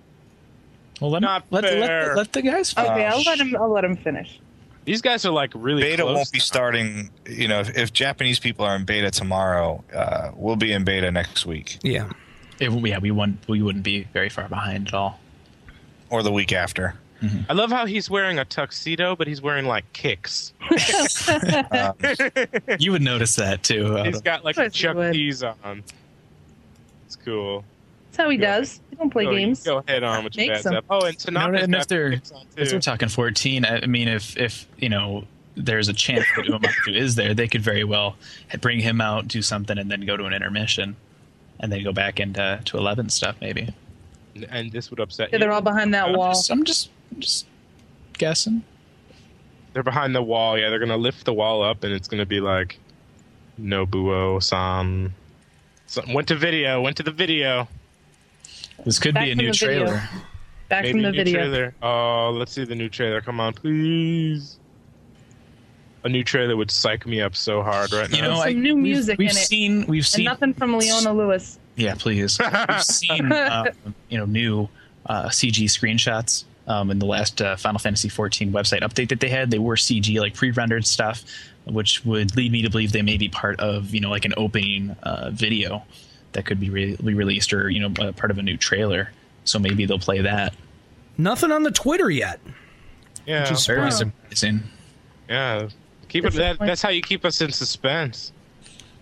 Well, let,
Not
let, let,
fair.
let, the guys.
Okay,
Oh,
I'll let
sh-
him. I'll let him finish.
These guys are like really
Beta
close
won't be
now.
starting. You know, if, if Japanese people are in beta tomorrow, uh, we'll be in beta next week
Yeah.
It, yeah, we wouldn't. We wouldn't be very far behind at all.
or the week after.
I love how he's wearing a tuxedo, but he's wearing like kicks.
You would notice that too. uh,
He's got like
Of
a
course he
Chuck
would.
E's on. It's cool.
That's how he
Go
does. He don't play
go,
games.
Go ahead on with your
Makes
bad
them.
stuff. Oh, and Tanaka's
No, and
got
if they're-
kicks on
If
too.
we're talking 14, I, I mean, if if you know there's a chance that Umamaktu is there, they could very well bring him out, do something, and then go to an intermission, and then go back into to 11 stuff maybe.
and this would upset
Yeah,
you.
they're all behind that
I'm
wall.
just, I'm just I'm just guessing.
They're behind the wall. Yeah, they're gonna lift the wall up, and it's gonna be like Nobuo San. Something went to video. Went to the video.
This could
Back
be a
from
new
the video.
trailer.
Back
Maybe
from
a
the
new
video.
trailer. Oh, let's see the new trailer. Come on, please. A new trailer would psych me up so hard right now.
You know,
Some
I,
new
we've-
music
We've
in it.
seen we've
And
seen
nothing from Leona Lewis.
Yeah, please. We've seen um, you know new uh, CG screenshots um, in the last uh, Final Fantasy XIV website update that they had. They were CG like pre-rendered stuff, which would lead me to believe they may be part of you know like an opening uh, video that could be re- released or you know uh, part of a new trailer. So maybe they'll play that.
Nothing on the Twitter yet.
yeah,
just-
Very
Wow.
surprising.
yeah. Keep it. That, that's how you keep us in suspense.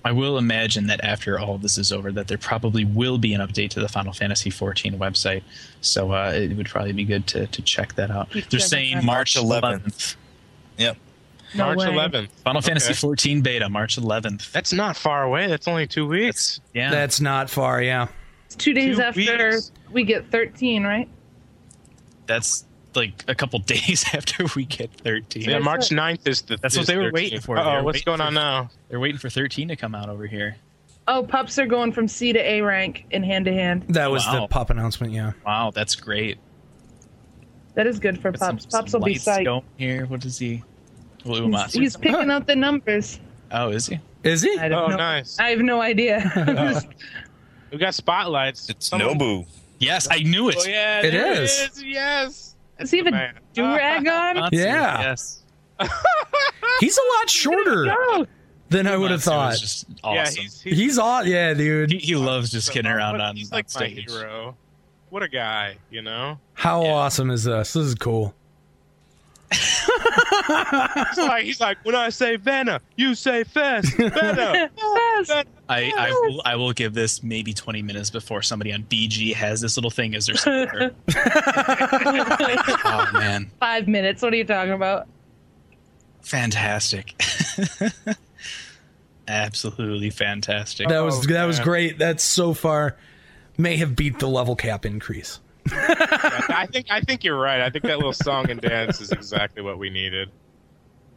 I will imagine that after all this is over, that there probably will be an update to the Final Fantasy XIV website. So uh, it would probably be good to, to check that out. They're
checking
saying
that.
March
March
11th.
Yep.
No
March
way.
11th.
Final Fantasy XIV beta, March 11th.
That's not far away. That's only two weeks.
Yeah,
That's not far. Yeah.
It's two days
Two
after
weeks.
we get 13, right?
that's like a couple days after we get 13.
Yeah, March 9th is the.
That's what
is
they were
13th.
waiting for. They
Oh,
were
what's
waiting
going
for-
on now?
They're waiting for 13 to come out over here.
Oh, pups are going from C to A rank in hand to hand.
That was the
Wow.
pup announcement. Yeah.
Wow, that's great.
That is good for
Got
pups.
some-
Pops
some
will be
lights
psyched.
going here. What is he? Well,
He's,
Uematsu.
he's picking out the numbers.
oh, is he?
Is he?
I
Oh,
don't know.
nice.
I have no idea.
We got spotlights.
It's
Someone-
Nobu.
Yes, I knew it.
Oh yeah,
It
there
is.
it is. Yes.
Does he have a
Man.
do rag on?
Uematsu,
Yeah.
Yes.
He's a lot shorter
No.
than I would have
Uematsu
thought.
is just awesome.
Yeah, he's, he's,
He's all yeah,
he,
dude.
he loves just kidding around
What-
on,
He's
on
like my
stage.
hero. What a guy, you know.
How awesome is this? This is cool.
He's like, he's like, when I say Vanna, you say Fest. Vanna.
Yes.
I, I, will, I will give this maybe 20 minutes before somebody on BG has this little thing as their speaker. oh, man.
Five minutes. What are you talking about?
Fantastic. Absolutely fantastic.
That was that was
Oh, man.
great. That's so far may have beat the level cap increase.
I think I think you're right. I think that little song and dance is exactly what we needed.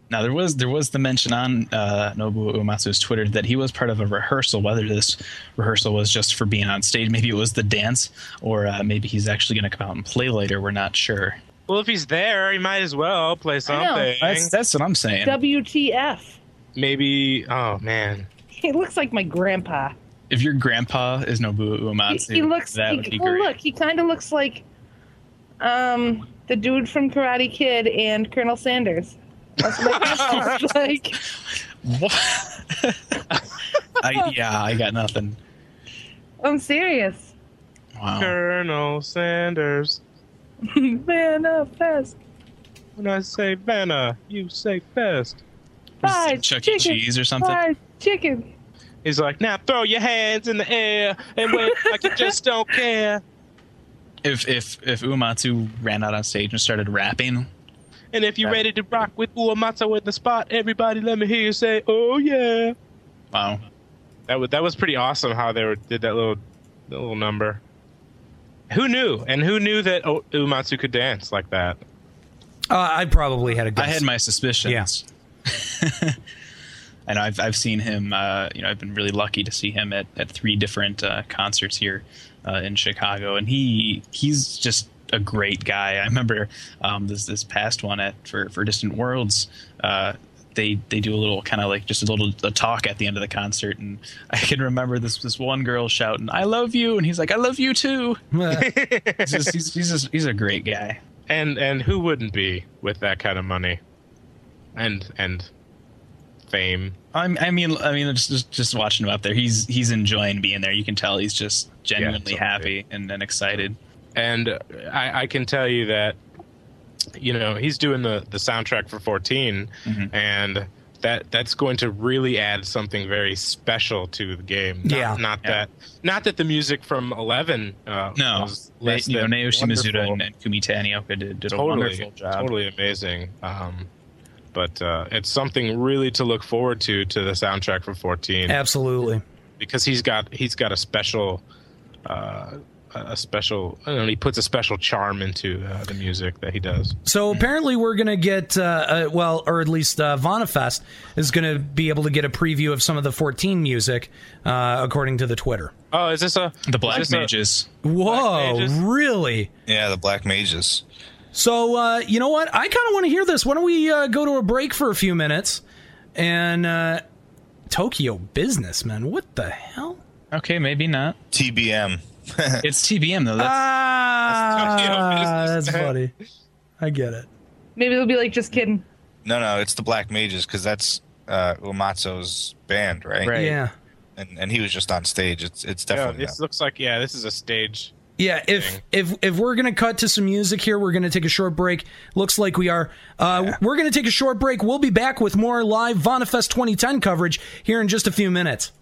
Now there was there was the mention on uh, Nobu Uematsu's Twitter that he was part of a rehearsal. Whether this rehearsal was just for being on stage, maybe it was the dance, or uh, maybe he's actually going to come out and play later. We're not sure.
Well, if he's there, he might as well play something.
That's that's what I'm saying.
WTF.
Maybe. Oh man.
He looks like my grandpa.
if your grandpa is
He,
Nobu Uematsu,
he looks.
that
he-
would be
well,
great.
look, he kind of looks like, um, the dude from Karate Kid and Colonel Sanders. That's what my grandpa looks like.
What? I, yeah, I got nothing.
I'm serious.
Wow.
Colonel Sanders.
Man up fast.
When I say Vanna, you say Fest.
Fried
Chuck E.
chicken.
Cheese or something.
Fried chicken.
He's like, now throw your hands in the air and wave like you just don't care.
If if if Uematsu ran out on stage and started rapping,
And if you're ready to rock with Uematsu in the spot, everybody let me hear you say, oh yeah.
wow.
That was, that was pretty awesome how they were, did that little that little number. Who knew? And who knew that o- Uematsu could dance like that?
Uh, I probably had a guess.
I had my suspicions.
Yeah.
and I've I've seen him. Uh, you know, I've been really lucky to see him at, at three different uh, concerts here uh, in Chicago, and he he's just a great guy. I remember um, this this past one at for for Distant Worlds. Uh, they, they do a little kind of like just a little a talk at the end of the concert and I can remember this this one girl shouting I love you and he's like I love you too he's just, he's, he's, just, he's a great guy
And and who wouldn't be with that kind of money? And and fame.
I'm, I mean, I mean, just, just just watching him up there, he's he's enjoying being there. You can tell he's just genuinely
totally.
happy and, and excited.
and I, I can tell you that you know he's doing the the soundtrack for 14
Mm-hmm.
and that that's going to really add something very special to the game not,
Yeah.
not
Yeah.
that not that the music from 11 uh,
No,
was
they,
less
you know,
than
Naoshi
wonderful.
Mizuta and, and Kumita Anioka did, did a wonderful
totally
job.
totally amazing um but uh, it's something really to look forward to to the soundtrack for 14
Absolutely.
because he's got he's got a special uh, a special I don't know he puts a special charm into uh, the music that he does.
So
Mm-hmm.
apparently we're gonna get uh, uh, well, or at least uh, Vonifest is gonna be able to get a preview of some of the 14 music, uh, according to the Twitter.
Oh, is this a
The Black
is this a-
Mages.
Whoa,
Pages?
really?
Yeah, the Black Mages.
So uh, you know what? I kind of want to hear this. Why don't we uh, go to a break for a few minutes and uh, Tokyo business, man? What the hell?
Okay, maybe not.
TBM.
It's TBM though. That's,
Ah,
Tokyo
that's
business.
funny. I get it.
Maybe they'll be like, just kidding.
No, no, it's the Black Mages because that's uh, Uematsu's band, right?
Right.
Yeah.
And and he was just on stage. It's it's
yeah,
definitely.
this looks like yeah, this is a stage.
Yeah, if if if we're gonna cut to some music here, we're gonna take a short break. Looks like we are. Uh, We're gonna take a short break. We'll be back with more live Vonifest 2010 coverage here in just a few minutes.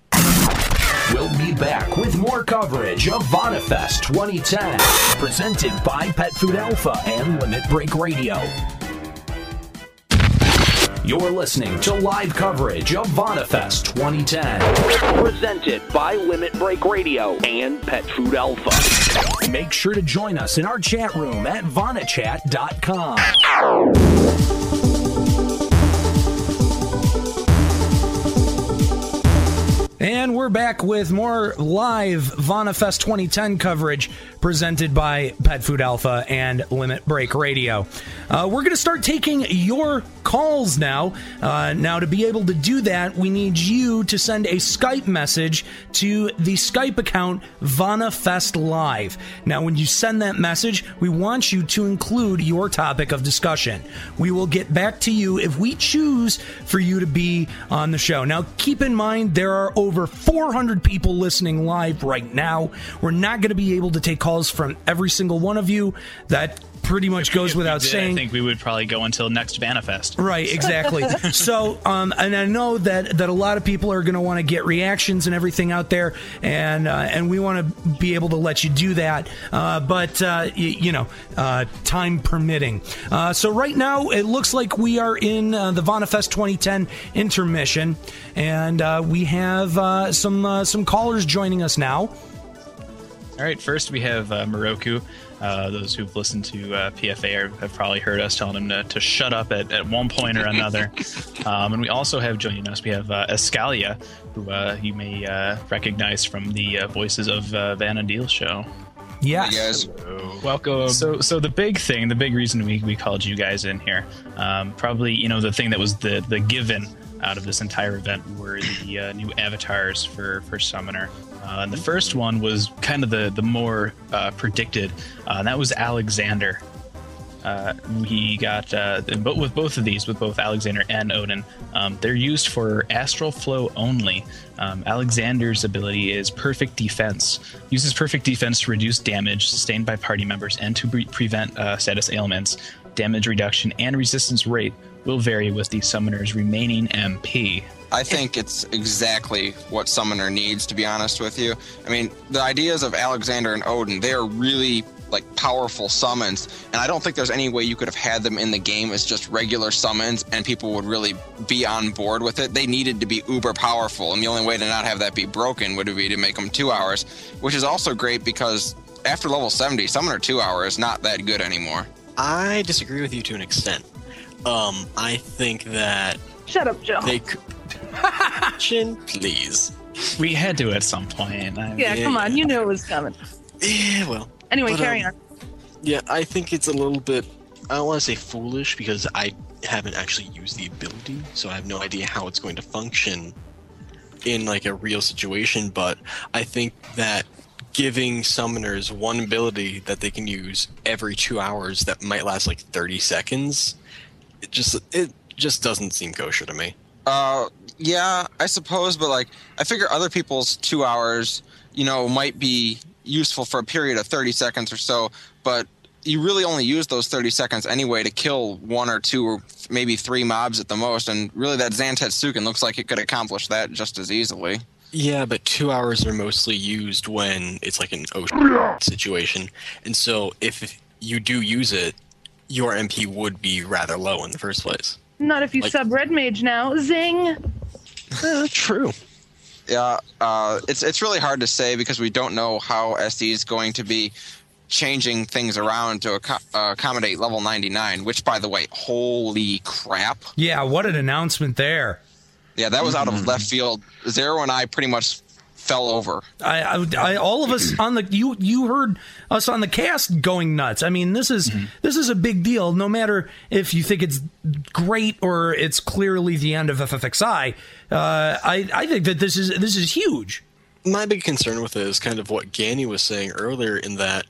We'll be back with more coverage of Vonifest 2010, presented by Pet Food Alpha and Limit Break Radio. You're listening to live coverage of Vonifest 2010, presented by Limit Break Radio and Pet Food Alpha. Make sure to join us in our chat room at vanachat.com.
And we're back with more live VanaFest 2010 coverage presented by Pet Food Alpha and Limit Break Radio. Uh, we're going to start taking your calls now. Uh, now, to be able to do that, we need you to send a Skype message to the Skype account VanaFest Live. Now, when you send that message, we want you to include your topic of discussion. We will get back to you if we choose for you to be on the show. Now, keep in mind there are over 400 people listening live right now. We're not going to be able to take calls from every single one of you. That pretty much goes
If we
without
did,
saying.
I think we would probably go until next Vanifest.
Right, exactly. so, um, and I know that that a lot of people are going to want to get reactions and everything out there, and uh, and we want to be able to let you do that, uh, but uh, y- you know, uh, time permitting. Uh, so right now, it looks like we are in uh, the Vonifest 2010 intermission, and uh, we have uh, some uh, some callers joining us now.
All right, first we have uh, Moroku. Uh, those who've listened to uh, PFA are, have probably heard us telling him to, to shut up at, at one point or another. um, and we also have joining us, we have uh, Escalia, who uh, you may uh, recognize from the uh, voices of uh, Van and Deal show.
Yes.
Welcome. So, so the big thing, the big reason we, we called you guys in here, um, probably you know the thing that was the the given out of this entire event were the uh, new avatars for for Summoner. Uh, and the first one was kind of the the more uh, predicted, uh, and that was Alexander. Uh, he got uh, but with both of these, with both Alexander and Odin, um, they're used for astral flow only. Um, Alexander's ability is perfect defense. Uses perfect defense to reduce damage sustained by party members and to pre- prevent uh, status ailments. Damage reduction and resistance rate will vary with the summoner's remaining MP.
I think it's exactly what Summoner needs, to be honest with you. I mean, the ideas of Alexander and Odin, they are really like powerful summons, and I don't think there's any way you could have had them in the game as just regular summons and people would really be on board with it. They needed to be uber powerful, and the only way to not have that be broken would be to make them two hours, which is also great because after level 70, Summoner two hour is not that good anymore.
I disagree with you to an extent. Um, I think that
Shut up, Joe.
they could. Chin, please.
We had to at some point. I-
yeah, come on. You knew it was coming.
Yeah, well.
Anyway,
But,
carry
um, Yeah, I think it's a little bit. I don't want to say foolish because I haven't actually used the ability, so I have no idea how it's going to function in like a real situation. But I think that giving summoners one ability that they can use every two hours that might last like thirty seconds, it just it just doesn't seem kosher to me.
Uh, yeah, I suppose, but like, I figure other people's two hours, you know, might be useful for a period of 30 seconds or so, but you really only use those 30 seconds anyway to kill one or two or maybe three mobs at the most, and really that Zantetsuken looks like it could accomplish that just as easily.
Yeah, but two hours are mostly used when it's like an ocean situation. And so if you do use it, your MP would be rather low in the first place.
Not if you
Like-
sub Red Mage now. Zing.
True.
Yeah, uh, it's it's really hard to say because we don't know how SD is going to be changing things around to acco- uh, accommodate level 99, which, by the way, holy crap.
Yeah, what an announcement there.
Yeah, that was out
Mm-hmm.
of left field. Zero and I pretty much fell over.
I, I, I, all of us on the you you heard us on the cast going nuts. I mean, this is this is a big deal. No matter if you think it's great or it's clearly the end of FFXI, uh, I I think that this is this is huge.
My big concern with it is kind of what Ganny was saying earlier in that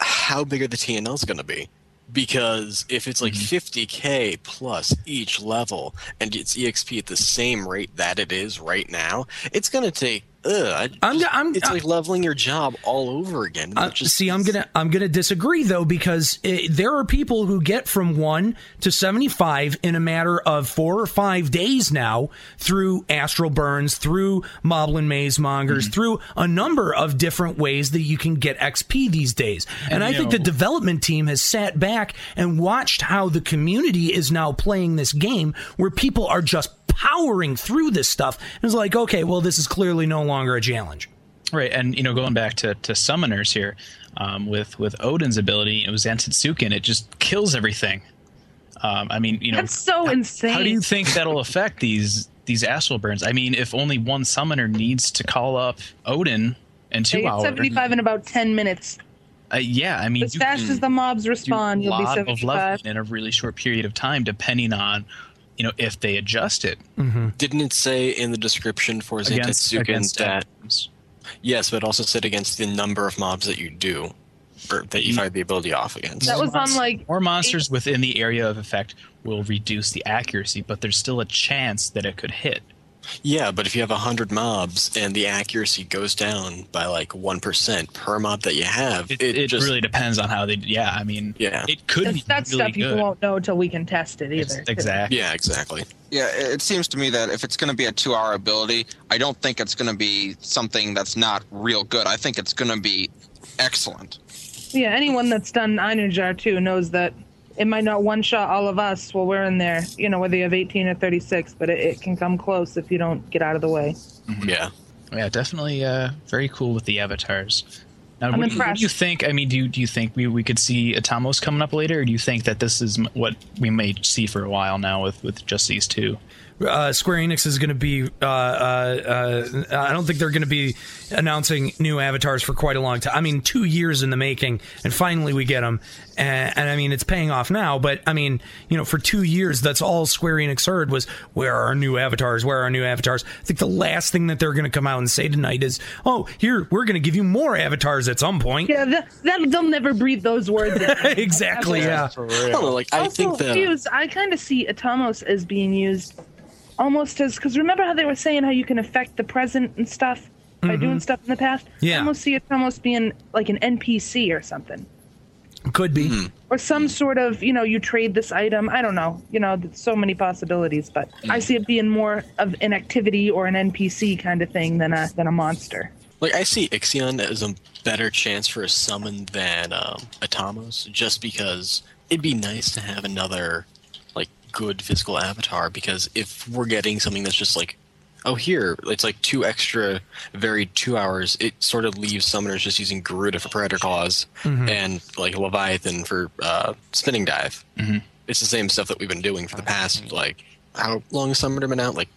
how big are the TNLs going to be? Because if it's
Mm-hmm.
like 50k plus each level and it's EXP at the same rate that it is right now, it's going to take. Ugh, I
I'm, I'm,
it's like leveling your job all over again.
Uh,
It's just-
see, I'm gonna I'm gonna disagree though because eh, there are people who get from one to seventy five in a matter of four or five days now through astral burns, through moblin maze mongers, through a number of different ways that you can get XP these days. And,
And,
I
you
think
know-
the development team has sat back and watched how the community is now playing this game, where people are just powering through this stuff. And it's like, okay, well, this is clearly no longer a challenge.
Right, and you know, going back to, to summoners here, um, with with Odin's ability, it was Antetsuken. It just kills everything. Um, I mean, you know,
That's so insane.
how do you think that'll affect these these astral burns? I mean, if only one summoner needs to call up Odin in
They
two
get
hours,
75 in about 10 minutes.
Uh, yeah, I mean,
As fast as the mobs respond,
a
you'll be
lot of
75.
leveling in a really short period of time, depending on you know if they adjust it.
Didn't it say in the description for
Against-
Zantetsuken
against
that? Yes, but it also said against the number of mobs that you do, or that
Mm.
you fire the ability off against.
That was on like
More monsters within the area of effect will reduce the accuracy, but there's still a chance that it could hit.
Yeah, but if you have 100 mobs and the accuracy goes down by like 1% per mob that you have, it,
It
just.
really depends on how they. Yeah, I mean,
yeah,
it could
That's,
be
that's
really
stuff you
good.
won't know until we can test it either. too.
Yeah, exactly.
Yeah, it it seems to me that if it's going to be a two hour ability, I don't think it's going to be something that's not real good. I think it's going to be excellent.
Yeah, anyone that's done Iron Jar too knows that it might not one shot all of us while we're in there, you know, whether you have 18 or 36, but it, it can come close if you don't get out of the way.
Yeah.
Yeah, definitely uh, very cool with the avatars. Now, what,
I'm
do you, what
impressed.
do you think? I mean, do you, do you think we, we could see Atamos coming up later, or do you think that this is m- what we may see for a while now with, with just these two?
uh, Square Enix is going to be. Uh, uh, uh, I don't think they're going to be announcing new avatars for quite a long time. I mean, two years in the making, and finally we get them. And, and I mean, it's paying off now. But I mean, you know, for two years, that's all Square Enix heard was, "Where are our new avatars? Where are our new avatars?" I think the last thing that they're going to come out and say tonight is, "Oh, here we're going to give you more avatars at some point."
Yeah, that, that, they'll never breathe those words. in.
exactly. Yeah.
also, Fuse, I kind of see Atomos as being used almost as because remember how they were saying how you can affect the present and stuff by
Mhm.
doing stuff in the past.
Yeah.
I almost see Atomos being like an NPC or something,
could be.
or some sort of you know you trade this item. I don't know. You know, there's so many possibilities, but I see it being more of an activity or an NPC kind of thing than a than a monster.
Like I see Ixion as a better chance for a summon than um, Atomos, just because it'd be nice to have another like good physical avatar. Because if we're getting something that's just like, oh here, it's like two extra varied two hours, it sort of leaves summoners just using Garuda for Predator Claws
Mm-hmm.
Mhm.
and like Leviathan for uh, Spinning Dive.
Mm-hmm.
It's the same stuff that we've been doing for the past like how long has Summoner been out? Like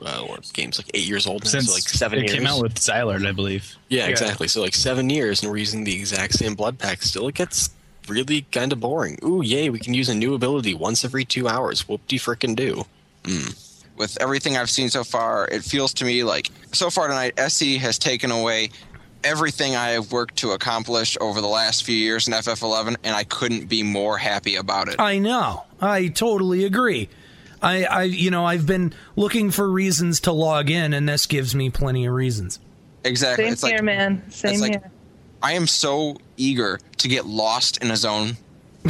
uh, what, games like eight years old now, so,
Since
like seven
it
years.
came out with Xylard, I believe.
Yeah, exactly. So like seven years, and we're using the exact same blood pack. Still, it gets really kind of boring. Ooh, yay! We can use a new ability once every two hours. Whoop de frickin' do. Mm.
With everything I've seen so far, it feels to me like so far tonight, SE has taken away everything I have worked to accomplish over the last few years in FF11, and I couldn't be more happy about it.
I know. I totally agree. I, I, you know, I've been looking for reasons to log in, and this gives me plenty of reasons.
Exactly.
Same
it's like
here, man. Same
it's like-
here.
I am so eager to get lost in a zone.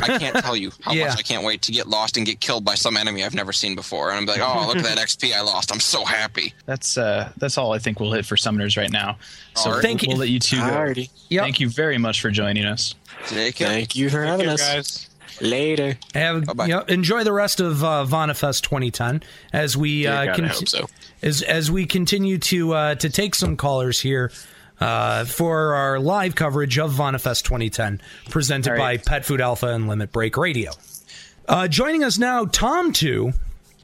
I can't tell you how
Yeah.
much I can't wait to get lost and get killed by some enemy I've never seen before. And I'm like, oh, look at that XP I lost. I'm so happy.
That's uh, that's all I think we'll hit for summoners right now. So
Alright.
thank
Thank
we'll,
you.
we'll let you two go.
Alrighty.
Thank you very much for joining us.
Thank you for having
you,
us.
guys.
Later.
Have yeah, enjoy the rest of uh, Vonifest 2010 as we
Dear
uh,
God, I hope so.
as as we continue to uh, to take some callers here uh, for our live coverage of Vonifest 2010 presented by Pet Food Alpha and Limit Break Radio. Uh, joining us now, Tom. Two,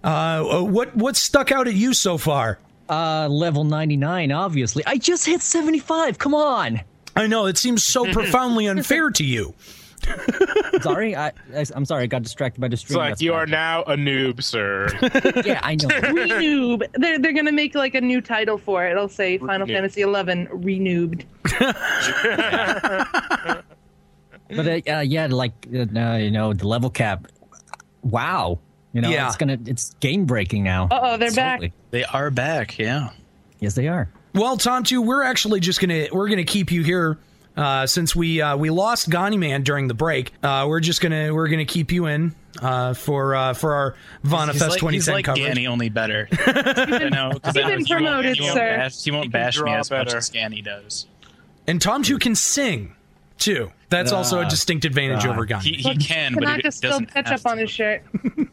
uh, what what stuck out at you so far?
Uh, level 99, obviously. I just hit 75. Come on.
I know. It seems so profoundly unfair to you.
sorry. I, I, I'm sorry. I got distracted by the
It's
stream.
like
That's
you
why.
are now a noob, sir.
yeah, I know.
Renoob. They're they're gonna make like a new title for it. It'll say Final
Renoob.
Fantasy Eleven Renoobed.
But uh, uh, yeah, like, uh, no, you know, the level cap. Wow. You know,
Yeah.
it's going to, it's game breaking now.
Uh-oh, they're back.
They are back. Yeah.
Yes, they are.
Well, Tom, too, we're actually just gonna we're gonna keep you here uh, since we uh, we lost Ganyman during the break. Uh, we're just gonna we're gonna keep you in uh, for uh, for our Vanafest
He's like-
2010
he's like
coverage.
Danny, only better. you know, 'cause that was-
you've been
he won't-
promoted,
he won't
sir.
Bash, he won't
You can
bash me
draw
as much
better.
as Scanny does.
And Tom too can sing. Two. That's also a
Ah,
distinct advantage
God.
over Gagne.
He, he can,
Can I just spill ketchup on his shirt?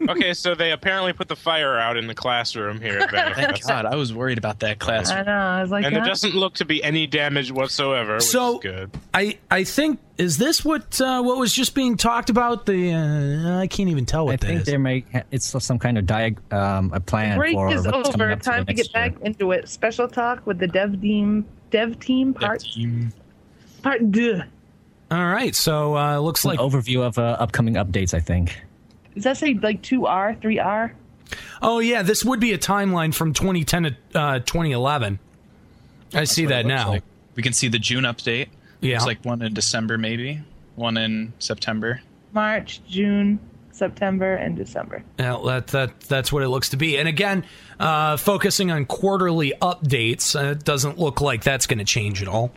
okay, so they apparently put the fire out in the classroom here. At
Thank God,
I was worried about that
I know. I was like,
and there
"Huh?"
doesn't look to be any damage whatsoever. Which
So-
is good.
I, I think is this what uh, what was just being talked about? The uh, I can't even tell what
I
that
think
is.
they make it's some kind of diag- um, a plan
Break
for what's
is
coming
over.
up for the
Time to
next
get back into it. Special talk with the dev team. Dev team part part duh.
All right, so uh, looks
like overview of uh, upcoming updates. I think.
Does that say like two R, three R?
Oh yeah, this would be a timeline from 2010 to uh, 2011. I see that now.
We can see the June update.
Oh. Yeah.
It's like one in December, maybe. One in September.
March, June, September, and December.
Yeah, that, that that's what it looks to be. And again, uh, focusing on quarterly updates, uh, it doesn't look like that's going to change at all.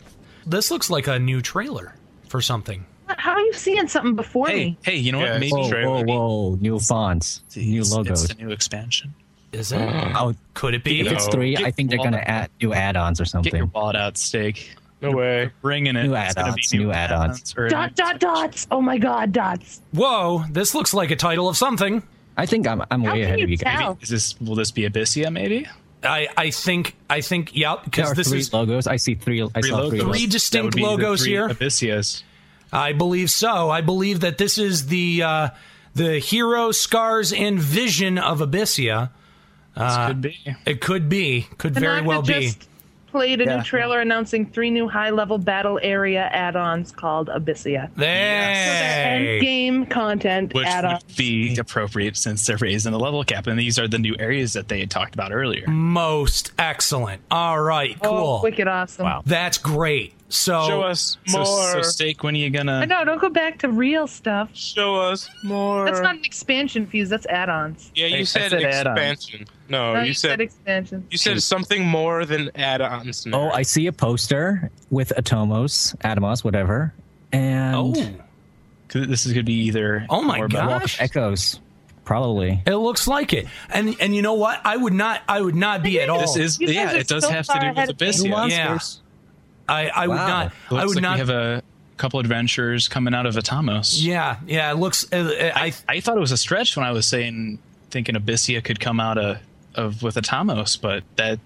This looks like a new trailer for something.
How are you seeing something before me?
Hey, you know
Yeah,
what? Maybe
it's a trailer.
Whoa, whoa! New fonts, new logos.
it's a new expansion.
Is
it?
Oh,
could it
be?
If it's
No.
three,
Get
I think they're
your
gonna
wallet.
add new add-ons or something.
Get your wallet out, steak.
No way.
Bringing it.
New
It's gonna be
add-ons, new add-ons.
or-
Dot dot dots. Oh my God, dots.
Whoa, this looks like a title of something.
I think I'm I'm
way ahead of you guys. tell?
Maybe, is this will this be Abyssia? Maybe.
I I think I think yep
There
because
are
this
three
is
logos. I see three. I saw three.
three
logos.
distinct logos here.
Abyssias.
I believe so. I believe that this is the uh, the hero scars and vision of Abyssia. Uh,
could be.
It could be. Could
And
very
I've
well be.
just Played a
Yeah.
new trailer announcing three new high-level battle area add-ons called Abyssia.
Hey.
End game content
Which
add-on.
would be appropriate since they're raising the level cap, and these are the new areas that they had talked about earlier.
Most excellent. All right,
Oh,
cool.
wicked awesome.
That's great. So
Show us
So, so
more.
steak, when are you
I
gonna?
know. Don't go back to real stuff.
uh, Show us more.
That's not an expansion fuse. That's add-ons.
Yeah, you said,
add-ons.
expansion. No,
No,
you said,
expansion.
you said something more than add-ons.
Oh, I see a poster with Atomos, Atomos, whatever, and
This is gonna be either.
Oh my
or the Walk of
gosh.
Echoes, probably.
It looks like it. And and you know what? I would not I would not be at all.
This is
You guys
yeah.
are
It does
so
have to
far
do
ahead
with
of me.
Abyssia.
Yeah. I I would not I
Looks
would
like
not
We have a couple adventures coming out of Atamos.
Yeah, yeah. It looks. Uh, uh, I,
I thought it was a stretch when I was saying thinking Abyssia could come out of, of with Atamos, but that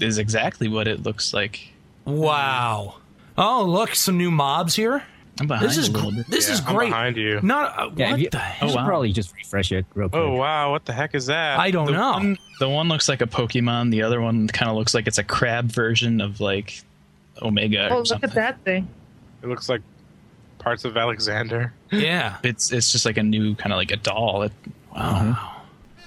is exactly what it looks like.
Wow. Oh, look, some new mobs here.
I'm behind
this is
you a
gr-
little bit.
this is
Yeah, I'm
great.
behind
you.
Not uh,
Yeah,
what
you-
the
you
hell.
should probably
just refresh it real
Oh wow, what the heck is that?
I don't
The
know.
one- the one looks like a Pokemon. The other one kind of looks like it's a crab version of like Omega.
Oh,
or
look
something.
at that thing.
It looks like parts of Alexander.
Yeah,
it's it's just like a new kind of like a doll. It, uh-huh. wow.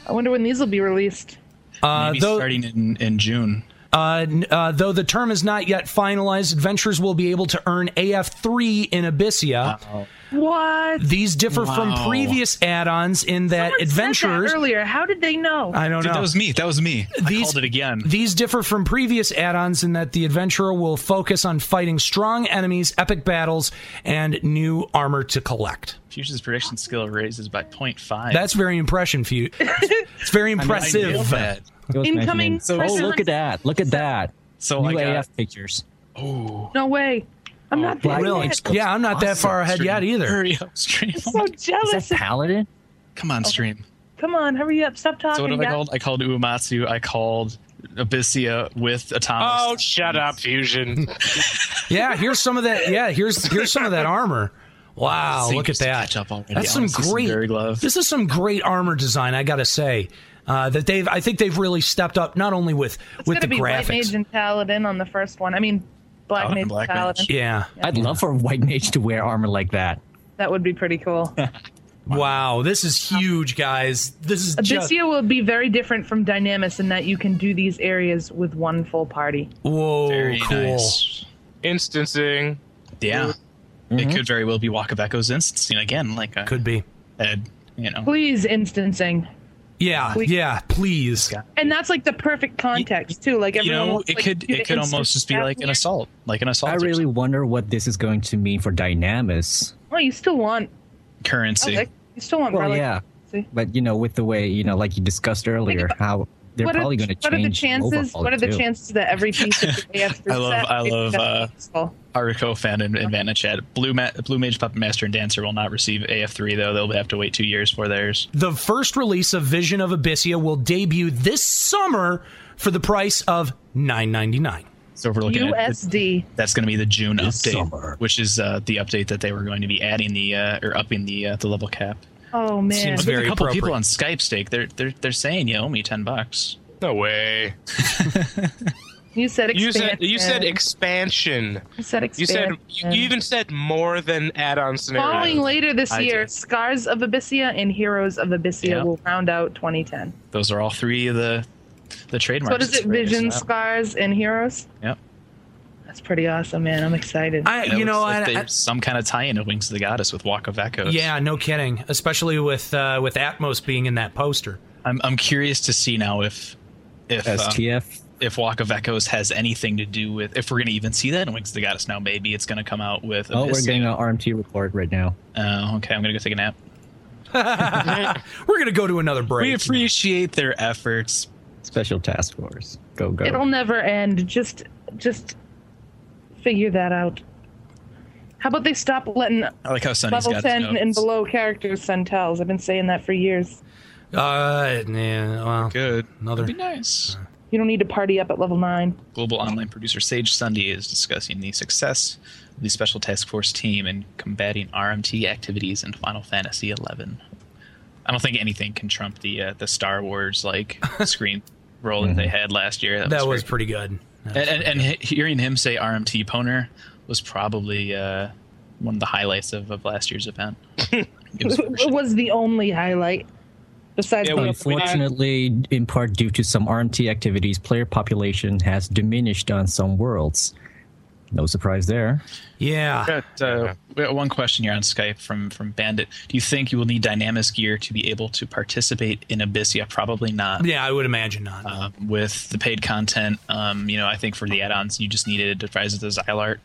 I wonder when these will be released.
Uh,
Maybe
though-
starting in, in June.
Uh, n- uh, though the term is not yet finalized, adventurers will be able to earn AF3 in Abyssia.
What?
These differ
Wow.
from previous add-ons in that adventurers.
earlier. How did they know?
I don't
Dude,
know.
That was me. That was me. I called it again.
These differ from previous add ons in that the adventurer will focus on fighting strong enemies, epic battles, and new armor to collect.
Fusion's prediction skill raises by 0.5.
That's very impression fu- It's very impressive.
Incoming
So, oh,
person-
look at that! Look at that!
So
new
I got-
AF pictures.
Oh,
No way. I'm not that
Oh, Really?
yet.
Yeah, I'm not that far ahead yet either.
Hurry up, stream.
I'm so jealous.
Paladin?
Come on, stream.
Come on, hurry up. Stop talking.
So what have I
guys.
called? I called Uematsu. I called Abyssia with Atomic.
Oh, shut up, Fusion.
Yeah, here's some of that. Yeah, here's here's some of that armor. Wow,
Seems
look at
to
that.
catch up already.
That's some
Honestly, some
great.
very glove.
This is some great armor design. I gotta say uh, that they've. I think they've really stepped up not only with
It's
with
gonna
the
be White Mage
graphics.
and Paladin on the first one. I mean, Oh, Black Mage and Paladin.
Yeah,
I'd love for a white mage to wear armor like that.
That would be pretty cool.
Wow, this is huge, guys. This is just.
Abyssia Uh, will be very different from Dynamis in that you can do these areas with one full party.
Whoa,
cool.
Instancing.
Yeah. Mm-hmm. It could very well be Walk of Echoes instancing again, like a,
could be.
Ed, you know.
Please instancing.
Yeah, yeah. Please.
And that's like the perfect context too. Like
You
everyone
know,
wants,
it
like,
could
do the
it could almost
instant
just be
stuff.
like an assault, like an assault
I really wonder what this is going to mean for Dynamis.
Well, Oh, you still want
currency.
relic. You Oh, still want
Well,
relic.
yeah,
See?
but you know, with the way you know, like you discussed earlier, how they're
what
probably
are,
going to change.
What are the chances?
Overhaul
What are the
too.
chances that every piece of the AF
I love I love uh, Haruko fan and, and Vanna Chat. Blue Ma- Blue Mage Puppet Master and Dancer will not receive AF3 though. They'll have to wait two years for theirs.
The first release of Vision of Abyssia will debut this summer for the price of nine ninety nine.
So if we're looking
USD.
at that's going to be the June update, which is uh, the update that they were going to be adding the uh, or upping the uh, the level cap.
Oh man.
I've got a couple people on Skype stake. They're they're they're saying you owe me ten bucks.
No way.
You said
You
expansion.
said you said expansion.
I said
You said you
expansion.
you even said more than add-on scenarios.
Following later this
I
year, Scars of Abyssia and Heroes of Abyssia
Yeah.
will round out 2010.
Those are all three of the the
So
trademarks.
what is it?
Right,
Vision,
so-
Scars, and Heroes.
Yep.
That's pretty awesome, man. I'm excited.
I- you know,
it's like
I-
there's some kind of tie-in of Wings of the Goddess with Waka Vakos.
Yeah, no kidding. Especially with uh, with Atmos being in that poster.
I'm I'm curious to see now if if um, if Waka Vakos has anything to do with if we're gonna even see that in Wings of the Goddess now. Maybe it's gonna come out with.
Oh, we're
Abyssia.
getting an RMT report right now.
Oh, okay. I'm gonna go take a nap.
we're gonna go to another break.
We appreciate their efforts.
Special task force. Go go.
It'll never end. Just, just figure that out. How about they stop letting
I like how Sunny's
level
Oh, got his
10
notes.
and below characters send tells? I've been saying that for years.
Uh, yeah, well,
good.
Another
That'd be nice.
You don't need to party up at level 9.
Global online producer Sage Sunday is discussing the success of the Special Task Force team in combating RMT activities in Final Fantasy XI. I don't think anything can trump the uh, the Star Wars like screen roll that they had last year.
That, was, pretty good.
And, and, and he- hearing him say RMT Poner was probably uh, one of the highlights of, of last year's event. It was
it was the only highlight. Besides, the-
Unfortunately, in part due to some RMT activities, player population has diminished on some worlds. No surprise there.
Yeah.
Got, uh, we got one question here on Skype from from Bandit. Do you think you will need Dynamis gear to be able to participate in Abyssia? Probably not.
Yeah, I would imagine not.
Uh-huh.
Uh, with the paid content, um, you know, I think for the add-ons, you just needed Advisor the Xylart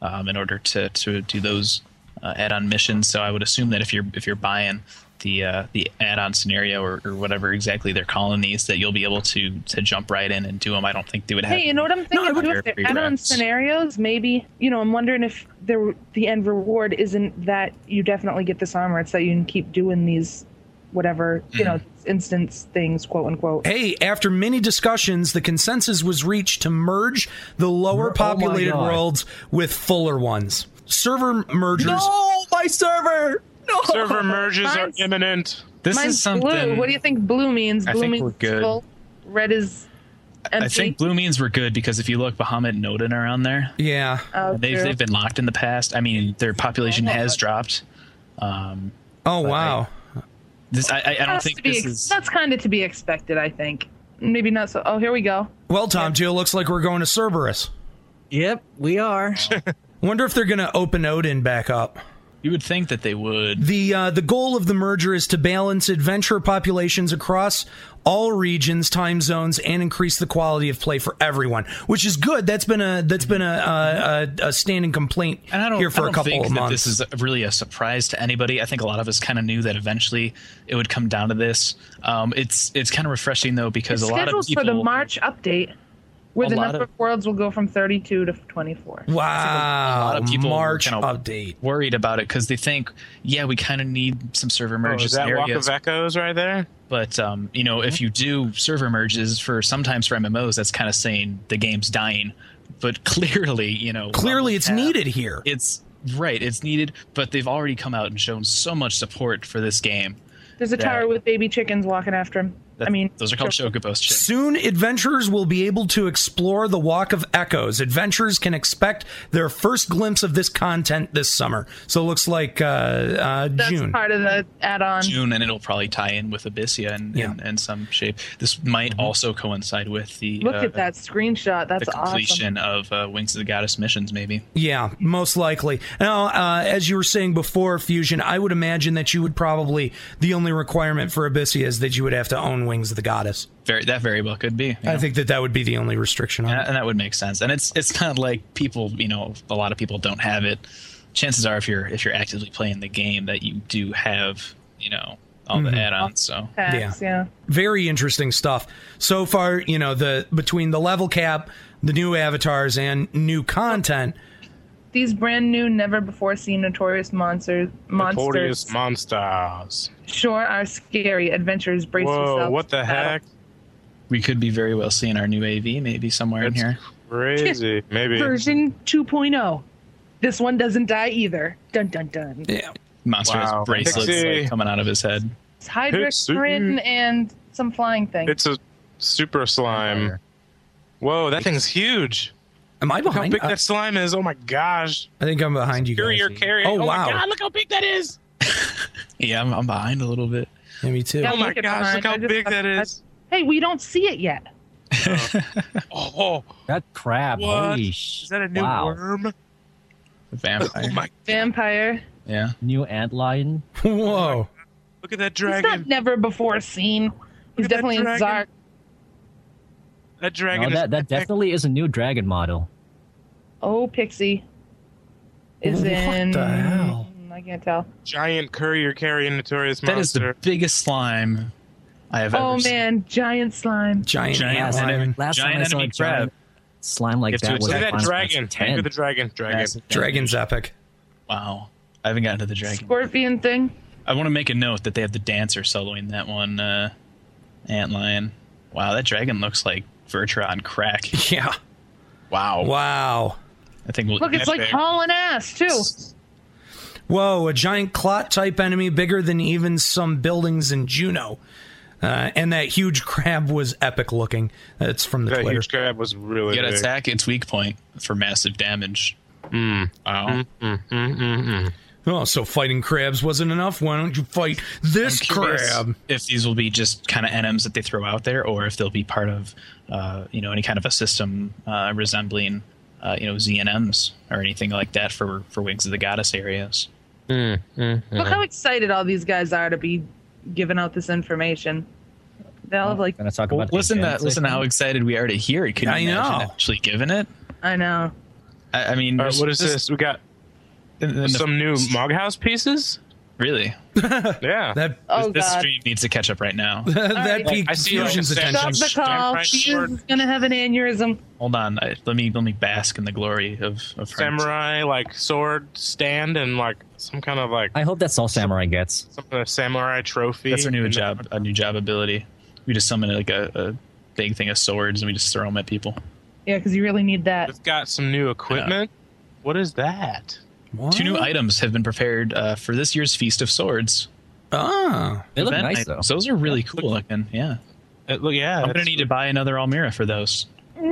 um, in order to to do those uh, add-on missions. So I would assume that if you're if you're buying the uh, the add-on scenario or, or whatever exactly they're calling these, that you'll be able to to jump right in and do them. I don't think they would have.
Hey, you know what I'm thinking? too? if they're add-on scenarios, maybe you know. I'm wondering if the the end reward isn't that you definitely get this armor. It's that you can keep doing these, whatever you know,
Mm-hmm.
instance things, quote unquote.
Hey, after many discussions, the consensus was reached to merge the lower populated
God.
worlds with fuller ones. Server mergers.
No,
my server. No.
Server merges are imminent.
Mine's Blue. What do you think blue means?
I
Blue
think
means
we're good.
full. Red is empty.
I think blue means we're good because if you look, Bahamut and Odin are on there.
Yeah,
Oh,
they've
true.
they've been locked in the past. I mean, their population has dropped. Um,
oh wow!
this I, I, I don't
That's
think
to be
this
ex-
is.
that's kind of to be expected. I think maybe not so. Oh, here we go.
Well, Tom Jill looks like we're going to Cerberus.
Yep, we are.
Wonder if they're going to open Odin back up.
You would think that they would.
The uh, the goal of the merger is to balance adventure populations across all regions, time zones, and increase the quality of play for everyone, which is good. That's been a that's been a a, a, a standing complaint
And I don't,
here for
I
a
don't
couple
think
of
that
months.
this is really a surprise to anybody. I think a lot of us kind of knew that eventually it would come down to this. Um, it's it's kind of refreshing though because
It's
a lot of
scheduled
people
for the March update, where
A
the
lot
number
of-
of, worlds will go from 32 to 24.
Wow.
a lot of people
March
kind of
update.
worried about it because they think, yeah, we kind of need some server
Oh,
merges.
is that
in
Walk of
areas.
Echoes right there?
But um, you know,
Mm-hmm.
if you do server merges for sometimes for MMOs, that's kind of saying the game's dying. But clearly, you know,
Clearly, it's needed here.
It's right, it's needed. But they've already come out and shown so much support for this game.
There's a
that-
tower with baby chickens walking after him.
that-
I mean,
those are called chocobos. Chip.
Soon, adventurers will be able to explore the Walk of Echoes. Adventurers can expect their first glimpse of this content this summer. So it looks like uh, uh,
that's
June.
part of the add-on.
June, and it'll probably tie in with Abyssia in, in, in some shape. This might also coincide with the
Mm-hmm. Look
uh,
at that screenshot. That's
the
awesome.
completion of uh, Wings of the Goddess missions, maybe.
Yeah, most likely. Now, uh, as you were saying before, Fusion, I would imagine that you would probably the only requirement for Abyssia is that you would have to own Wings of the Goddess.
Very that very well could be. you
I
know.
think that that would be the only restriction on
and,
it.
that- and that would make sense. And it's it's not like people, you know, a lot of people don't have it. Chances are, if you're if you're actively playing the game, that you do have, you know, all
Mm-hmm.
the add-ons. So
Packs, yeah.
very interesting stuff so far you know the between the level cap the new avatars and new content
These brand new, never before seen notorious monsters monsters
Notorious monsters.
sure are scary. Adventures brace yourself. Uh,
We could be very well seeing our new AV maybe somewhere in here.
Crazy, maybe.
Version 2.0. This one doesn't die either. Dun dun dun.
Yeah, monster has
Wow.
bracelets
Pixie.
like, coming out of his head.
It's Hydrocrine and some flying thing.
It's a super slime. Whoa, that thing's huge.
Am I
Look how
behind?
big
Uh,
that slime is. Oh my gosh.
i think i'm behind you
Carrier
guys.
carrier.
oh, wow
my god, look how big that is.
Yeah, I'm, I'm behind a little bit.
Yeah, me too.
Yeah,
oh my
look at
gosh,
mine.
look how
I just-
big that is.
Hey, we don't see it yet.
Oh,
That crab.
What?
Holy
is that a new
wow.
worm? Oh
Vampire.
Vampire.
Yeah.
New antlion.
Whoa.
Look at that
He's
dragon.
not never before seen. He's
at that
definitely in
dragon.
Zark.
That
No,
dragon
that
is
that definitely is a new dragon model.
Oh, Pixie. Is
What
in.
the hell?
I can't tell.
giant courier carrying notorious
That is
monster.
the biggest slime I have
Oh
ever seen.
man, giant slime.
giant,
Giant
ant
slime.
lion.
Last
Giant
time I saw
enemy
a giant slime like
Give to
that
it
was at
to
Look at that
Final
dragon.
Fantasy
Look at the
10.
dragon. Dragon.
Massive
dragon's epic
Wow. I haven't gotten to the dragon.
Scorpion thing.
I want to make a note that they have the dancer soloing that one uh, ant lion. Wow, that dragon looks like Vertra on crack.
yeah
Wow.
wow
I think we'll
Look, it's like hauling ass too.
Whoa, a giant clot type enemy bigger than even some buildings in Juneau. Uh, and that huge crab was epic looking. That's from the
That
Twitter.
huge crab was really
you gotta
big.
attack its weak point for massive damage.
Hmm.
Wow.
Oh, so fighting crabs wasn't enough. Why don't you fight this
I'm curious
crab?
If these will be just kind of NMs that they throw out there, or if they'll be part of, uh, you know, any kind of a system uh, resembling, uh, you know, ZNMs or anything like that for for Wings of the Goddess areas.
Hmm,
Look how excited all these guys are to be giving out this information. They'll have like,
Gonna talk
Well,
about the
listen to
Gen
listen to how excited we are to hear it. Can
I
you imagine
know.
actually giving it?
I know.
I, I mean,
All right,
there's-
what is this? We got
in- in the-
some new Mog House pieces?
really.
Yeah.
That
Oh
this
god.
stream needs to catch up right now.
that
right.
peaked
I see, like,
Fusion's
a
attention.
Stop the call.
Samurai sword.
Fuse is Oh, gonna have an aneurysm.
Hold on, I, let me let me bask in the glory of of friends.
samurai like sword stand and like some kind of like
I hope that's all Samurai gets.
some kind of samurai trophy.
That's our new
And-
job, a new job ability. We just summon like a, a big thing of swords and we just throw them at people.
Yeah, because you really need that.
We've got some new equipment. What is that?
Two new items have been prepared uh, for this year's Feast of Swords.
Ah,
They look
event
nice though.
items. Those are really cool looking. Yeah,
It, look, yeah,
I'm gonna need to buy another Almira for those.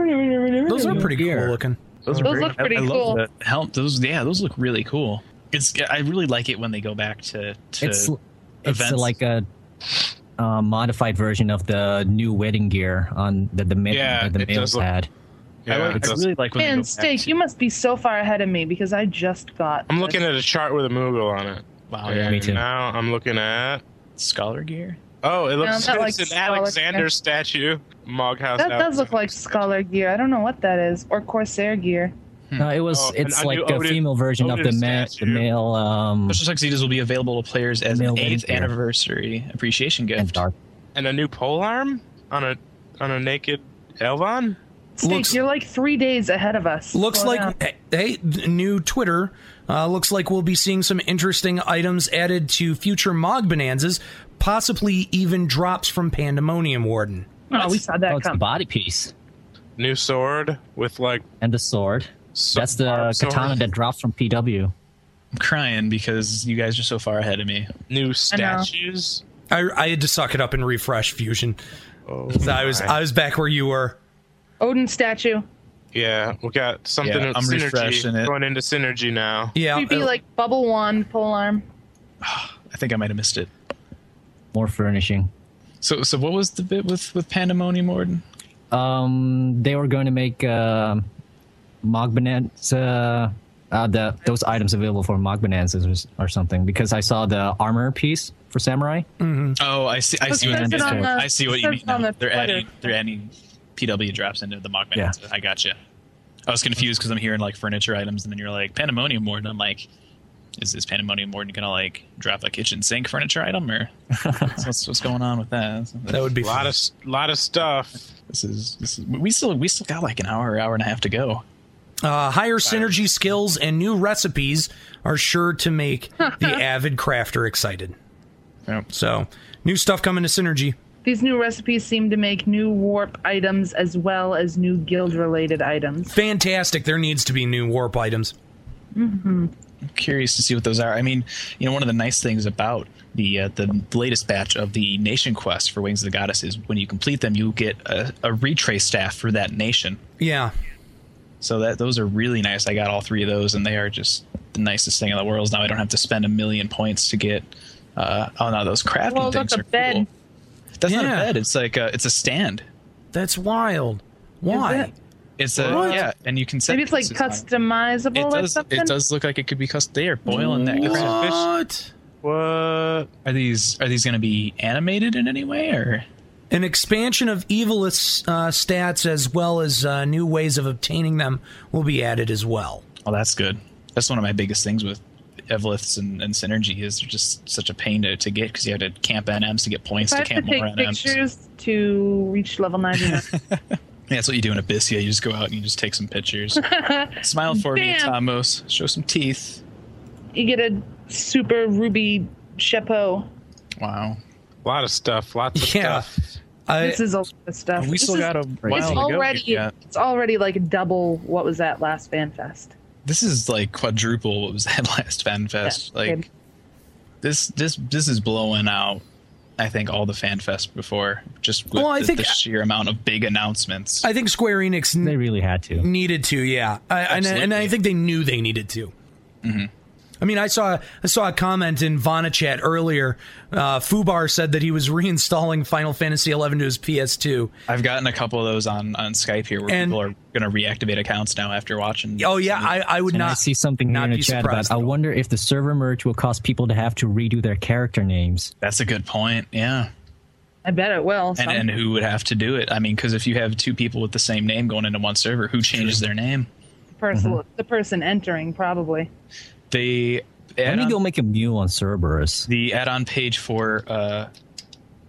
those are pretty
Here.
cool looking.
Those, are
Those look pretty
I, I
cool.
Love the help. Those, yeah, those look really cool. It's I really like it when they go back to to
It's it's
events.
like a uh, modified version of the new wedding gear on that the male
Yeah,
that the
it
males
does look-
had.
I,
Yeah,
like- I
that's-
really like when they go
Man,
back
steak,
to-
you must be so far ahead of me because I just got.
I'm
this.
looking at a chart with a Moogle on it.
wow,
and
yeah,
me too.
Now I'm looking at.
scholar gear.
Oh, it looks
that,
it's
like,
an
skull
Alexander
again.
statue. Mog House.
That does look
Alexander
like
statue.
scholar gear. I don't know what that is, or corsair gear.
No, it was
Oh, and
it's
I
like
knew
a
Odin-
female version of the
Odin's
ma- the
statue.
male um
Special tuxedos will be available to players as
Male
an
wedding
eighth
gear.
anniversary appreciation gift.
and dark.
And a new pole arm on a on a naked Elvon.
Steak,
Looks-
you're like three days ahead of us.
Looks
Slow down.
like hey, hey, th- new Twitter. Uh, looks like we'll be seeing some interesting items added to future Mog Bonanzas, possibly even drops from Pandemonium Warden.
Oh, we saw that
Oh, it's the
come.
body piece
New sword with like.
and the sword.
so-
That's the
barb sword.
katana that drops from PW.
I'm crying because you guys are so far ahead of me.
New
know.
statues.
I, I had to suck it up and refresh Fusion.
Oh,
I was I was back where you were.
Odin statue.
Yeah, we got something
Yeah,
with
I'm refreshing
synergy
it.
going into synergy now.
Yeah,
Creepy
uh,
like bubble wand pole arm.
I think I might have missed it.
More furnishing.
So, so what was the bit with with Pandemonium Warden?
Um, they were going to make um Mog Bonanza, uh, the those items available for Mog Bonanzas or s- or something. Because I saw the armor piece for Samurai.
Mm,
Oh, I see. I
Let's
see what you
search
mean.
Mm-hmm. it on
now.
the-
I see what you
search
mean.
it on
now.
the
They're
Twitter.
adding they're adding PW drops into the Mach
Yeah.
I gotcha. I was confused because I'm hearing like furniture items, and then you're like Pandemonium Warden. I'm like, Is this pandemonium warden gonna like drop a kitchen sink furniture item or what's, what's going on with that?
That would be
a lot of lot of stuff.
This is this is we still we still got like an hour hour and a half to go.
Uh, higher synergy skills and new recipes are sure to make the avid crafter excited. So, new stuff coming to synergy.
These new recipes seem to make new warp items as well as new guild related items.
Fantastic. There needs to be new warp items.
Mm-hmm.
I'm curious to see what those are. I mean, you know, one of the nice things about the uh, the latest batch of the nation quests for Wings of the Goddess is when you complete them, you get a, a retrace staff for that nation.
Yeah.
So that those are really nice. I got all three of those, and they are just the nicest thing in the world. Now I don't have to spend a million points to get. Uh, oh no, those crafting
Whoa,
things
look, a
are
bed.
cool. That's not a
Yeah.
bed. It's like a, it's a stand.
That's wild. Why?
It's a
What?
yeah, and you can set
Maybe it's like
pieces on it.
customizable
It
or
does.
something.
It does look like it could be custom. They are boiling that crap.
What?
What are
these? Are these going to be animated in any way, or
An expansion of evilist uh, stats as well as uh, new ways of obtaining them will be added as well.
Oh, that's good. That's one of my biggest things with Eveliths and, and Synergy is they're just such a pain to, to get because you have to camp NMs to get points
If I
to
have to
camp more
take
NMs.
pictures to reach level 99.
Yeah, that's what you do in Abyssia. You just go out and you just take some pictures. Smile for me,
Bam.
Tomos. Show some teeth.
you get a super ruby chapeau.
Wow.
A lot of stuff. Lots of
yeah.
stuff.
this is a lot of stuff.
We
This
still
is-
got a while
it's
to go
already,
here, yeah.
It's already like double what was at last FanFest.
This is like quadruple what was that last FanFest. like this, this, this is blowing out. I think all the FanFest before, just with
Well, I
the,
think-
the sheer amount of big announcements.
I think Square Enix they
really had to
needed to, yeah, I, and, and I
Absolutely.
think they knew they needed to. I mean, I saw I saw a comment in Vana chat earlier. Uh, Fubar said that he was reinstalling Final Fantasy XI to his PS2.
I've gotten a couple of those on on Skype here where
And-
people are going to reactivate accounts now after watching.
Oh yeah, I, I would
and
not
I see something here
not
in the
be
chat
surprised
about. I wonder if the server merge will cause people to have to redo their character names.
That's a good point. Yeah.
I bet it will.
And,
some-
and who would have to do it? I mean, because if you have two people with the same name going into one server, who changes their name?
the person,
Mm-hmm.
the person entering probably.
They
Let
add
me
on,
go make a mule on Cerberus.
the add-on page for uh,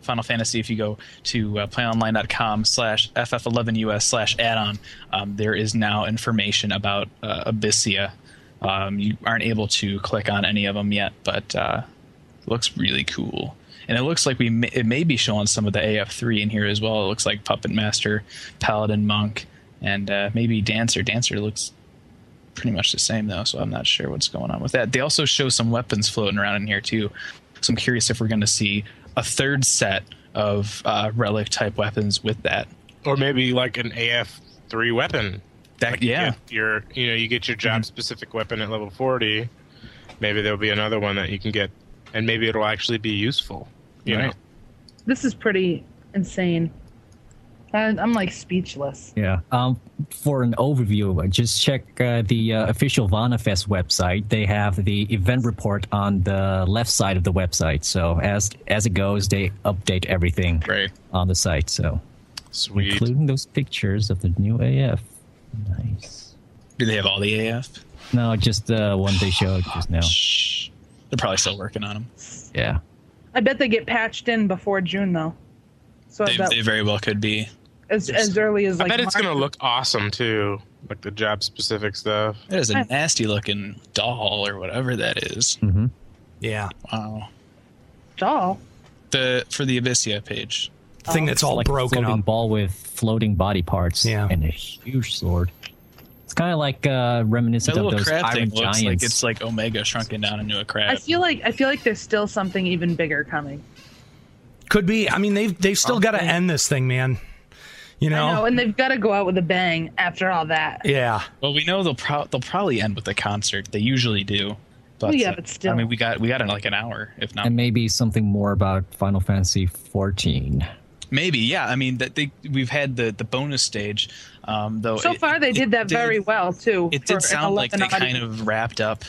Final Fantasy. If you go to uh, playonline.com/ff11us/add-on, slash add-on, um, there is now information about uh, Abyssia. Um, you aren't able to click on any of them yet, but uh, looks really cool. And it looks like we may, it may be showing some of the AF3 in here as well. It looks like Puppet Master, Paladin Monk, and uh, maybe Dancer. Dancer looks pretty much the same though, so I'm not sure what's going on with that. They also show some weapons floating around in here too, so I'm curious if we're going to see a third set of uh, relic type weapons with that.
Or maybe like an AF three weapon.
That yeah, Mm-hmm.
If you're you know, you get your job specific weapon at level forty, maybe there'll be another one that you can get and maybe it'll actually be useful. You know?
Right.
This is pretty insane. I, I'm like speechless.
Yeah. Um, for an overview, uh, just check uh, the uh, official VanaFest website. They have the event report on the left side of the website. So as as it goes, they update everything
right.
on the site. So,
Sweet.
including those pictures of the new AF. Nice.
Do they have all the AF?
No, just the one they showed just now.
They're probably still working on them.
Yeah.
I bet they get patched in before June though. So I
They,
bet
they very well could be.
as, as early as like
I bet it's
March.
gonna look awesome too. Like the job specific stuff.
That is a nasty looking doll or whatever that is.
Mm-hmm.
Yeah,
Wow.
doll.
The for the Abyssia page.
thing that's all
Oh. like a
broken
floating
up.
ball with floating body parts
Yeah.
and a huge sword. It's kind of like uh,
That
reminiscent of
little
those
crab thing
Iron
looks
Giants.
like it's like Omega shrunken down into a crab.
I feel like I feel like there's still something even bigger coming.
Could be. I mean, they've they've still got to end this thing, man. You know.
I know, and they've got to go out with a bang after all that.
Yeah.
Well, we know they'll pro- they'll probably end with a concert. They usually do. But,
Well, yeah,
uh,
but still.
I mean, we got we got in like an hour, if not
and maybe something more about Final Fantasy 14.
maybe. Yeah, I mean that they we've had the the bonus stage, um, though.
So
it-
far, they
it
did that
did-
very well too.
It
for
did
an
sound like they
11
kind
audience.
of wrapped up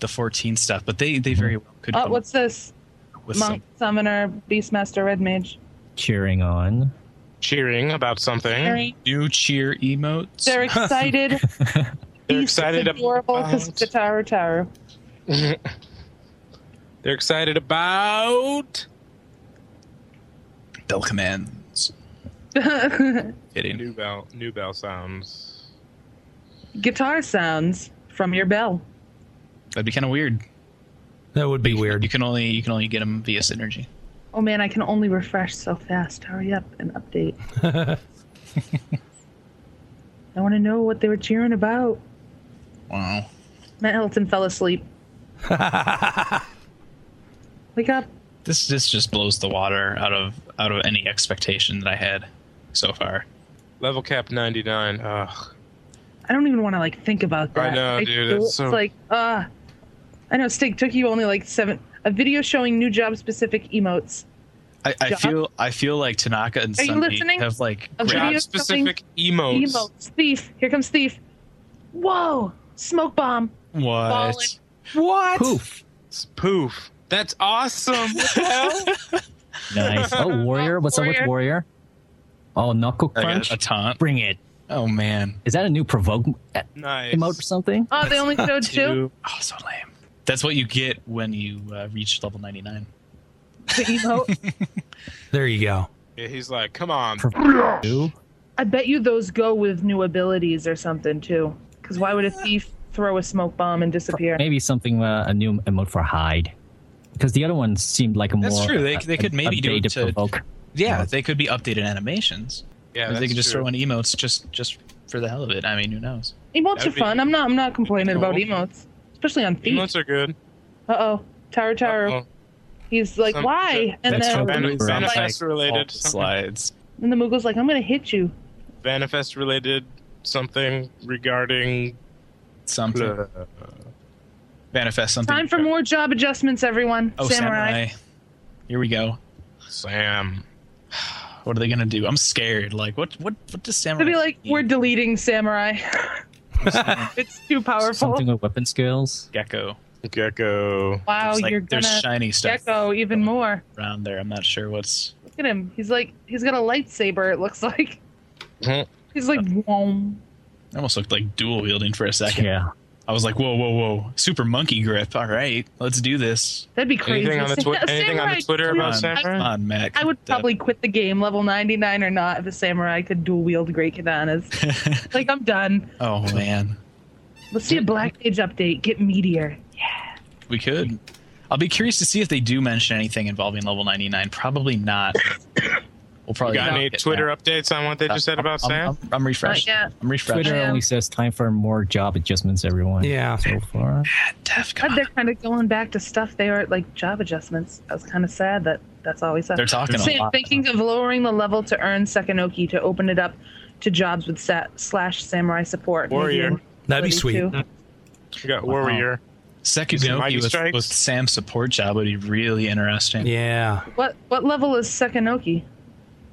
the 14 stuff, but they they very well could.
Oh,
come
what's this?
with
Monk, summoner, beastmaster, red mage.
Cheering on.
Cheering about something.
Cheering.
new cheer emotes?
They're excited.
They're
It's
excited
adorable
about
because Kataru Taru.
They're excited about
bell commands. Kidding.
new bell. New bell sounds.
Guitar sounds from your bell.
That'd be kind of weird.
That would be weird.
You can only you can only get them via synergy.
Oh man, I can only refresh so fast. Hurry up and update. I want to know what they were cheering about.
Wow.
Matt Hilton fell asleep. Wake up.
This this just blows the water out of out of any expectation that I had so far.
Level cap ninety nine. Ugh.
I don't even want to like think about that.
I know, dude,
do.
it's
It's
so-
like, ah. I know. Stig took you only like seven. A video showing new job specific emotes.
I, I
Job-
feel I feel like Tanaka and
Are you
Sunny
listening?
have like
A
great-
video specific
emotes.
Emotes. Thief. Here comes thief. Whoa! Smoke bomb.
what?
Fallen.
What?
Poof.
Poof. That's awesome. What the hell?
Nice. Oh, warrior. What's up with warrior? Oh, knuckle
Like a-
crunch.
a taunt.
Bring it.
Oh man,
Is that a new provoke uh,
Nice.
emote or something?
Oh, they only showed two.
Oh, so lame. That's what you get when you uh, reach level ninety nine.
The emote.
There you go.
Yeah, he's like, come on.
I bet you those go with new abilities or something too. Because why would a thief throw a smoke bomb and disappear?
Maybe something uh, a new emote for hide, because the other one seemed like a
That's
more.
true. They-
uh,
they could
a-
maybe do it
updated
to-
provoke.
Yeah, they could be updated animations.
Yeah,
Or they
that's
could just
true.
throw in emotes just just for the hell of it. I mean, who knows?
Emotes
That'd
are
be-
fun. I'm not. I'm not complaining about
No.
emotes, especially on thief.
Emotes are good.
Uh oh, Taro Taro.
Uh-oh.
He's like,
Some-
why? And
That's
then
what
Van-
Sounds like
Vanifest
all
related.
the slides.
and the Moogle's like, I'm gonna hit you.
Vanifest related something regarding.
Something. Manifest something.
Time for more job adjustments, everyone.
oh, samurai. Here we go.
Sam.
What are they gonna do? I'm scared. Like, what? What? What does samurai?
To be like,
mean?
we're deleting samurai. it's too powerful.
Something with weapon skills.
gecko.
Gecko.
Wow,
There's, like-
you're
there's
gonna
shiny stuff
gecko even more.
around there. I'm not sure what's.
Look at him. He's like, he's got a lightsaber. It looks like
Mhm.
he's like,
Uh,
whoom.
It almost looked like dual wielding for a second.
Yeah.
I was like, whoa, whoa, whoa, super monkey grip. All right, let's do this.
That'd be crazy.
Anything on the, twi-
Sam-
anything on
samurai
the Twitter
dual-
about Samurai?
Come on, Mac.
I would probably quit the game, level 99 or not, if a samurai could dual wield great katanas. like, I'm done.
oh man,
Let's see a Black Age update. Get Meteor.
we could. I'll be curious to see if they do mention anything involving level 99. Probably not. We'll
You
probably
got
not
any
get
Twitter
that.
updates on what they just said about
I'm,
Sam?
I'm, I'm refreshed.
Not yet.
I'm refreshed.
Twitter
Yeah.
only says time for more job adjustments. Everyone.
Yeah.
So far.
Def, come
God,
on.
they're kind of going back to stuff they are like job adjustments. I was kind of sad that that's all we said.
They're talking a
Sam,
lot.
thinking of lowering the level to earn Sekinoki to open it up to jobs with sa- slash samurai support. Maybe
Warrior.
in
That'd be
32.
sweet.
You got Warrior. Some Mighty
Sekinoki with,
Strikes?
with Sam's support job would be really interesting.
Yeah.
What what level is Sekinoki?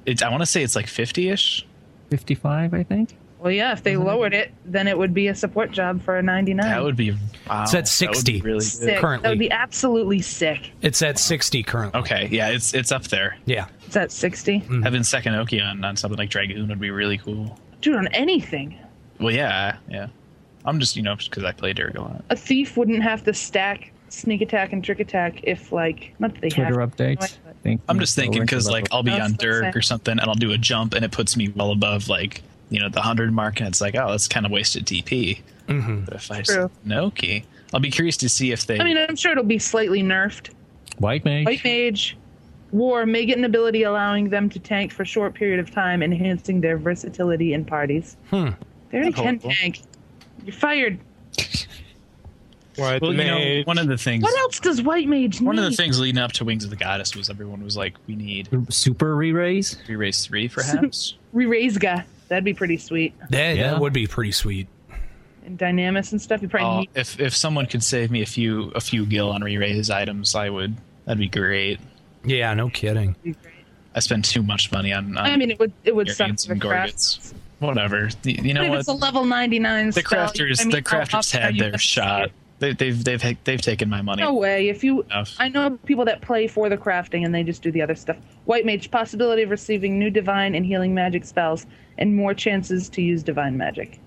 It's, I want to say it's like 50-ish.
55, I think.
Well, yeah, if they lowered it, then it would be a support job for a 99.
That would be wow.
It's at
That would
60.
be really good.
sick.
currently.
That would be absolutely sick.
It's at 60 currently.
Okay, yeah, it's it's up there.
Yeah. Mm-hmm.
It's at 60.
Having Sekinoki on, on something like Dragoon would be really cool.
Dude, on anything.
Well, yeah, yeah. I'm just you know just because I play Dirk a lot.
A thief wouldn't have to stack sneak attack and trick attack if, like, not that they have
Twitter
to,
updates. I think
I'm just
we're
thinking
going to
because
level-
like I'll be
That's
on
what I'm
Dirk
saying.
or something, and I'll do a jump, and it puts me well above like you know the hundred mark, and it's like oh that's kind of wasted DP.
Mhm.
But if I
True.
Sekinoki, I'll be curious to see if they.
I mean, I'm sure it'll be slightly nerfed.
White mage.
White Mage, War may get an ability allowing them to tank for a short period of time, enhancing their versatility in parties.
Hmm.
They already
That's
can
helpful.
tank. You're fired.
White
well, you know,
Mage.
one of the things.
What else does White Mage need?
One of the things leading up to Wings of the Goddess was everyone was like, we need
Super re-raise.
three race three, perhaps.
Reraizga. That'd be pretty sweet.
That,
Yeah.
that would be pretty sweet.
And Dynamis and stuff. You probably
Oh,
need.
if if someone could save me a few a few gil on re-raise items, I would. That'd be great.
Yeah, no kidding.
I spend too much money on. on
I mean, it would it would suck
Guardians
for
uh, and
crafts.
whatever. You, you
But
know
if it's a
what?
level 99
The
spell,
crafters,
I mean,
the
how
crafters
often are
had
you
their
gonna see
shot.
it?
They, they've they've they've taken my money.
No way. If you,
enough.
I know people that play for the crafting and they just do the other stuff. White mage possibility of receiving new divine and healing magic spells and more chances to use divine magic.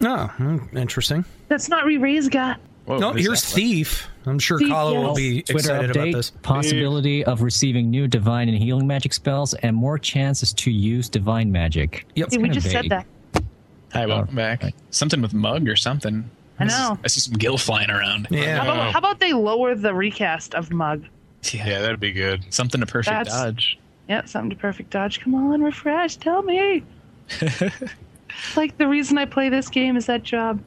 Oh, hmm, interesting.
That's not re-raise guy.
Whoa, no, here's Thief. I'm sure Kala will be
Twitter
excited
update,
about this.
Possibility of receiving new divine and healing magic spells and more chances to use divine magic. It's kinda vague.
Oh,
Hi, welcome back. Something with mug or something.
I know.
I see some gill flying around.
How about, how about they lower the recast of Mug?
yeah. that'd be good. Something to perfect
That's-
dodge.
Yeah, something to perfect dodge. Come on, refresh. Tell me. It's like the reason I play this game is that job.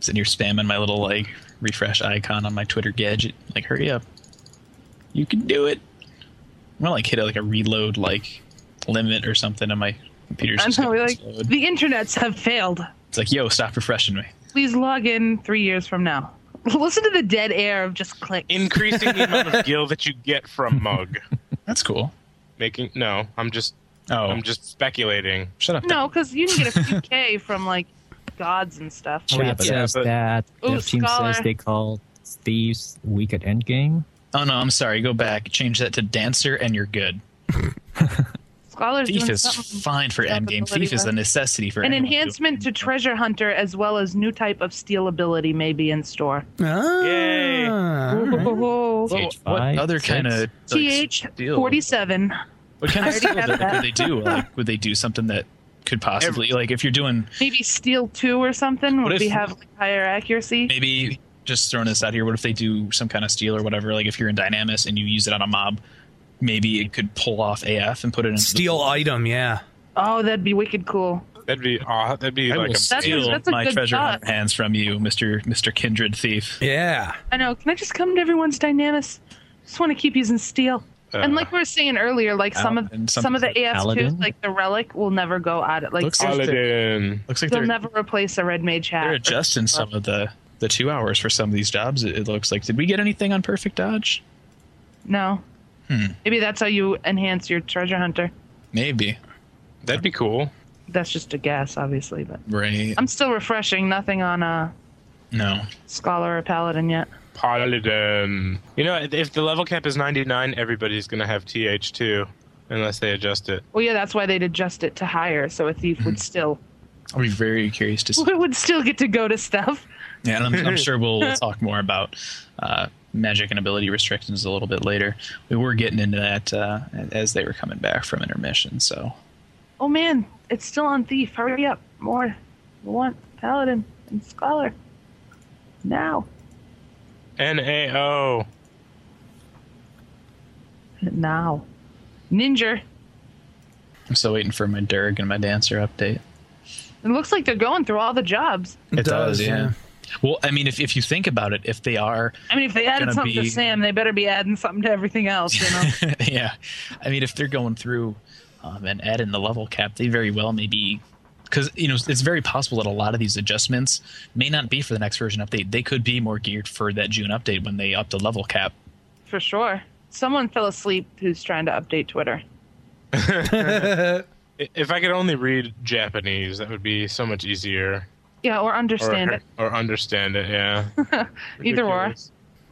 Sitting here spamming my little like refresh icon on my Twitter gadget. Like, hurry up. You can do it. I'm gonna like hit like a reload like limit or something on my computer.
I know, like the internets have failed.
It's like, yo, stop refreshing me.
Please log in three years from now. Listen to the dead air of just click.
Increasing the amount of gil that you get from mug.
That's cool.
Making no, I'm just. Oh. I'm just speculating.
Shut up.
No, because you can get a few K from like gods and stuff.
Oh,
Chat
Oh,
says that.
Ooh,
Dev team
scholar.
says they call thieves weak at endgame.
Oh no, I'm sorry. Go back. Change that to dancer, and you're good.
Scholars
Thief
doing
is
something.
fine for endgame.
ability
Thief is a
with-
necessity for
An
anyone.
enhancement to treasure hunter as well as new type of steal ability may be in store.
Ah,
Yay!
Ooh.
Well, what other kind of
TH forty seven.
What kind of
I already
steal
have
would
that.
would they do? uh? Like, would they do something that could possibly like if you're doing
Maybe steal two or something.
What
Would
if-
we have like, higher accuracy?
maybe just throwing this out here? What if they do some kind of steal or whatever? Like if you're in Dynamis and you use it on a mob, maybe it could pull off AF and put it in
Steal item, yeah.
Oh, that'd be wicked cool.
That'd be aw- that'd be
I
like
will
a
steal
That's a- that's a
my
good
treasure
thought.
hands from you, Mister Mister Kindred Thief.
Yeah.
I know. Can I just come to everyone's dynamis? Just want to keep using steel.
Uh,
and like we were saying earlier, like some of
Paladin,
some of the
something-
AS2s,
Paladin?
like the relic, will never go out. Like
Looks like
they'll,
Paladin.
Looks like
they'll
they're
never replace a red mage
they're
hat.
adjusting some of the the two hours for some of these jobs. It, it looks like. Did we get anything on perfect dodge?
No,
Hmm.
maybe that's how you enhance your treasure hunter.
Maybe.
That'd be cool.
That's just a guess, obviously, but
Right.
I'm still refreshing. Nothing on a
No.
scholar or paladin yet.
Paladin. um, You know, if the level cap is 99, everybody's gonna have TH2 unless they adjust it.
Well, yeah, that's why they'd adjust it to higher, so a thief would still
I'll be very Hmm. curious to see.
would still get to go to stuff.
Yeah, and I'm, I'm sure we'll we'll talk more about uh, magic and ability restrictions a little bit later. We were getting into that uh, as they were coming back from intermission. So
Oh man, it's still on thief. Hurry up, more. We want paladin and scholar now.
NAO.
Now. Ninja.
I'm still waiting for my Durg and my Dancer update.
It looks like they're going through all the jobs.
Well, I mean, if, if you think about it, if they are,
I mean, if they added
Gonna
something
be-
to Sam, they better be adding something to everything else, you know?
yeah, I mean, if they're going through um, and adding the level cap, they very well may be because you know it's very possible that a lot of these adjustments may not be for the next version update. They could be more geared for that June update when they up the level cap.
For sure. Someone fell asleep who's trying to update Twitter.
I- if I could only read Japanese, that would be so much easier.
Yeah, or understand
or,
it.
Or understand it, yeah.
Either or.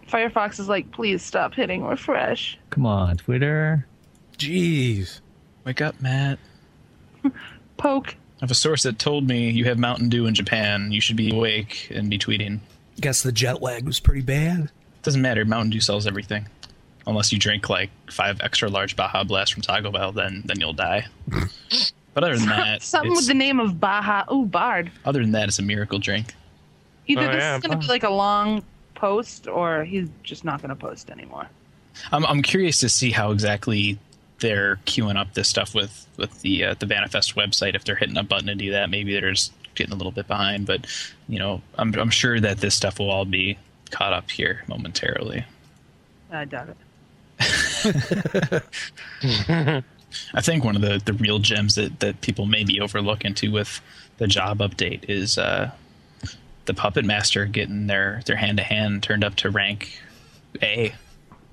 Firefox is like, please stop hitting refresh.
Come on, Twitter.
Jeez.
Wake up, Matt.
Poke.
I have a source that told me you have Mountain Dew in Japan. You should be awake and be tweeting.
Guess the jet lag was pretty bad.
Doesn't matter. Mountain Dew sells everything, unless you drink like five extra large Baja Blast from Taco Bell. Then then you'll die. but other than that,
Something
it's-
with the name of Baja. Ooh, Bard.
other than that, it's a miracle drink.
Either
Oh,
this
yeah,
is going to be
Bard.
like a long post or he's just not going to post anymore.
I'm I'm curious to see how exactly they're queuing up this stuff with with the uh, the Vanifest website. If they're hitting a button to do that, maybe they're just getting a little bit behind. But you know, I'm I'm sure that this stuff will all be caught up here momentarily.
I doubt it.
I think one of the, the real gems that, that people may be overlooking too with the job update is uh, the puppet master getting their their hand to hand turned up to rank A.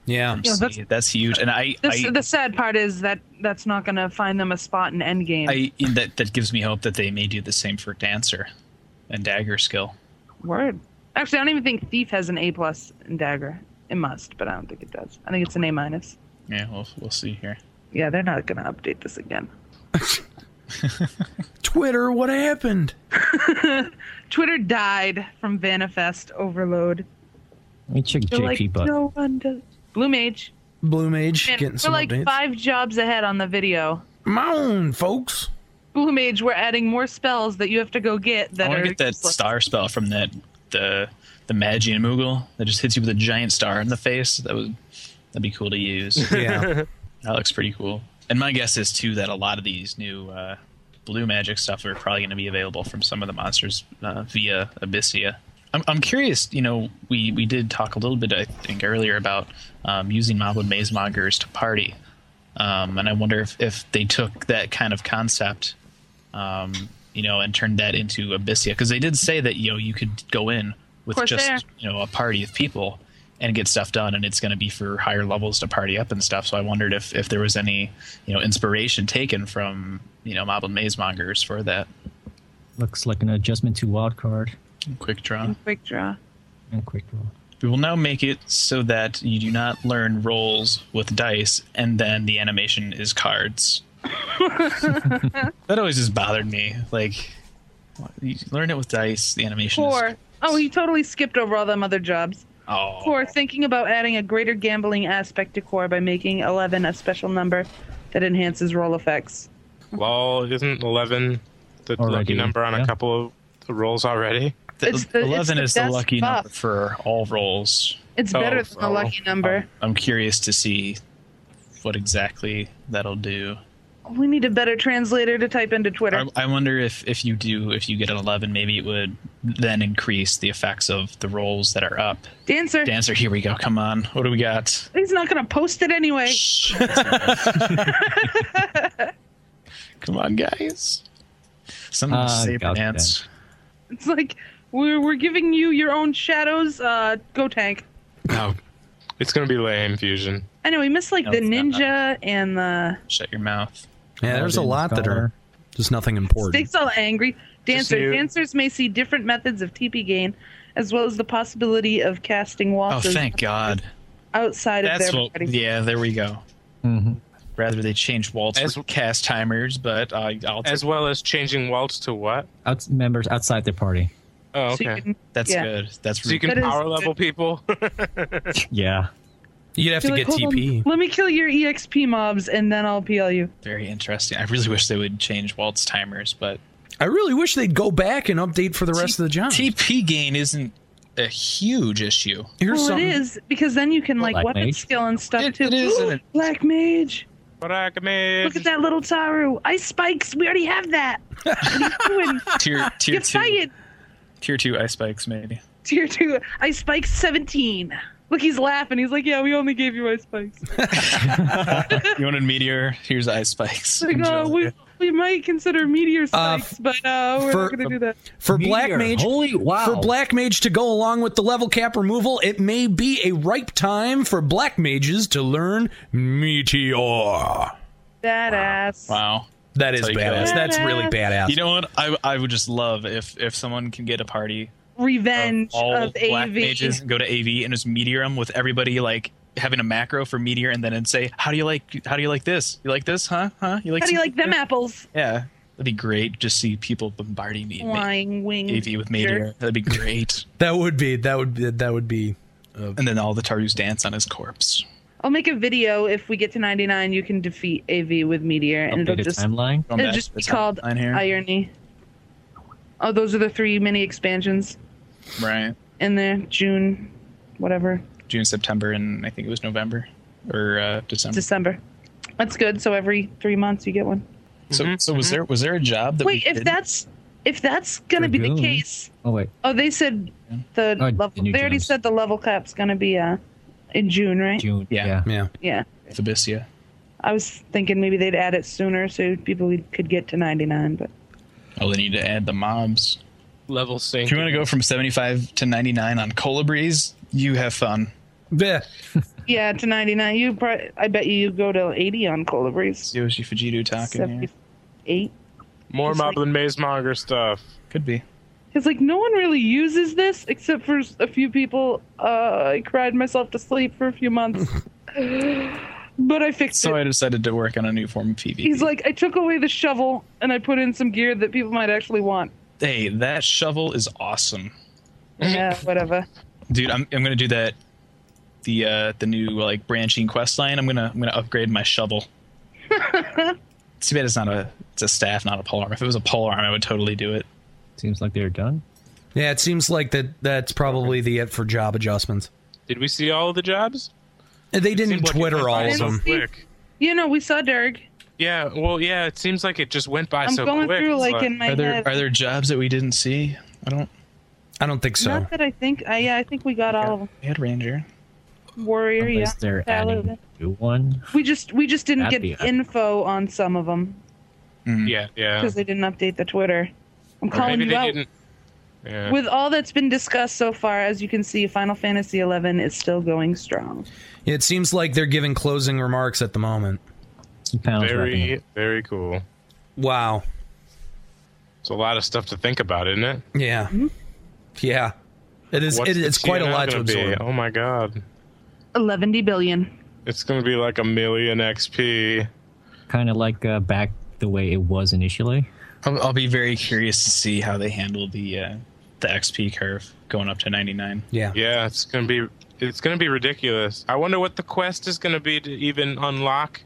Yeah,
Yeah,
that's, that's huge. And I,
This,
I
the sad part is that that's not going to find them a spot in Endgame.
I that that gives me hope that they may do the same for dancer and dagger skill.
Word. Actually, I don't even think Thief has an A plus in Dagger. It must, but I don't think it does. I think it's an A minus.
Yeah, we'll we'll see here.
Yeah, they're not going to update this again.
Twitter, what happened?
Twitter died from Vanifest overload.
Let me check
They're
JP
like,
Buck.
no one does. Blue Mage.
Blue Mage
Man,
getting
we're
some
like
updates.
five jobs ahead on the video.
My own folks.
Blue Mage, we're adding more spells that you have to go get
I
that
want
are
to get that star spell from that the the Magian Moogle that just hits you with a giant star in the face. That would that'd be cool to use.
Yeah.
that looks pretty cool. And my guess is too that a lot of these new uh, blue magic stuff are probably going to be available from some of the monsters uh, via Abyssia. I'm, I'm curious. You know, we we did talk a little bit I think earlier about um, using Moblin Maze Mongers to party, um, and I wonder if if they took that kind of concept um, you know, and turned that into Abyssia because they did say that you know you could go in with
Corsair.
just you know a party of people and get stuff done, and it's going to be for higher levels to party up and stuff. So I wondered if if there was any you know inspiration taken from you know Moblin Maze Mongers for that
Looks like an adjustment to wildcard
quick draw.
quick draw.
and quick roll.
We will now make it so that you do not learn rolls with dice, and then the animation is cards. that always just bothered me. Like, you learn it with dice, the animation is
Poor. Oh, he totally skipped over all them other jobs.
Oh.
Core thinking about adding a greater gambling aspect to core by making 11 a special number that enhances roll effects.
Lol, isn't 11 the
Already,
lucky number on
yeah.
a couple of rolls already?
The-
It's the- it's
11
the
is the
best
lucky
buff.
number for all rolls.
It's
Oh,
better than a lucky number.
I'm curious to see what exactly that'll do.
We need a better translator to type into Twitter.
I, I wonder if if you do if you get an 11 maybe it would then increase the effects of the rolls that are up.
Dancer.
Dancer, here we go. Come on. What do we got?
He's not going to post it anyway.
Come on, guys. Something
Ah,
to say
God,
dance.
It's like we're we're giving you your own shadows. Uh, go tank.
No. It's going to be lame, Fusion.
I know we missed like
No,
the
it's not.
ninja and the
Shut your mouth.
Yeah, there's a lot that are just nothing important.
stakes. All angry dancer.
you.
Dancers may see different methods of TP gain, as well as the possibility of casting
Oh,
waltzes
thank God.
outside
That's
of their
what.
party.
Yeah, there we go. Rather they change waltz for cast timers, but I, I'll
As well as changing waltz to what?
Out, members outside their party.
Oh,
So you
okay.
can-
That's
yeah.
good. That's
so you can
That is
power
good.
level people.
Yeah.
You'd have
You're like, "Hold on, let me kill your exp mobs and then I'll PL you.
Very interesting. I really wish they would change waltz timers, but
I really wish they'd go back and update for the rest of the job.
TP gain isn't a huge issue.
well, it is because then you can like
Black
weapon
mage.
skill and stuff too.
it is, isn't it?
Black mage.
Black mage.
Look at that little Taru. Ice spikes. We already have that. What are you doing?
Tier tier
Get
two,
fired.
tier two ice spikes maybe.
Tier two. Ice spikes seventeen. Look, he's laughing. He's like, "Yeah, we only gave you ice spikes.
you wanted meteor? Here's ice spikes.
Like, oh, we we might consider meteor
Uh,
spikes, but uh, we're
for-
not gonna do that."
For black mage, For black mage to go along with the level cap removal, it may be a ripe time for black mages to learn meteor.
badass.
Wow.
That is badass. That's really badass.
You know what? I, I would just love if if someone can get a party
Revenge
all
of,
black
AV.
mages and go to AV and just meteor 'em with everybody like having a macro for meteor and then it'd say how do you like how do you like this you like this huh huh you like
How do you
some-
like them apples?
yeah that'd be great just see people bombarding me
Flying wing.
AV with meteor that'd be great
that would be that would be that would be uh,
and then all the Tarus dance on his corpse
I'll make a video if we get to 99. You can defeat AV with Meteor, and it'll
Updated
just
timeline? Going
It'll
back
just
to
be
the
called
timeline here.
Irony. Oh, those are the three mini expansions
right
in there. June, whatever,
June September and I think it was November or uh, December
December. That's good. So every three months you get one.
so so was there was there a job that we
Mm-hmm. Wait, if
did?
that's if that's gonna be the
Dragoon.
case.
Oh wait.
Oh, they said the
Oh,
level.
the new
they already
jobs.
said the level cap's gonna be uh in June, right?
June. Yeah.
Yeah.
Yeah.
With Abyssia.
I was thinking maybe they'd add it sooner so people could get to 99, but
Oh, they need to add the mobs.
Level sync.
If you want to go from 75 to 99 on Colibris, you have fun.
Yeah.
yeah, to 99. You probably, I bet you you go to 80 on Colibris.
Yoshi Fujidu talking. here.
78.
More
It's like-
Moblin Maze Monger stuff.
Could be.
It's like no one really uses this except for a few people. Uh, I cried myself to sleep for a few months. But I fixed
so
it.
I decided to work on a new form of PvP.
He's like, I took away the shovel and I put in some gear that people might actually want.
hey, that shovel is awesome,
Yeah, whatever.
dude. I'm I'm gonna do that. The uh the new like branching quest line. I'm gonna I'm gonna upgrade my shovel. Too bad it's not a it's a staff, not a polearm. If it was a polearm, I would totally do it.
Seems like they're done.
Yeah, it seems like that. That's probably the it for job adjustments.
Did we see all of the jobs?
They didn't
like it went
Twitter all
by
of
so
them.
quick.
You know, we saw Derg.
Yeah, well, yeah. It seems like it just went by
I'm
so
going
quick.
through,
It's
like, in my
Are there
head.
are there jobs that we didn't see? I don't.
I don't think
Not that I think. I, yeah, I think we got all of
Head ranger.
them. Warrior,
Unless
yeah.
they're
Paladin.
adding a new one.
We just we just didn't
That'd
get
be-
info on some of them
Mm.
Yeah, yeah.
because they didn't update the Twitter. I'm
Or
calling
maybe
you
they
out.
didn't- Yeah.
With all that's been discussed so far, as you can see, Final Fantasy XI is still going strong.
It seems like they're giving closing remarks at the moment.
very, very cool.
Wow.
It's a lot of stuff to think about, isn't it?
Yeah.
Mm-hmm.
Yeah. It is.
What's
It,
the
it's quite a
TNL
lot to
gonna be?
absorb.
Oh my god,
11 billion.
it's going to be like a million XP.
Kind of like uh, back the way it was initially.
I'll, I'll be very curious to see how they handle the uh, the XP curve going up to 99.
Yeah.
Yeah, it's gonna be it's gonna be ridiculous. I wonder what the quest is gonna be to even unlock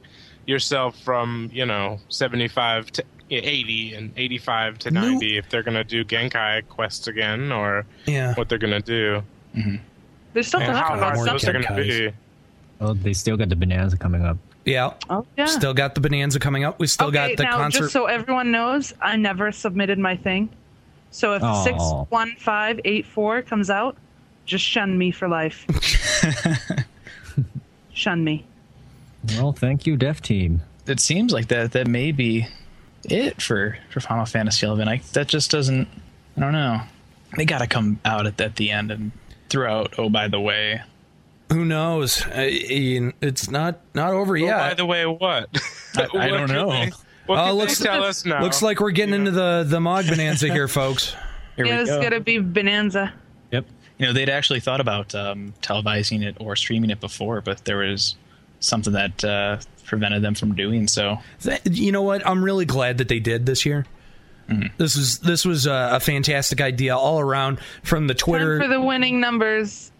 yourself from you know seventy five to eighty and eighty five to ninety if they're gonna do Genkai quests again or
Yeah.
what they're gonna do.
Mm-hmm.
There's still
And how hard those are gonna be.
Oh, they still got the bonanza coming up.
Yeah.
Oh, yeah.
Still got the bonanza coming up. We still
Okay,
got the
now,
concert.
just so everyone knows, I never submitted my thing. So if
Aw.
61584 comes out, just shun me for life. shun me.
Well, thank you, Dev Team.
It seems like that that may be it for for Final Fantasy 11. I that just doesn't. I don't know. They got to come out at, at the end and throw out. Oh, by the way,
Who knows? Oh, I- I- It's not not over
Oh,
yet.
by the way, what?
I, I don't know.
What
Uh,
can
looks-
they tell us now?
Looks like we're getting into the the mod bonanza here, folks.
Here we
yeah, it's
go.
going to be Bonanza.
Yep.
You know, they'd actually thought about um, televising it or streaming it before, but there was something that uh, prevented them from doing so.
Th- you know what? I'm really glad that they did this year.
Mm-hmm.
This is this was a, a fantastic idea all around from the Twitter.
Time for the winning numbers.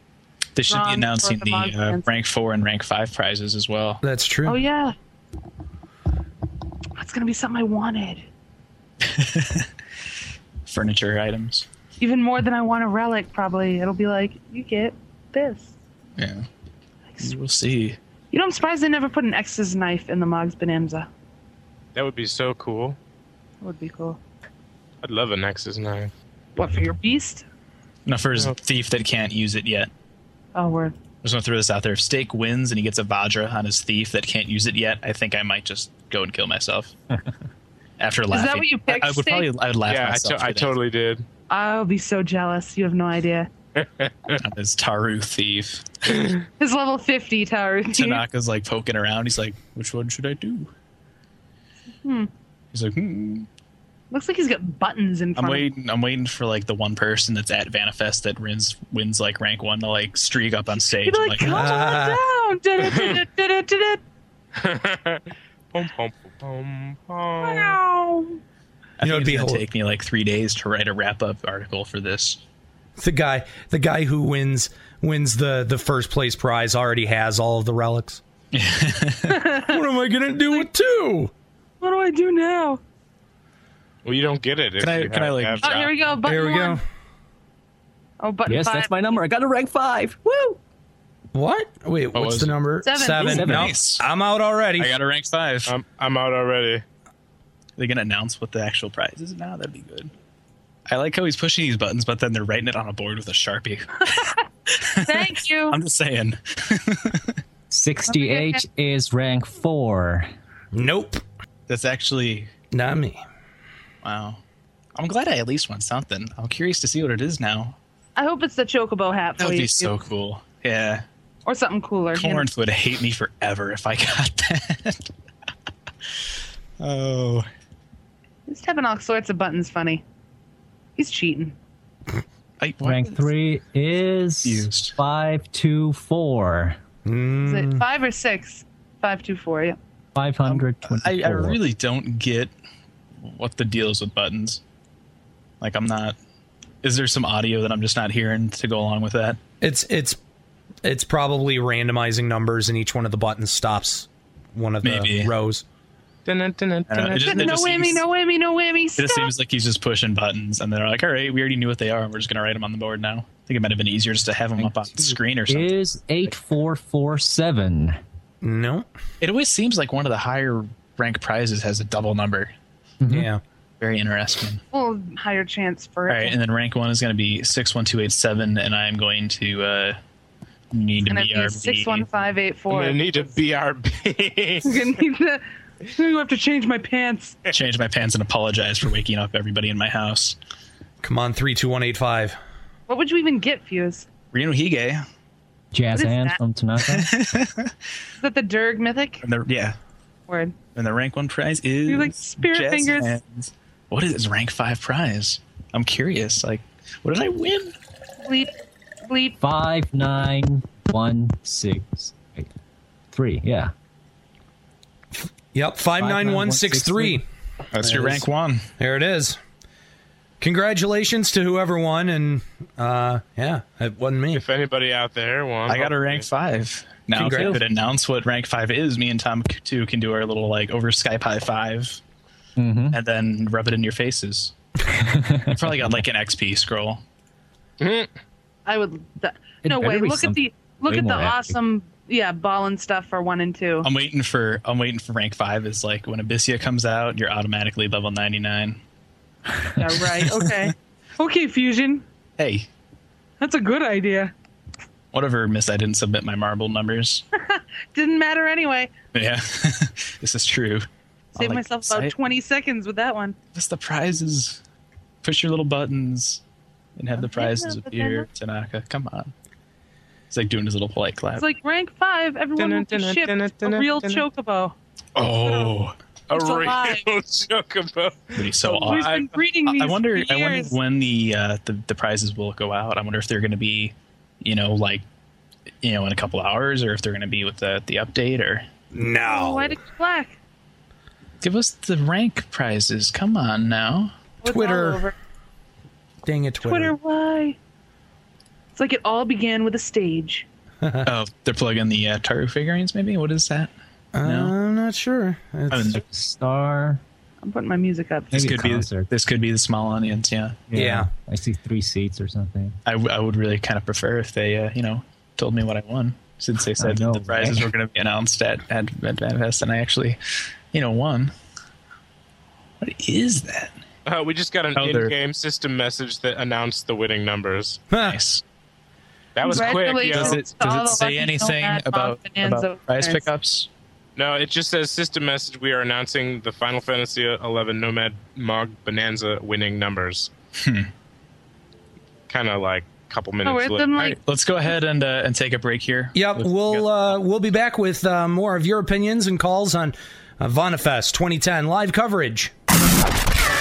They should be
Wrong
announcing
for
the
the mod
uh, rank four and rank five prizes as well.
That's true.
Oh, yeah. That's going to be something I wanted.
Furniture items.
Even more than I want a relic, probably. It'll be like, you get this.
Yeah. We'll see.
You know, I'm surprised they never put an X's knife in the Mog's Bonanza.
that would be so cool.
That would be cool.
I'd love a Nexus knife.
What, for your beast?
No, for his thief that can't use it yet.
Oh, word.
I just want to throw this out there. If Stake wins and he gets a Vajra on his thief that can't use it yet, I think I might just go and kill myself. After laughing,
what you picked,
I, I would
Stake?
probably I would laugh
Yeah, I,
myself.
to- I
to
totally did.
I'll be so jealous. You have no idea.
death. This Taru thief.
His level 50 tower.
Tanaka's like poking around. He's like, "Which one should I do?"
Hmm.
He's like, hmm.
Looks like he's got buttons in
"I'm
front of him.
waiting. I'm waiting for like the one person that's at Vanifest that wins wins like rank one to like streak up on stage."
He's
I'm
like, come
Ah."
on down. Da-da-da-da-da-da-da.
Pom, pom, pom, pom.
Wow.
I
You know,
think
it'd
it's
be
gonna
hol-
take me like three days to write a wrap up article for this.
the guy the guy who wins wins the the first place prize already has all of the relics. what am I gonna do with two?
What do I do now?
Well, you don't get it. If
Can I-
you
can I,
have-
like-
have
Oh, here we go. Button
Here we
one.
go.
Oh, button
Yes,
five.
that's my number. I got a rank five. Woo!
What? Wait, what's
was
the
it?
number?
Seven.
Seven.
Seven.
No,
Nice.
I'm out already.
I got a rank five.
I'm, I'm out already.
they can announce what the actual prize is now. That'd be good. I like how he's pushing these buttons, but then they're writing it on a board with a sharpie.
Thank you.
I'm just saying.
68 is rank four.
Nope.
That's actually
Not me.
wow. I'm glad I at least won something. I'm curious to see what it is now.
I hope it's the chocobo hat
That
for
would
you.
be so cool. Yeah,
Or something cooler. you know?
Corinth would hate me forever if I got that. oh,
He's tapping all sorts of buttons funny. He's cheating.
I, why
Rank
is-
three is
Used.
five two four.
Hmm.
Is it five or six? 524, yeah.
524.
I, I really don't get what the deal is with buttons. Like, I'm not. Is there some audio that I'm just not hearing to go along with that?
It's it's it's probably randomizing numbers, and each one of the buttons stops one of the
Maybe.
rows.
I don't know, it just- it
no
just
whammy,
seems-
no whammy, no whammy.
It just
Stop.
seems like he's just pushing buttons, and they're like, "All right, we already knew what they are, and we're just gonna write them on the board now." I think it might have been easier just to have them up on screen or something.
Is 8447.
No.
It always seems like one of the higher rank prizes has a double number.
Yeah,
very interesting.
Well, higher chance for
All right,
it.
and then rank one is going to be six one two eight seven, and I'm going to uh, need to
It's gonna
be
be six one five eight four.
I'm gonna need
a BRB.
I'm
E
gonna need the. I'm gonna have to change my pants.
change my pants and apologize for waking up everybody in my house.
Come on, three two one eight five.
What would you even get, Fuse?
Reno Hige.
Jazz
What is
hands
that?
from Tanaka.
Is that the Derg mythic?
And the, yeah,
Word.
and the rank one prize is
You're like spirit
Jazz
fingers.
Hands. What is this rank five prize? I'm curious. Like, what did I win?
Bleep, bleep.
59163. Yeah.
Yep, five nine one six three.
That's your rank one.
There it is. Congratulations to whoever won, and uh, yeah, it wasn't me.
If anybody out there wants,
I got a rank five. Now, if I
Congrats.
could announce what rank five is, me and Tom c- too can do our little like over Skype high 5 and then rub it in your faces. I probably got like an XP scroll.
I would. th-
It
no
better
way.
be
Look at the
something
look
way
at the
more epic.
awesome yeah ball and stuff for one and two.
I'm waiting for I'm waiting for rank five. Is like when Abyssia comes out, you're automatically level 99.
yeah, right. Okay. okay, fusion.
Hey,
That's a good idea.
whatever, Miss. I didn't submit my marble numbers.
Didn't matter anyway.
Yeah, this is true.
Saved
I'll, like,
myself about
save-
20 seconds with that one.
That's the prizes. Push your little buttons and have the prizes
but
appear. Tanaka, come on. He's like doing his little polite clap.
It's like rank five. Everyone will be
Dun-dun,
shipped
dun-dun,
a
dun-dun,
real
dun-dun.
chocobo.
oh,
a
It's alive.
real chocobo.
But he's so
We've been
awesome.
breeding
I
these
wonder.
for
I wonder
years.
when the, uh, the the prizes will go out. I wonder if they're going to be, you know, like, you know, in a couple hours, or if they're going to be with the the update, or
Oh,
no.
White and black.
Give us the rank prizes. Come on now.
It's all over.
Twitter. Dang it,
Twitter,
Twitter.
why? It's like it all began with a stage.
oh, they're plugging the uh, Taru figurines. Maybe what is that?
I'm not sure. Uh, It's,
I mean,
Star.
I'm putting my music up.
this
Maybe
could be
concert.
this could be the small audience. Yeah.
Yeah.
I see three seats or something.
I, w- I would really kind of prefer if they uh, you know told me what I won since they said
know,
that the prizes
right?
were going to be announced at at, at Manifest and I actually you know won. What is that?
Uh, we just got an
Oh, they're-
in-game system message that announced the winning numbers.
Nice.
That was quick.
Congratulations.
Yo.
Does it
All
does
the
it say
lucky
anything
Nomad
about,
Bonfins
about
of
prize
winners.
pickups?
No, it just says system message. We are announcing the Final Fantasy XI Nomad Mog Bonanza winning numbers.
Hmm.
kind of like a couple minutes
we're at
later.
them,
All
like-
right, let's go ahead and uh, and take a break here.
Yep,
With-
we'll uh, we'll be back with uh, more of your opinions and calls on uh, Vonifest 2010 live coverage.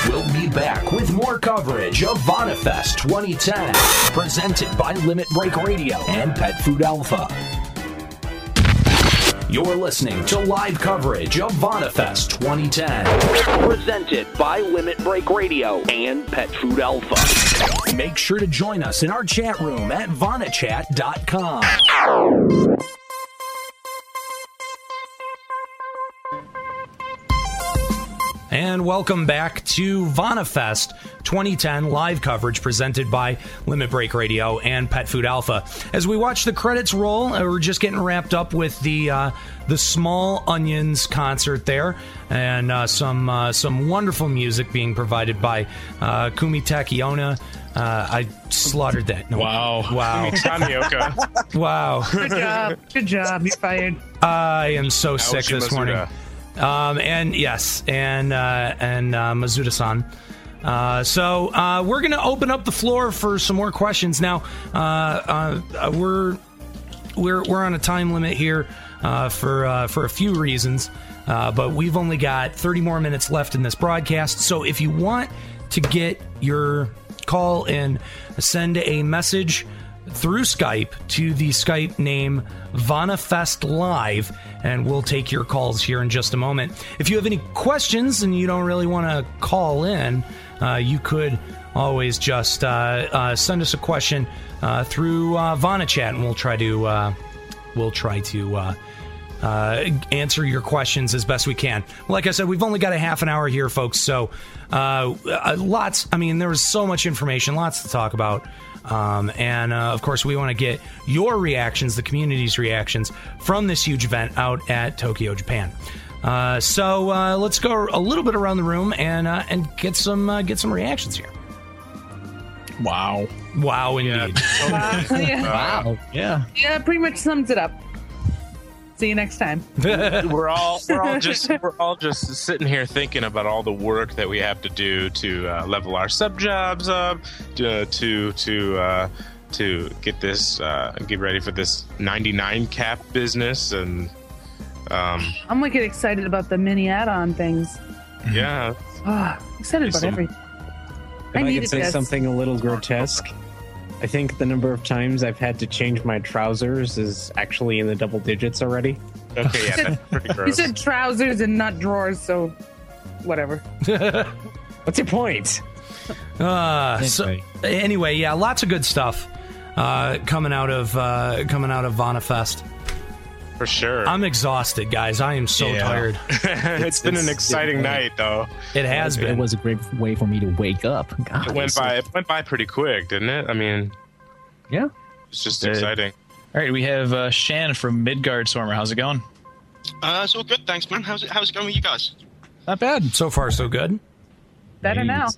We'll be back with more coverage of Vonifest 2010, presented by Limit Break Radio and Pet Food Alpha. You're listening to live coverage of Vonifest 2010, presented by Limit Break Radio and Pet Food Alpha. Make sure to join us in our chat room at vonachat.com.
And welcome back to VanaFest 2010 live coverage presented by Limit Break Radio and Pet Food Alpha. As we watch the credits roll, uh, we're just getting wrapped up with the uh, the Small Onions concert there, and uh, some uh, some wonderful music being provided by uh, Kumi Takiona. Uh, I slaughtered that. No,
Wow.
Wow.
Tamioka.
wow.
Good job. Good job. You're fired.
I am so sick
Aoki
this
Mizuta.
morning. Um, and yes, and uh, and uh, Mazuda-san. Uh, so uh, we're going to open up the floor for some more questions. Now uh, uh, uh, we're we're we're on a time limit here uh, for uh, for a few reasons, uh, but we've only got 30 more minutes left in this broadcast. So if you want to get your call in, send a message through Skype to the Skype name VanaFest Live, and we'll take your calls here in just a moment. If you have any questions and you don't really want to call in, uh, you could always just uh, uh, send us a question uh, through uh, Vana Chat, and we'll try to uh, we'll try to uh, uh, answer your questions as best we can. Like I said, we've only got a half an hour here, folks. So, uh, uh, lots. I mean, there was so much information, lots to talk about. Um, and uh, of course, we want to get your reactions, the community's reactions from this huge event out at Tokyo, Japan. Uh, so uh, let's go a little bit around the room and uh, and get some uh, get some reactions here. Wow! Wow! Indeed!
Wow. Yeah.
wow! Yeah.
Yeah, pretty much sums it up. See you next time.
we're all we're all just we're all just sitting here thinking about all the work that we have to do to uh, level our sub jobs up, to to to, uh, to get this uh, get ready for this ninety nine cap business and um,
I'm wicked excited about the mini add-on things.
Mm-hmm.
yeah.
Ah, excited about
Some-
everything.
If
I
I,
needed
could say
this.
something a little grotesque, I think the number of times I've had to change my trousers is actually in the double digits already.
Okay,
yeah, that's
pretty
You said trousers and not drawers, so whatever.
What's your point?
Uh, so, anyway, yeah, lots of good stuff uh, coming out of uh, coming out of Vonifest.
For sure.
I'm exhausted, guys. I am so
Yeah.
tired.
it's been an exciting night, though.
It has
It was a great way for me to wake up. God,
It went
it's-
by. It went by pretty quick, didn't it? I mean,
Yeah.
it's just
Uh,
exciting.
All right, we have uh, Shan from Midgard Swarmer. How's it going?
Uh, it's all good, thanks, man. How's it, how's it going with you guys?
Not bad so far, so good.
Mm.
Better now.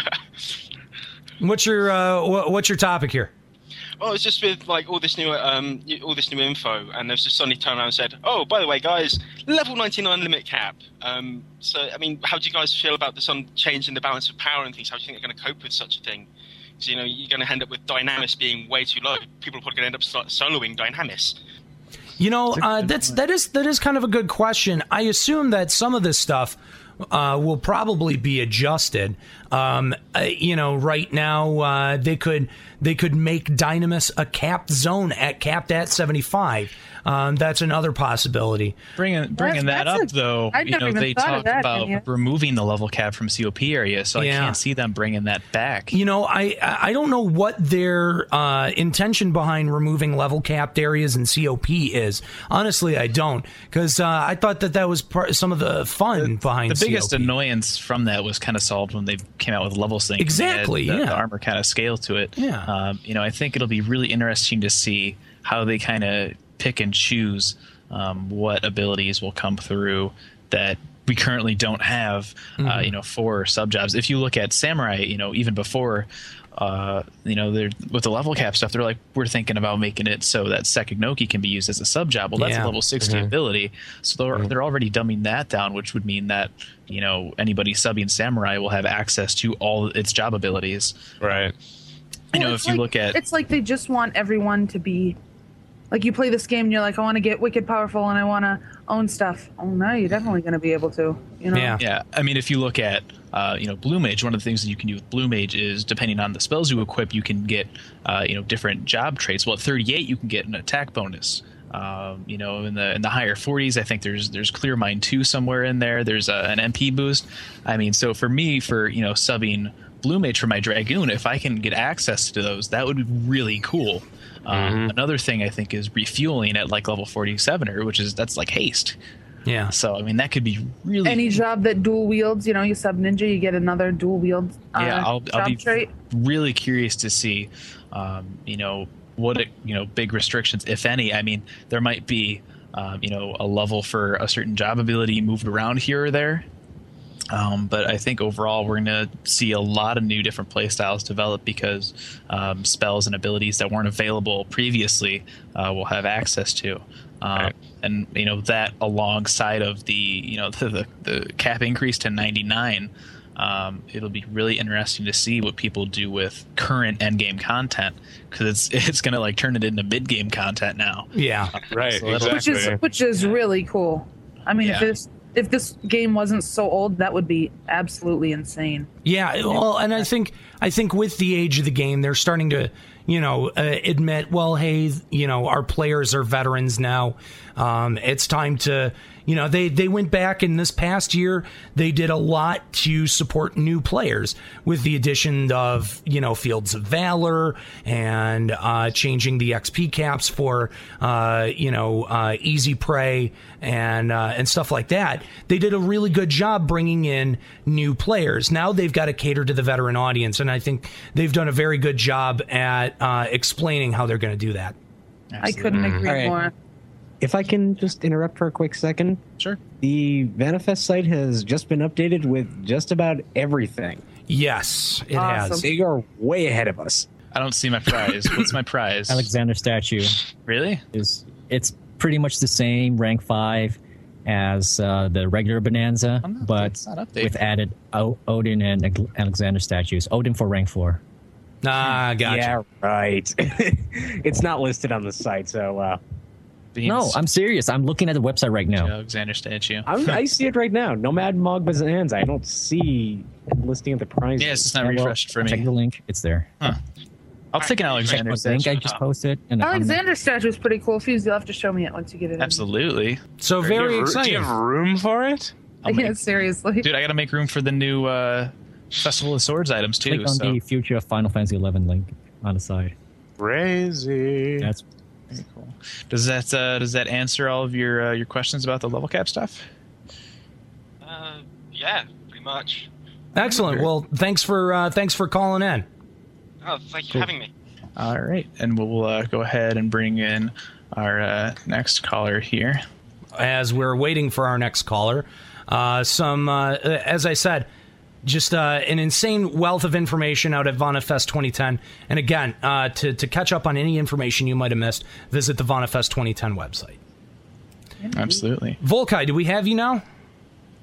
What's your uh, wha- what's your topic here?
Well, it's just with like all this new um y- all this new info, and they've just suddenly turned around and said, "Oh, by the way, guys, level 99 limit cap." Um, so I mean, how do you guys feel about this on changing the balance of power and things? How do you think they're going to cope with such a thing? Because you know you're going to end up with Dynamis being way too low. People are probably going to end up start soloing Dynamis.
You know, uh, that's that is that is kind of a good question. I assume that some of this stuff uh, will probably be adjusted. Um, uh, you know, right now uh, they could they could make Dynamis a capped zone at capped at seventy five. Um, that's another possibility.
Bringing bringing
That's-
that
that's
up
a-
though,
I'd
you
never
know,
even
they
thought of
talked
that,
about
Daniel.
removing the level cap from COP area, so
Yeah.
I can't see them bringing that back.
You know, I I I don't know what their uh, intention behind removing level capped areas and COP is. Honestly, I don't because uh, I thought that that was part, some of the fun behind
The biggest
COP.
annoyance from that was kind of solved when they came out with levels thing.
Exactly,
The,
yeah.
the armor kind of scale to it.
Yeah.
Um, you know, I think it'll be really interesting to see how they kind of pick and choose um, what abilities will come through that we currently don't have. Uh,
Mm-hmm.
Mhm.
you know, for sub jobs. If you look at samurai, you know, even before. Uh, you know, they're with the level cap stuff. They're like, we're thinking about making it so that Sekinoki can be used as a sub job. Well, that's
Yeah.
a level 60
Mhm.
ability. So they're, they're already dumbing that down, which would mean that, you know, anybody subbing Samurai will have access to all its job abilities.
Right.
You know,
Well,
if
it's
you
like-
look at.
it's like they just want everyone to be like you play this game and you're like, I want to get wicked powerful and I want to own stuff. Oh no, you're definitely going to be able to. You know,
Yeah. I mean, if you look at, uh, you know, Blue Mage, one of the things that you can do with Blue Mage is depending on the spells you equip, you can get, uh, you know, different job traits. Well, at 38, you can get an attack bonus. Um, you know, in the in the higher 40s, I think there's there's Clear Mind 2 somewhere in there. There's a, an MP boost. I mean, so for me, for you know, subbing Blue Mage for my Dragoon, if I can get access to those, that would be really cool. Um, Another thing I think is refueling at like level 47 or which is that's like haste.
Yeah.
So I mean, that could be really
any job that dual wields, you know, you sub ninja, you get another dual wield. Uh,
yeah, I'll,
job
I'll be
trait.
really curious to see, um, you know, what it, you know, big restrictions, if any. I mean, there might be, um, you know, a level for a certain job ability moved around here or there. Um, but I think overall, we're going to see a lot of new different play styles develop because um, spells and abilities that weren't available previously uh, will have access to. Um, And you know that alongside of the you know the the, the cap increase to 99, um, it'll be really interesting to see what people do with current end game content because it's it's going to like turn it into mid game content now.
Yeah.
Right,
which is which is really cool. I mean, if
Yeah.
it's
if this game wasn't so old, that would be absolutely insane.
Yeah, well, and I think I think with the age of the game, they're starting to you know uh, admit, well, hey, you know, our players are veterans now. Um, it's time to you know they they went back in this past year. They did a lot to support new players with the addition of you know Fields of Valor and uh, changing the XP caps for uh, you know uh, Easy Prey and uh, and stuff like that. They did a really good job bringing in new players. Now they've got to cater to the veteran audience, and I think they've done a very good job at uh, explaining how they're going to do that.
I couldn't
Mm-hmm.
Mm-hmm.
agree
All right.
more.
If I can just interrupt for a quick second. Sure. The Vanifest site has just been updated with just about everything.
Yes, it
Awesome.
has.
They are way ahead of us.
I don't see my prize. What's my prize?
Alexander statue.
Really?
Is it's pretty much the same rank five as uh, the regular Bonanza, but
not updated.
with added o- Odin and Ag- Alexander statues. Odin for rank four.
Ah, gotcha.
Yeah, right. it's not listed on the site, so uh,
No, I'm serious. I'm looking at the website right now.
Alexander statue.
I'm, I see it right now. Nomad Mog Bazanza. I don't see a listing of the prize.
Yes, it's not refreshed for me.
Check the link. It's there.
Huh. I'll take an
Check
Alexander
the link I
statue.
just posted. And I'm not-
Alexander's statue is pretty cool. Fuse, you'll have to show me it once you get it. in.
Absolutely.
So
very
Do
exciting.
you have
room for it?
Yeah,
Oh,
seriously.
Dude, I gotta make room for the new uh, Festival of Swords items too.
click on
so.
the future of Final Fantasy XI link on the side.
Crazy.
That's
Very cool. Does that uh, does that answer all of your uh, your questions about the level cap stuff?
Uh, yeah, pretty much.
Excellent. Well, thanks for uh, thanks for calling in.
Oh, thank you for
Cool.
having me.
All right, and we'll uh, go ahead and bring in our uh, next caller here.
as we're waiting for our next caller. Uh, some, uh, as I said, just uh, an insane wealth of information out at VanaFest 2010. And again, uh, to, to catch up on any information you might have missed, visit the VanaFest 2010 website.
Absolutely.
Volkai, do we have you now?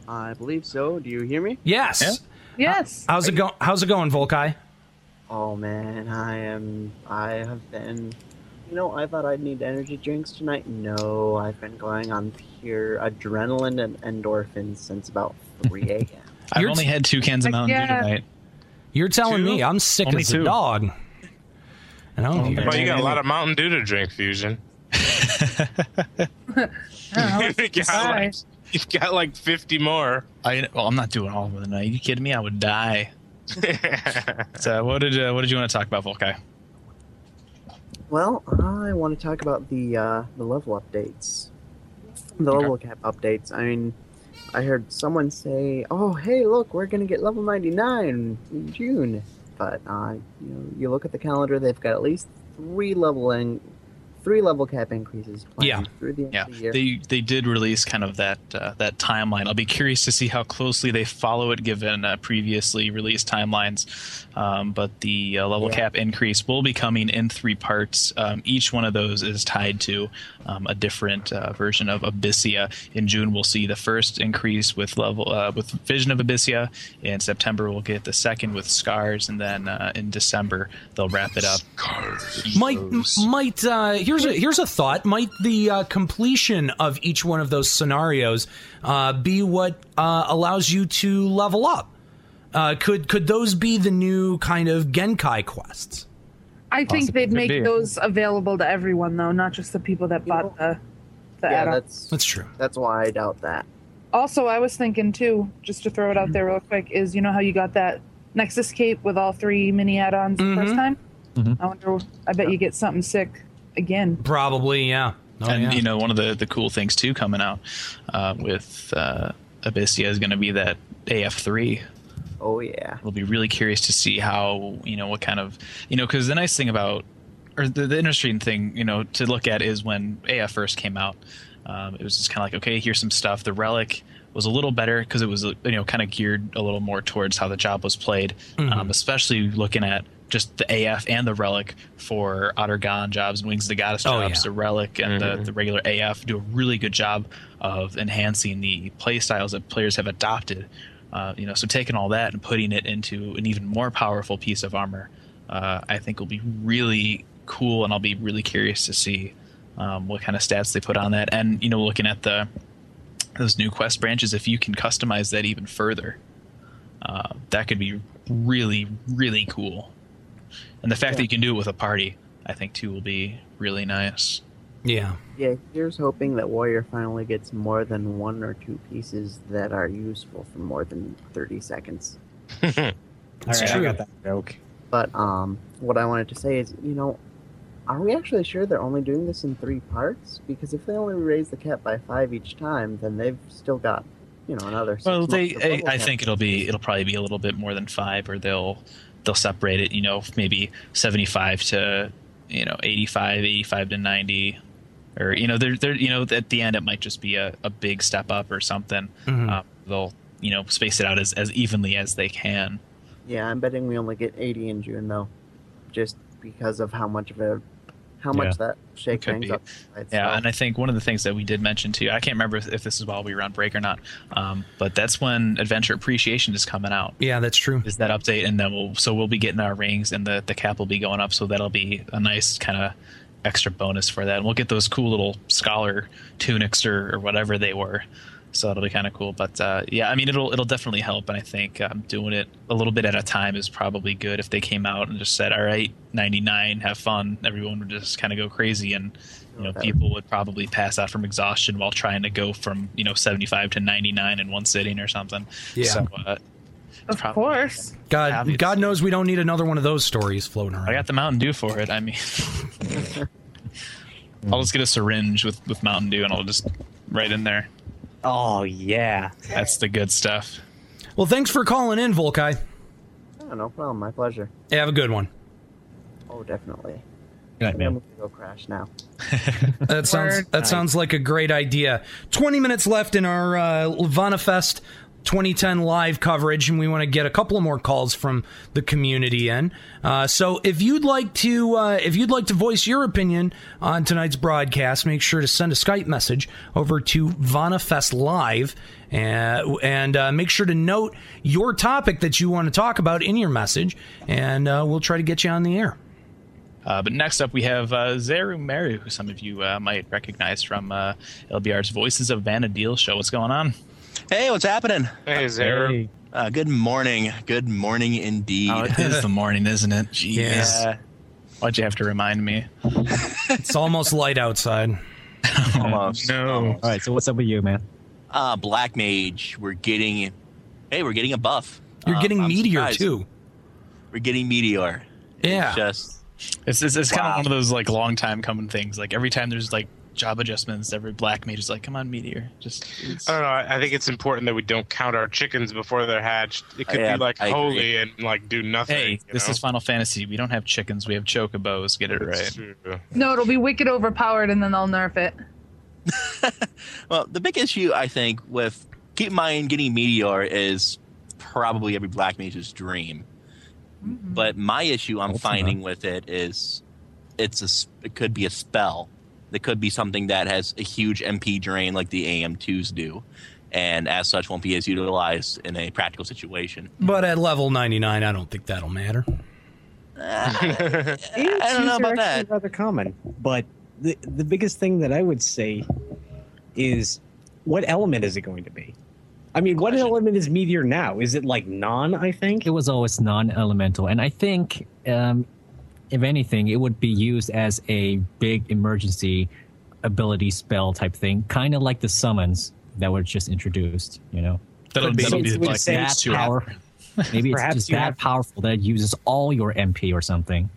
I believe so. Do you hear me?
Yes.
Yes.
How's it going? How's it going, Volkai?
Oh man, I am. I have been. You know, I thought I'd need energy drinks tonight. No, I've been going on pure adrenaline and endorphins since about 3 a.m.
I've only had two cans of
Heck
Mountain
yeah.
Dew tonight.
You're telling
Two?
me I'm sick
Only
as
two.
a dog. And I don't
Well,
even-
you got a lot of Mountain Dew to drink, Fusion. you, got like, you got like 50 more.
I well, I'm not doing all of them tonight. you kidding me? I would die. so what did uh, what did you want to talk about, Volkai?
Well, I want to talk about the uh, the level updates, the level cap updates. I mean, I heard someone say, "Oh, hey, look, we're gonna get level 99 in June," but uh, you know, you look at the calendar; they've got at least three leveling, three level cap increases planned
Yeah.
through the end
Yeah,
of the year.
they they did release kind of that uh, that timeline. I'll be curious to see how closely they follow it, given uh, previously released timelines. Um, but the uh, level
Yeah.
cap increase will be coming in three parts. Um, each one of those is tied to um, a different uh, version of Abyssia. In June, we'll see the first increase with level uh, with Vision of Abyssia. In September, we'll get the second with Scars, and then uh, in December they'll wrap it up.
might might uh, here's a here's a thought might the uh, completion of each one of those scenarios uh, be what uh, allows you to level up uh, could could those be the new kind of genkai quests
I think
Possibly
they'd
could
make
be.
those available to everyone though, not just the people that bought the the
yeah,
add-on.
that's
that's true.
That's why I doubt that.
Also, I was thinking too, just to throw it out there real quick, is you know how you got that Nexus cape with all three mini add-ons the first time? I wonder. I bet you get something sick again.
probably yeah Oh,
and
yeah.
you know, one of the the cool things too coming out uh, with uh, Abyssia is going to be that AF3.
Oh yeah.
We'll be really curious to see how you know what kind of you know because the nice thing about or the, the interesting thing you know to look at is when AF first came out, um, it was just kind of like okay, here's some stuff. The relic was a little better because it was uh, you know kind of geared a little more towards how the job was played,
Mhm.
um, especially looking at just the AF and the relic for Ottergon jobs, Wings of the Goddess
Oh,
jobs,
yeah.
the relic and the,
Mhm.
the regular AF do a really good job of enhancing the play styles that players have adopted. Uh, you know, so taking all that and putting it into an even more powerful piece of armor, uh, I think will be really cool, and I'll be really curious to see um, what kind of stats they put on that. And you know, looking at the those new quest branches, if you can customize that even further, uh, that could be really, really cool. And the fact that you can do it with a party, I think, too, will be really nice.
Yeah.
Yeah, here's hoping that Warrior finally gets more than one or two pieces that are useful for more than 30 seconds.
All right, I got that joke.
But um, what I wanted to say is, you know, are we actually sure they're only doing this in three parts? Because if they only raise the cap by five each time, then they've still got, you know, another. Six
Well, they,
months of
I,
level
I
cap.
think it'll be, it'll probably be a little bit more than five, or they'll, they'll separate it. You know, maybe seventy-five to, you know, 85, 85 to ninety, or you know, they're, they're, you know, at the end it might just be a, a big step up or something.
Mm-hmm.
Mhm.
Um, they'll, you know, space it out as, as evenly as they can.
Yeah, I'm betting we only get 80 in June though, just because of how much of a, how much
Yeah.
that shake
Could
things
be.
up. It's,
yeah,
uh,
and I think one of the things that we did mention too, I can't remember if, if this is while we were on break or not, um, but that's when Adventure Appreciation is coming out.
Yeah, that's true.
Is that update, and then we'll so we'll be getting our rings, and the the cap will be going up, so that'll be a nice kind of extra bonus for that. And we'll get those cool little scholar tunics or, or whatever they were. So it'll be kind of cool, but uh, yeah, I mean it'll it'll definitely help, and I think um, doing it a little bit at a time is probably good. If they came out and just said, "All right, ninety nine, have fun," everyone would just kind of go crazy, and you know people would probably pass out from exhaustion while trying to go from you know seventy five to ninety nine in one sitting or something.
Yeah.
So, uh,
Of course.
God, God knows we don't need another one of those stories floating around.
I got the Mountain Dew for it. I mean, I'll just get a syringe with, with Mountain Dew and I'll just right in there.
Oh yeah,
that's the good stuff.
Well, thanks for calling in, Volkai.
oh, no problem. My pleasure.
Yeah, have a good one.
Oh, definitely.
Good night,
I'm
man.
gonna go crash now.
That sounds that sounds like a great idea. Twenty minutes left in our uh, VanaFest 2010 live coverage, and we want to get a couple of more calls from the community in. Uh, so, if you'd like to uh, if you'd like to voice your opinion on tonight's broadcast, make sure to send a Skype message over to VanaFest Live, and, and uh, make sure to note your topic that you want to talk about in your message, and uh, we'll try to get you on the air.
Uh, but next up, we have uh, Zeru Meru, who some of you uh, might recognize from uh, LBR's Voices of Vanadil show. What's going on?
Hey, what's happening?
Hey, Zara. Hey.
Uh, good morning. Good morning indeed.
Oh, it is the morning, isn't it? Jeez.
Yeah.
Why'd you have to remind me?
It's almost light outside.
Almost.
No.
All right, so what's up with you, man?
Uh, Black Mage, we're getting. Hey, we're getting a buff.
You're
Um,
getting
I'm
meteor
surprised.
too.
We're getting Meteor.
Yeah.
It's just.
It's it's, it's kind
Wow.
of one of those like long time coming things. Like every time there's like job adjustments, every black mage is like, "Come on, meteor." Just it's,
I don't know. I I think it's important that we don't count our chickens before they're hatched. It could
Yeah,
be like
I agree.
holy and like do nothing.
hey,
you
this
know?
is Final Fantasy. We don't have chickens. We have chocobos. Get it right.
No, it'll be wicked overpowered, and then they'll nerf it.
Well, the big issue I think with keep in mind getting Meteor is probably every Black Mage's dream. But my issue I'm finding with it is it's a s- it could be a spell. It could be something that has a huge MP drain like the AM2s do, and as such won't be as utilized in a practical situation.
But at level 99, I don't think that'll matter.
Uh, I don't know about that.
Rather common, but the the biggest thing that I would say is what element is it going to be? I mean, what element is meteor now? Is it like non? I think
it was always non-elemental, and I think, um, if anything, it would be used as a big emergency ability spell type thing, kind of like the summons that were just introduced. You know,
That'll be- that'll be
Maybe
like
it's
next
that
to it.
power. Maybe it's
Perhaps
just
you
that
have-
powerful that it uses all your MP or something.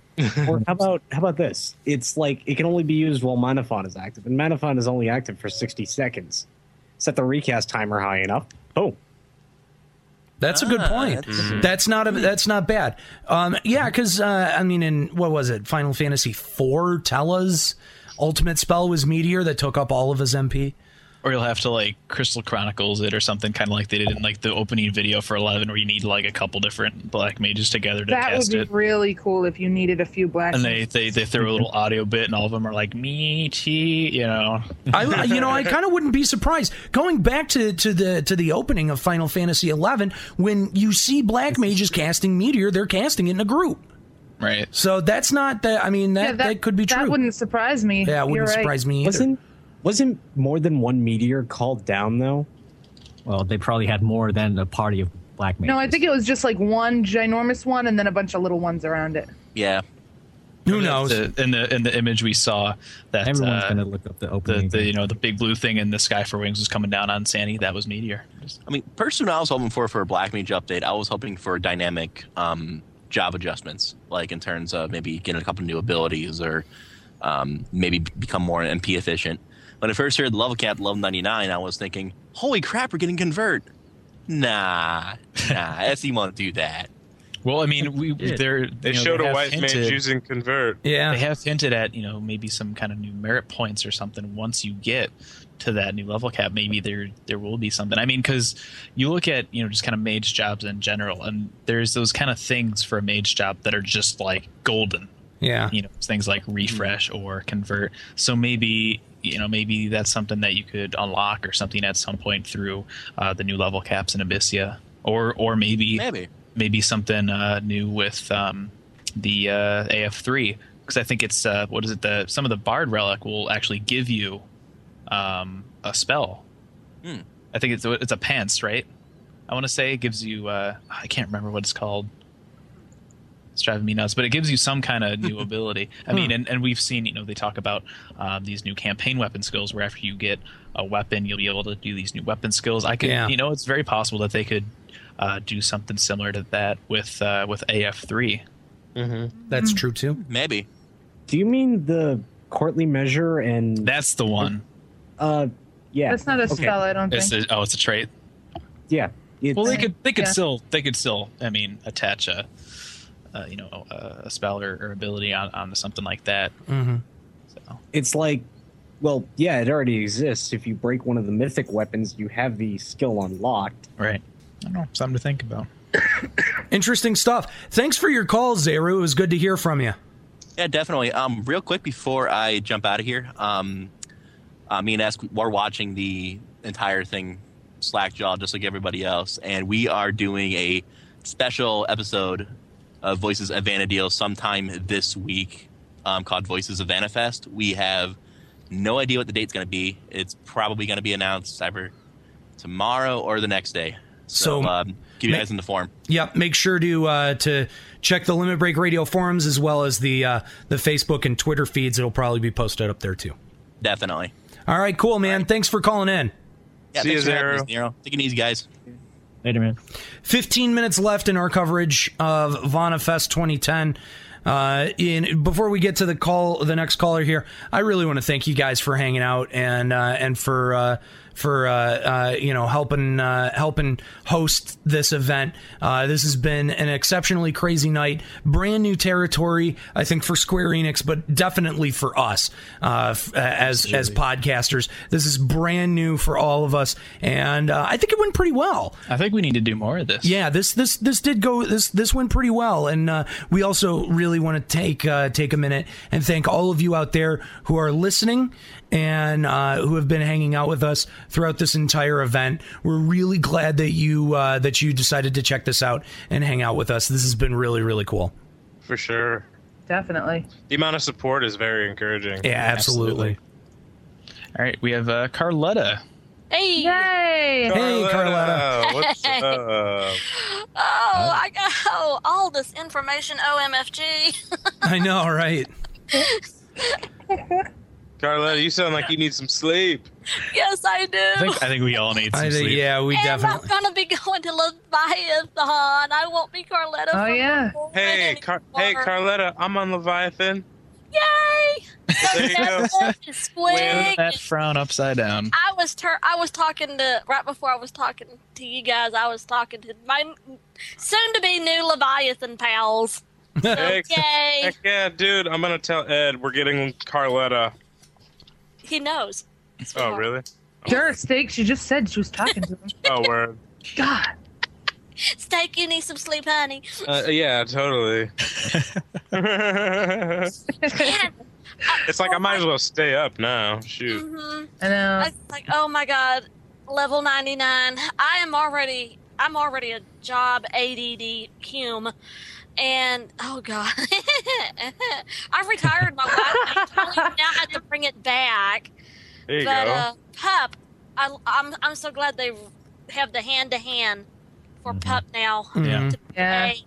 or how about how about this? It's like it can only be used while Manafon is active, and Manafon is only active for sixty seconds. Set the recast timer high enough. Boom.
That's a good point. Ah, Mm. That's, not a, that's not bad. Um, yeah, because uh, I mean, in what was it, Final Fantasy IV, Tella's ultimate spell was meteor that took up all of his MP.
Or you'll have to like Crystal Chronicles it or something, kind of like they did in like the opening video for Eleven, where you need like a couple different black mages together to
That would
cast
be
it.
really cool if you needed a few black.
And they, they they throw a little audio bit, and all of them are like me, tea, you know.
I, you know, I kind of wouldn't be surprised. Going back to, to the to the opening of Final Fantasy XI, when you see black mages casting meteor, they're casting it in a group.
Right.
So that's not that. I mean, that, that, could be true.
That wouldn't surprise me.
Yeah, it wouldn't
You're right.
surprise me either.
Wasn't Wasn't more than one meteor called down though?
Well, they probably had more than a party of black men.
No, I think it was just like one ginormous one and then a bunch of little ones around it.
Yeah. Who knows? in the in the image we saw, that
Everyone's
uh,
gonna look up the
the,
opening.
the you know the big blue thing in the sky for wings was coming down on Sandy. That was meteor.
I mean, personally, I was hoping for for a Black Mage update. I was hoping for dynamic um, job adjustments, like in terms of maybe getting a couple new abilities or um, maybe become more MP efficient. When I first heard level cap level 99, I was thinking, holy crap, we're getting convert. Nah, nah, SE won't do that.
Well, I mean, we
did.
they're,
They
you know,
showed a
have
white man
hinted-
using
convert.
they have hinted at you know maybe some kind of new merit points or something once you get to that new level cap. Maybe there there will be something. I mean, because you look at you know just kind of mage jobs in general, and there's those kind of things for a mage job that are just like golden.
Yeah.
you know things like refresh or convert. So maybe you know maybe that's something that you could unlock or something at some point through uh, the new level caps in Abyssia, or or maybe
Maybe.
maybe something uh, new with um, the uh, AF3 because I think it's uh, what is it the some of the Bard relic will actually give you um, a spell.
Hmm.
I think it's a, it's a pants, right? I want to say it gives you uh, I can't remember what it's called. It's driving me nuts, but it gives you some kind of new ability. I mean, and, and we've seen, you know, they talk about um, these new campaign weapon skills where after you get a weapon, you'll be able to do these new weapon skills. I could,
Yeah.
you know, it's very possible that they could uh, do something similar to that with uh, with AF3.
Mm-hmm. That's true too.
Maybe.
Do you mean the courtly measure and
That's the one.
Uh yeah.
That's not a
Okay.
spell, I don't think.
It's a, oh, it's a trait.
yeah.
well, they could they could
Yeah.
still they could still I mean attach a uh, you know a, a spell or, or ability on onto something like that.
Mm-hmm.
It's like well, yeah, it already exists. If you break one of the mythic weapons, you have the skill unlocked.
Right. I don't know. Something to think about.
Interesting stuff. Thanks for your call, Zeru. It was good to hear from you.
Yeah, definitely. Um, real quick before I jump out of here, um, uh, me and Ask we're watching the entire thing Slackjaw just like everybody else, and we are doing a special episode of Voices of Vanadil sometime this week um, called Voices of Vanifest. We have no idea what the date's going to be. It's probably going to be announced either tomorrow or the next day. So,
So,
um, keep you
ma-
guys in the form.
Yep. Make sure to uh, to check the Limit Break Radio forums as well as the uh, the Facebook and Twitter feeds. It'll probably be posted up there too.
Definitely.
All right, cool, man. Thanks for calling in.
Yeah, thanks for having us, Nero. Take it easy, guys.
Later, man.
15 minutes left in our coverage of VanaFest 2010. Uh, in before we get to the call, the next caller here, I really want to thank you guys for hanging out and uh, and for uh, for uh, uh, you know helping uh, helping host this event. Uh, this has been an exceptionally crazy night, brand new territory, I think for Square Enix, but definitely for us uh, f- as as podcasters. This is brand new for all of us, and uh, I think it went pretty well.
I think we need to do more of this.
Yeah, this this this did go this this went pretty well, and uh, we also really want to take uh, take a minute and thank all of you out there who are listening and uh, who have been hanging out with us throughout this entire event. We're really glad that you uh, that you decided to check this out and hang out with us. This has been really really cool.
For sure.
Definitely.
The amount of support is very encouraging.
Yeah, absolutely.
All right, we have uh, Carletta.
Hey!
Yay!
Hey,
Carletta, what's
Hey.
up?
Oh, I got oh, all this information. OMFG.
I know, right?
Carletta, you sound like you need some sleep.
yes, I do.
we all need
I think- Yeah, we
and
definitely.
I'm gonna be going to Leviathan. I won't be Carletta.
Oh,
for
yeah.
one
Hey, Car- hey,
anymore.
Carletta, I'm on Leviathan.
Yay!
There you go.
Squig.
That frown upside down.
I was tur- I was talking to right before I was talking to you guys. I was talking to my soon-to-be new Leviathan pals.
Hey,
Yay!
heck yeah, dude, I'm gonna tell Ed we're getting Carletta.
He knows.
Oh, really?
Sure, Steak. She just said she was talking to him.
Oh, word.
God.
Steak, you need some sleep, honey.
Uh, yeah, totally. it's like I might as well stay up now. Shoot.
Mhm.
I know.
I was like, oh my god, level ninety nine. I am already, I'm already a job ADD cume, and oh god, I've retired my wife. I totally now had to bring it back.
There you
but
go.
uh, pup, I, I'm I'm so glad they have the hand to hand for pup now.
Mm-hmm.
Yeah.
to
Mm-hmm. Yeah.
play.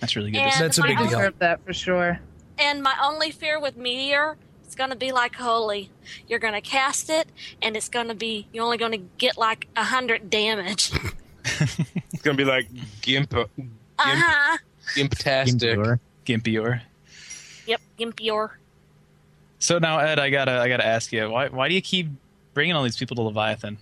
That's really good.
And That's a my big
I
deal.
deserve that for sure.
And my only fear with Meteor, it's going to be like Holy. You're going to cast it, and it's going to be, you're only going to get like 100 damage. uh
It's gonna be like gimp,
huh.
Gimptastic. Gimpior.
Yep, Gimpior.
So now, Ed, I gotta, I gotta ask you, why, why do you keep bringing all these people to Leviathan?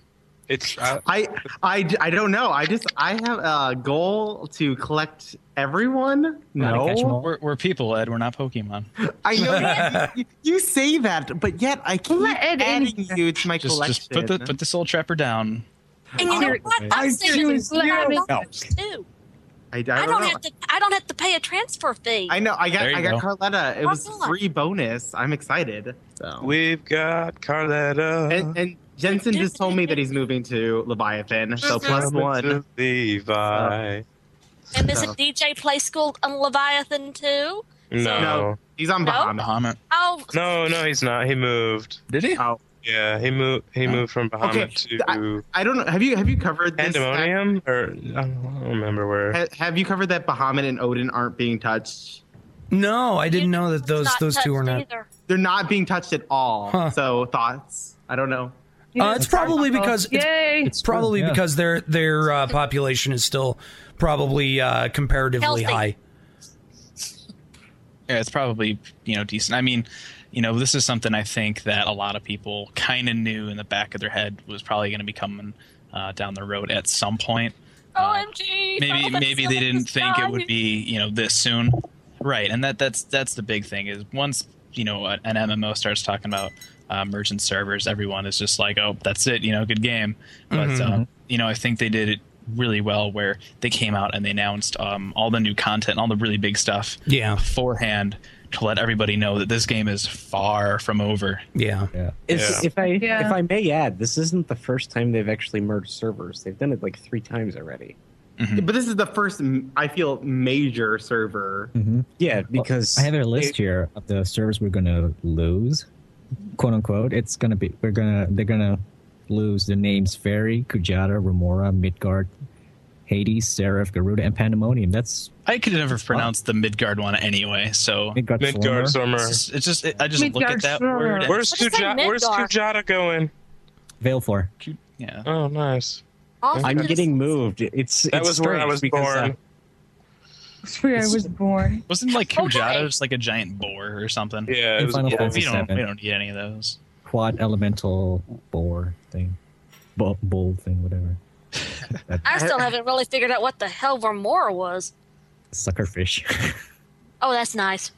It's
I, I, I don't know. I just I have a goal to collect everyone. No,
we're, we're people, Ed. We're not Pokemon.
I know you, you say that, but yet I keep adding you to my
Just,
collection.
just put the put the soul trapper down.
And you know what?
I
I'm saving
choose
glad
you.
I'm
No.
too.
I, I
I
don't
don't
know.
have to. I don't have to pay a transfer fee.
I know. I got
There you
I got
go.
Carletta. It
Why
was
not?
free bonus. I'm excited. So.
We've got Carletta.
And, and Jensen just told me that he's moving to Leviathan. So plus
Coming
one.
to Levi.
And does
No.
not DJ play school on Leviathan too?
No.
he's on
Bahama.
Bahama.
Oh,
No, no, he's not. He moved.
Did he?
Oh.
Yeah, he moved. He
Oh.
moved from Bahama
Okay,
to
I, I don't know. Have you have you covered this?
Pandemonium or I don't remember where.
Ha- have you covered that Bahamut and Odin aren't being touched?
No, I didn't know that those those two were not.
They're not being touched at all.
Huh.
So thoughts? I don't know.
Uh, it's probably because it's, it's probably
yeah.
because their their uh, population is still probably uh, comparatively
Healthy.
high.
Yeah, it's probably you know decent. I mean, you know, this is something I think that a lot of people kind of knew in the back of their head was probably going to be coming uh, down the road at some point.
OMG!
maybe
oh,
maybe they didn't think it would be you know this soon right and that that's that's the big thing is once you know a- an mmo starts talking about uh, merchant servers everyone is just like oh that's it you know good game but
Mm-hmm.
Mhm.
uh, you know i think they did it really well where they came out and they announced um, all the new content all the really big stuff
yeah
beforehand to let everybody know that this game is far from over
yeah
yeah
It's- If I if I may add, this isn't the first time they've actually merged servers. They've done it like three times already.
Mm-hmm.
But this is the first m- I feel major server.
Yeah, because
Mm-hmm. I have a list
it-
here of the servers we're gonna lose, quote unquote. It's gonna be we're gonna they're gonna lose the names Fairy, Kujata, Remora, Midgard, Hades, Seraph, Garuda, and Pandemonium. That's
I could never pronounce the Midgard one anyway, so
Midgard Midgard Sormer.
It's just, it's just I just look
Midgard
at that
Sormer.
word. and-
Where's Kuja- Where's Kujata going?
Veil Four.
Yeah.
Oh, nice.
I'm
Okay.
getting moved. It's
That
it's
was where I
strange
was
because, uh,
born.
That's where I was born.
Wasn't like Kujata just like a giant boar or something?
Yeah,
In was Final a boar. Fantasy
we don't
VII.
we don't need any of those.
quad elemental boar thing, Bo- bold thing, whatever.
I still haven't really figured out what the hell Vermora was.
Suckerfish.
Oh, that's nice.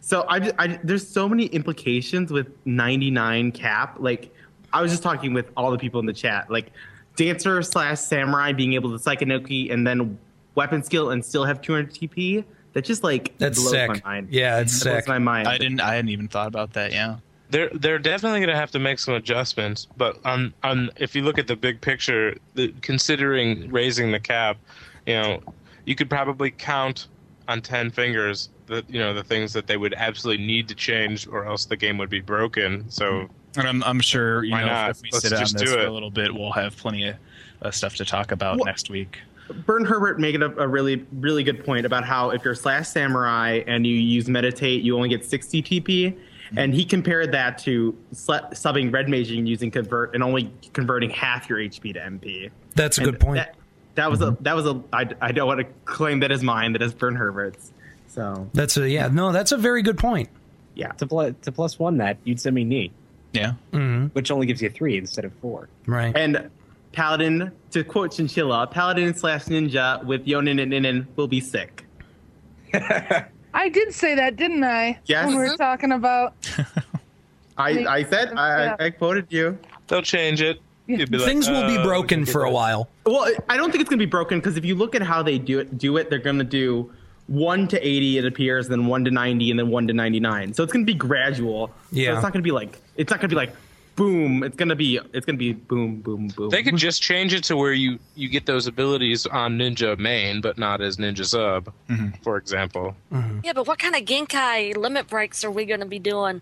So I, ju- I there's so many implications with 99 cap. Like I was just talking with all the people in the chat. Like dancer slash samurai being able to psychonoki and then weapon skill and still have 200 TP. That just like
That's
blows
sick.
my mind.
Yeah, it's
That blows
sick.
my mind.
I didn't I hadn't even thought about that. Yeah.
They're they're definitely gonna have to make some adjustments, but on on if you look at the big picture, the, considering raising the cap, you know, you could probably count on ten fingers the you know the things that they would absolutely need to change, or else the game would be broken. So
And I'm I'm sure you
Why
know
not?
if, if we
Let's
sit on
just
this
do
for
it.
a little bit, we'll have plenty of uh, stuff to talk about
Well-
next week.
Bern Herbert made a, a really, really good point about how if you're slash samurai and you use meditate, you only get 60 TP. And he compared that to sl- subbing red maging using convert and only converting half your HP to MP.
That's a
And
good point.
That, that was
Mm-hmm.
a that was a I, I don't want to claim that is mine. That is Bern Herbert's. So
That's a yeah. No, that's a very good point.
Yeah.
To plus to plus one that you'd send me knee,
Yeah.
Mm-hmm.
which only gives you three instead of four.
Right.
And paladin to quote Chinchilla, paladin slash ninja with yonin and inin will be sick.
I did say that, didn't I?
Yes.
When we were talking about
I I said I, I I quoted you.
They'll change it. You'd be like,
Things will be
"Oh,
broken for a while.
Well, I don't think it's going to be broken because if you look at how they do it, do it, they're going to do one to eighty, it appears, then one to ninety, and then one to ninety-nine. So it's going to be gradual.
Yeah.
so it's not going to be like it's not going to be like boom. It's going to be it's going to be boom, boom, boom.
They could just change it to where you you get those abilities on Ninja main, but not as Ninja
Mm-hmm.
sub, for example.
Yeah, but what kind of Genkai limit breaks are we going to be doing?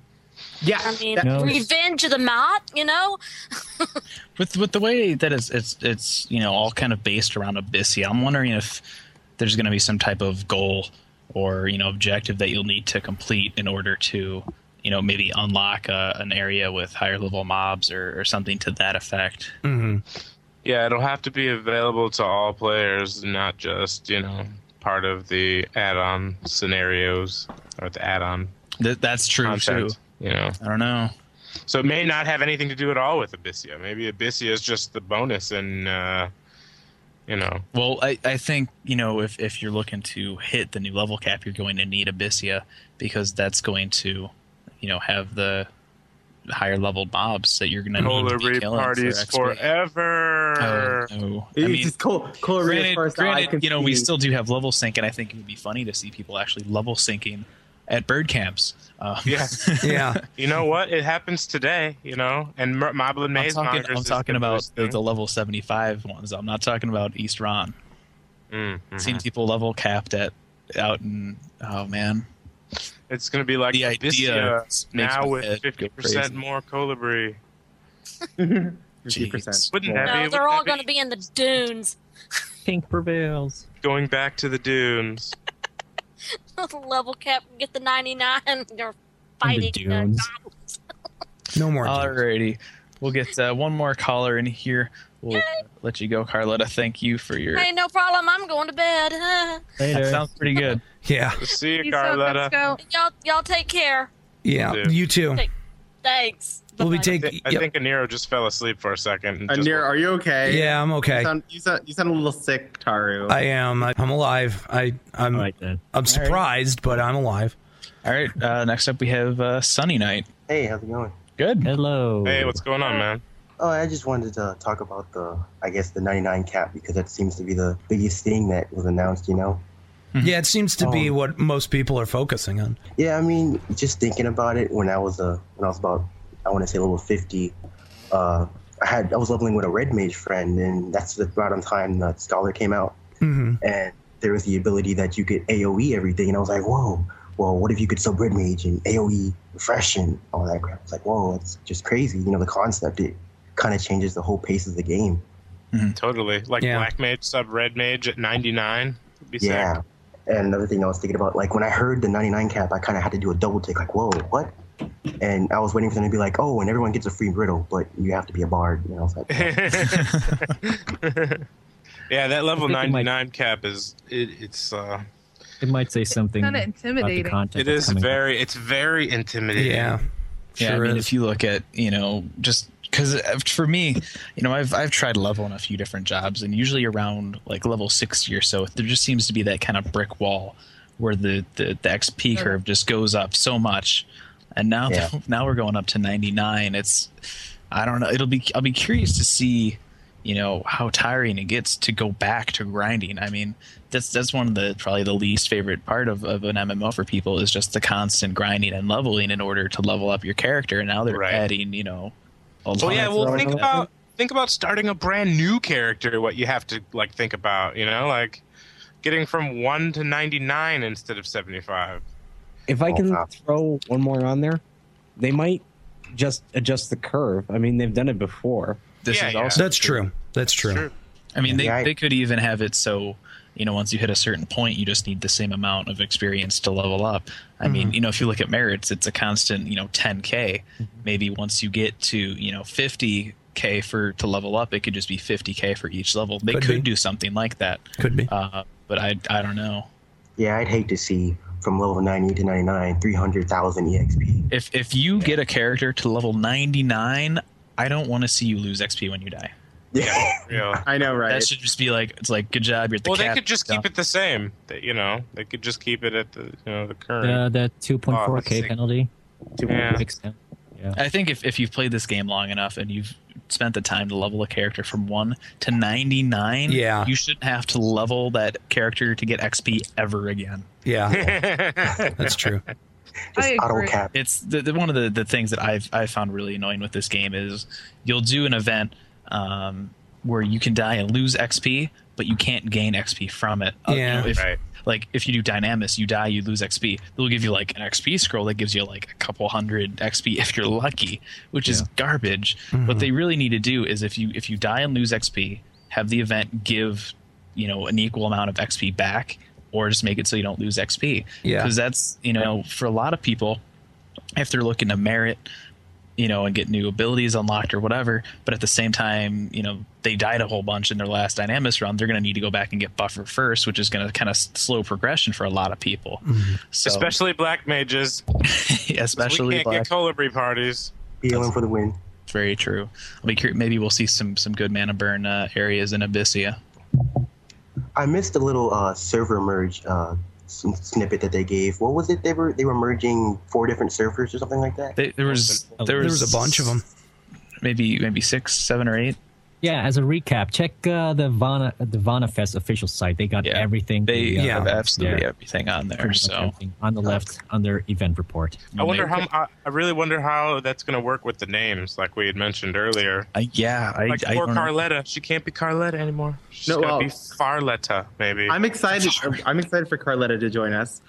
Yeah,
I mean,
No.
revenge of the Mott, you know?
with with the way that it's it's it's you know all kind of based around Abyssia, I'm wondering if there's going to be some type of goal or you know objective that you'll need to complete in order to you know maybe unlock uh, an area with higher level mobs or, or something to that effect.
Mm-hmm.
Yeah, it'll have to be available to all players, not just you know part of the add-on scenarios or the add-on.
Th- that's true
content,
too.
You know,
I don't know.
So it may not have anything to do at all with Abyssia. Maybe Abyssia is just the bonus, and uh, you know,
Well, I, I think, you know, if, if you're looking to hit the new level cap, you're going to need Abyssia because that's going to, you know, have the higher leveled mobs that you're going to need to be
Polaroid
killing
parties
for XP.
forever.
Oh, no. I
It's
mean,
just Col- Coloreal as
granted,
far as the eye
granted
can
you know, we
see.
still do have level sync, and I think it would be funny to see people actually level syncing at bird camps. Uh,
Yeah.
yeah.
You know what? It happens today. You know, and Mer- Moblin
I'm
Maze
talking,
Monitors
I'm
is
talking
the
about
first
the,
thing.
the level 75 ones. I'm not talking about East Ron.
Mm-hmm.
Seen people level capped at out in, oh man.
It's going to be like
the idea
Abyssia
makes
now
my
with
head go
fifty percent
crazy.
more colibri.
Fifty percent.
Wouldn't that be?
No, they're all going to be in the dunes.
Pink prevails. Going back to the dunes.
Level cap, get the 99. They're fighting. the
dunes.
goblins.
No more.
Alrighty. We'll get uh, one more caller in here. We'll uh, let you go, Carlotta. Thank you for your.
Hey, no problem. I'm going to bed.
That sounds pretty good.
yeah.
See
Peace out,
uh,
let's go. Y'all, y'all take care.
Yeah.
Dude.
You too.
Take- Thanks.
We'll be
Bye-bye.
taking.
I think, I think Aniro just fell asleep for a second. and just-
Anir, are you okay?
Yeah, I'm okay.
You sound, you sound, you sound a little sick, Taru.
I am. I, I'm alive. I I'm I'm surprised, but I'm alive.
All right. Uh, next up, we have uh, Sunny Night.
Hey, how's it going?
Good.
Hello.
Hey, what's going on, man?
Oh, I just wanted to talk about the, I guess, the 99 cap because that seems to be the biggest thing that was announced, you know?
Yeah, it seems to be what most people are focusing on.
Yeah, I mean, just thinking about it, when I was uh, when I was about, I want to say level 50, uh, I had I was leveling with a red mage friend, and that's about on time the scholar came out,
Mm-hmm.
and there was the ability that you could AOE everything, and I was like, whoa. Well, what if you could sub red mage and AOE refresh and all that crap? It's like, whoa, it's just crazy. You know, the concept it kind of changes the whole pace of the game.
Totally. Like
Yeah.
Black Mage sub Red Mage at 99. Would be
yeah.
sick.
And another thing I was thinking about, like when I heard the 99 cap, I kind of had to do a double take, like, whoa, what? And I was waiting for them to be like, oh, and everyone gets a free riddle, but you have to be a bard. And I was like,
Yeah, that level
I think it
99 cap is it, it's uh
It might say something.
kinda intimidating.
About the content
it
that's
is
coming
very it's very intimidating.
Yeah.
Yeah, I
Sure
mean,
is.
if you look at you know just because for me, you know, I've I've tried level in a few different jobs, and usually around like level sixty or so, there just seems to be that kind of brick wall where the the, the XP
Yeah.
curve just goes up so much, and now
Yeah.
now we're going up to ninety nine. It's I don't know. It'll be I'll be curious to see you know how tiring it gets to go back to grinding. I mean, that's that's one of the probably the least favorite part of, of an MMO for people is just the constant grinding and leveling in order to level up your character. And now they're adding, you know, a
Well,
lot
yeah,
of-
well think about think about starting a brand new character what you have to like think about, you know, like getting from 1 to 99 instead of 75.
If I can throw one more on there, they might just adjust the curve. I mean, they've done it before.
This is also
That's true. That's true.
I mean, they,
Yeah, I-
they could even have it so, you know, once you hit a certain point, you just need the same amount of experience to level up. I mean,
Mhm.
you know, if you look at merits, it's a constant, you know, 10K.
Mm-hmm.
Maybe once you get to, you know, 50K for to level up, it could just be 50K for each level. They
Could
could,
be.
do something like that.
Could be.
Uh, but I, I don't know.
yeah, I'd hate to see from level 90 to 99, 300,000 EXP.
If if you get a character to level 99, I don't want to see you lose XP when you die.
Yeah.
I know, right?
That should just be like it's like good job. You're at the
well, they
cap,
could just keep it the same. They, you know, they could just keep it at the you know the current.
Uh, that 2.4k
Oh,
penalty.
Yeah.
2.6.
I think if, if you've played this game long enough and you've spent the time to level a character from one to ninety nine,
Yeah.
you shouldn't have to level that character to get XP ever again.
Yeah. That's true.
I agree.
It's the, the, one of the, the things that I've I found really annoying with this game is you'll do an event um, where you can die and lose XP, but you can't gain XP from it. Uh,
Yeah.
if,
Right.
Like if you do Dynamis, you die, you lose XP. They'll give you like an XP scroll that gives you like a couple hundred XP if you're lucky, which is garbage.
Mm-hmm.
What they really need to do is if you if you die and lose XP, have the event give you know an equal amount of XP back, or just make it so you don't lose XP.
Yeah.
Because that's you know for a lot of people, if they're looking to merit you know, and get new abilities unlocked or whatever. But at the same time, you know, they died a whole bunch in their last Dynamis run. They're going to need to go back and get buffer first, which is going to kind of slow progression for a lot of people.
Mm-hmm.
So,
especially black mages.
especially
we can't
black-
get colibri parties.
BLM
for the win.
It's very true. I'll be curious. Maybe we'll see some some good mana burn uh, areas in Abyssia.
I missed a little uh, server merge uh, sn- snippet that they gave. What was it? They were they were merging four different servers or something like that.
They, there was there was, them. Maybe maybe six, seven, or eight.
Yeah, as a recap, check uh, the Vana the Vanafest official site. They got everything.
They
uh,
have absolutely
yeah,
everything on there.
pretty much
So
everything on the left on their event report.
I wonder how. I, I really wonder how that's going to work with the names, like we had mentioned earlier.
Uh, yeah, I,
like
I
poor
don't know.
Carletta, she can't be Carletta anymore. She's
No,
got to
well-
be Farletta, maybe.
I'm excited. I'm excited for Carletta to join us.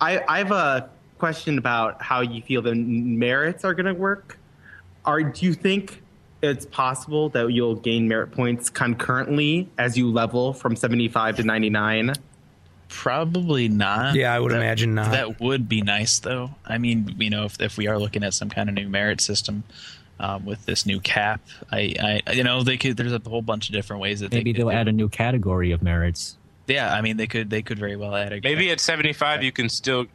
I, I have a question about how you feel the merits are going to work. Are do you think it's possible that you'll gain merit points concurrently as you level from 75 to 99?
Probably not.
Yeah, I would
That-
imagine not.
That would be nice, though. I mean, you know, if if we are looking at some kind of new merit system um, with this new cap, I, I, you know, they could. There's a whole bunch of different ways that
Maybe
they could.
they'll add a new category of merits.
yeah, I mean, they could. They could very well add a.
Maybe at 75 you can still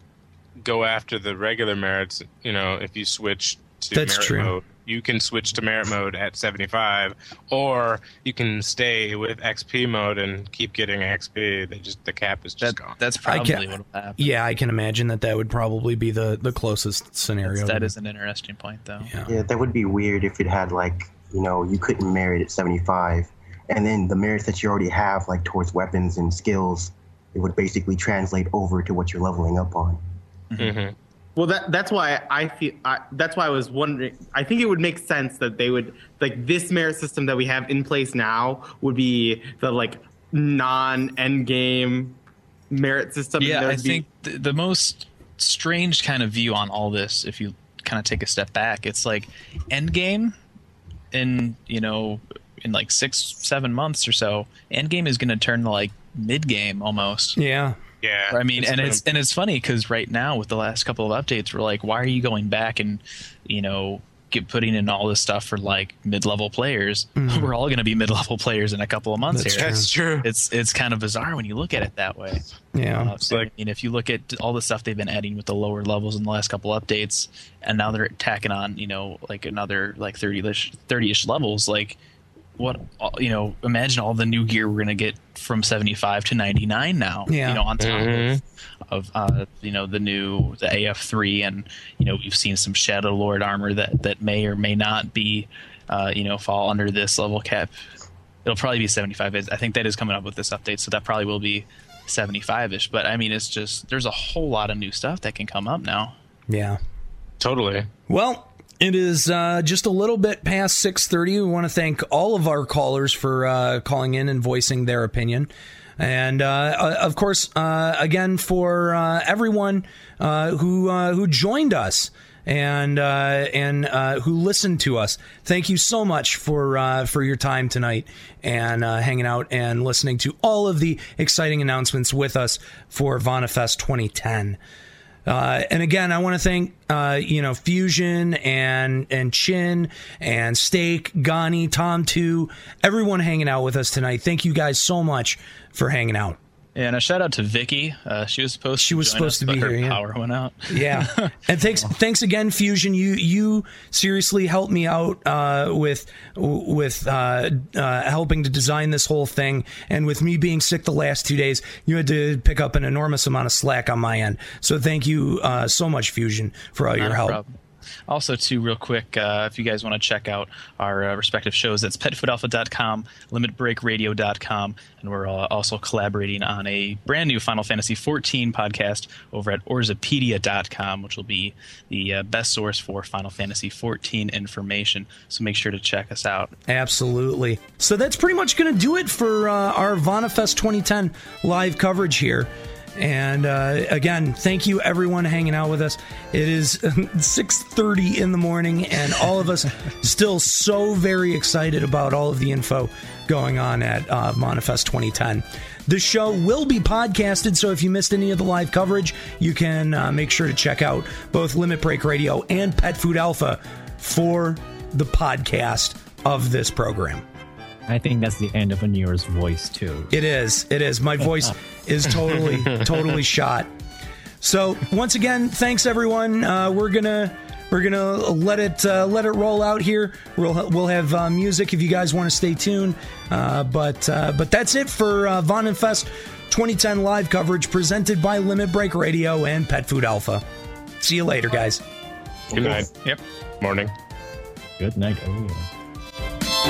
go after the regular merits. You know, if you switch to
That's
merit
true.
mode, you can switch to merit mode at 75, or you can stay with XP mode and keep getting XP. They just the cap is just gone.
That's
I can- Yeah, I can imagine that that would probably be the, the closest scenario.
That is an interesting point, though.
Yeah, that would be weird if it had like you know you couldn't merit at seventy five, and then the merits that you already have like towards weapons and skills, it would basically translate over to what you're leveling up on.
Mm-hmm.
Well, that that's why I feel. I, that's why I was wondering. I think it would make sense that they would like this merit system that we have in place now would be the like non end game merit system. and
yeah,
there
I
would be-
think the, the most strange kind of view on all this, if you kind of take a step back, it's like Endgame, in you know, in like six, seven months or so, Endgame is going to turn to like mid game almost.
Yeah.
Yeah.
I mean,
It's
and
gonna-
it's and it's funny because right now with the last couple of updates, we're like, why are you going back and you know get putting in all this stuff for like mid level players?
Mhm.
We're all going to be mid level players in a couple of months
That's
here.
true. That's
true.
It's it's kind of bizarre when you look at it that way.
Yeah.
Uh, so, I mean, if you look at all the stuff they've been adding with the lower levels in the last couple updates, and now they're tacking on, you know, like another like 30-ish, 30-ish levels, like what all- you know, imagine all the new gear we're gonna get from seventy five to ninety nine now.
Yeah.
You know, on top
Mhm.
of, of uh, you know, the new the AF three and you know, we've seen some Shadow Lord armor that, that may or may not be uh, you know, fall under this level cap. It'll probably be seventy five I think that is coming up with this update, so that probably will be 75 ish. But I mean, it's just there's a whole lot of new stuff that can come up now.
Yeah.
Totally.
Well, it is uh, just a little bit past six thirty. We want to thank all of our callers for uh, calling in and voicing their opinion. And uh, uh, of course, uh, again for uh, everyone uh, who uh, who joined us and uh, and uh, who listened to us, thank you so much for uh, for your time tonight and uh, hanging out and listening to all of the exciting announcements with us for VanaFest 2010. Uh, and again, I want to thank uh, you know Fusion and and Chin and Steak, Gani, Tom Two, everyone hanging out with us tonight. Thank you guys so much for hanging out.
And a shout out to Vicky. Uh, she was supposed she to
was
join
supposed
us,
to
but
be
her
here, yeah.
Power went out.
Yeah, and thanks thanks again, Fusion. You you seriously helped me out uh, with with uh, uh, helping to design this whole thing, and with me being sick the last two days, you had to pick up an enormous amount of slack on my end. So thank you uh, so much, Fusion, for all
Not
your
a
help.
problem. Also, too, real quick, uh, if you guys want to check out our uh, respective shows, that's petfootalpha.com, limitbreakradio.com, and we're uh, also collaborating on a brand new Final Fantasy XIV podcast over at orzopedia.com, which will be the uh, best source for Final Fantasy XIV information. So make sure to check us out.
Absolutely. So that's pretty much going to do it for uh, our VanaFest 2010 live coverage here. And uh, again, thank you everyone hanging out with us. It is 6:30 in the morning, and all of us still so very excited about all of the info going on at uh, Manifest 2010. The show will be podcasted, so if you missed any of the live coverage, you can uh, make sure to check out both Limit Break Radio and Pet Food Alpha for the podcast of this program.
I think that's the end of Anira's voice too.
It is. It is. My voice is totally, totally shot. So once again, thanks everyone. Uh, we're gonna we're gonna let it uh, let it roll out here. We'll we'll have uh, music if you guys want to stay tuned. Uh, but uh, but that's it for uh, Von and Fest 2010 live coverage presented by Limit Break Radio and Pet Food Alpha. See you later, guys.
Good night.
Yep.
Morning.
Good night. Oh, yeah.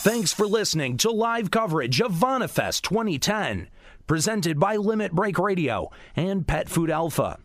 Thanks for listening to live coverage of VanaFest 2010, presented by Limit Break Radio and Pet Food Alpha.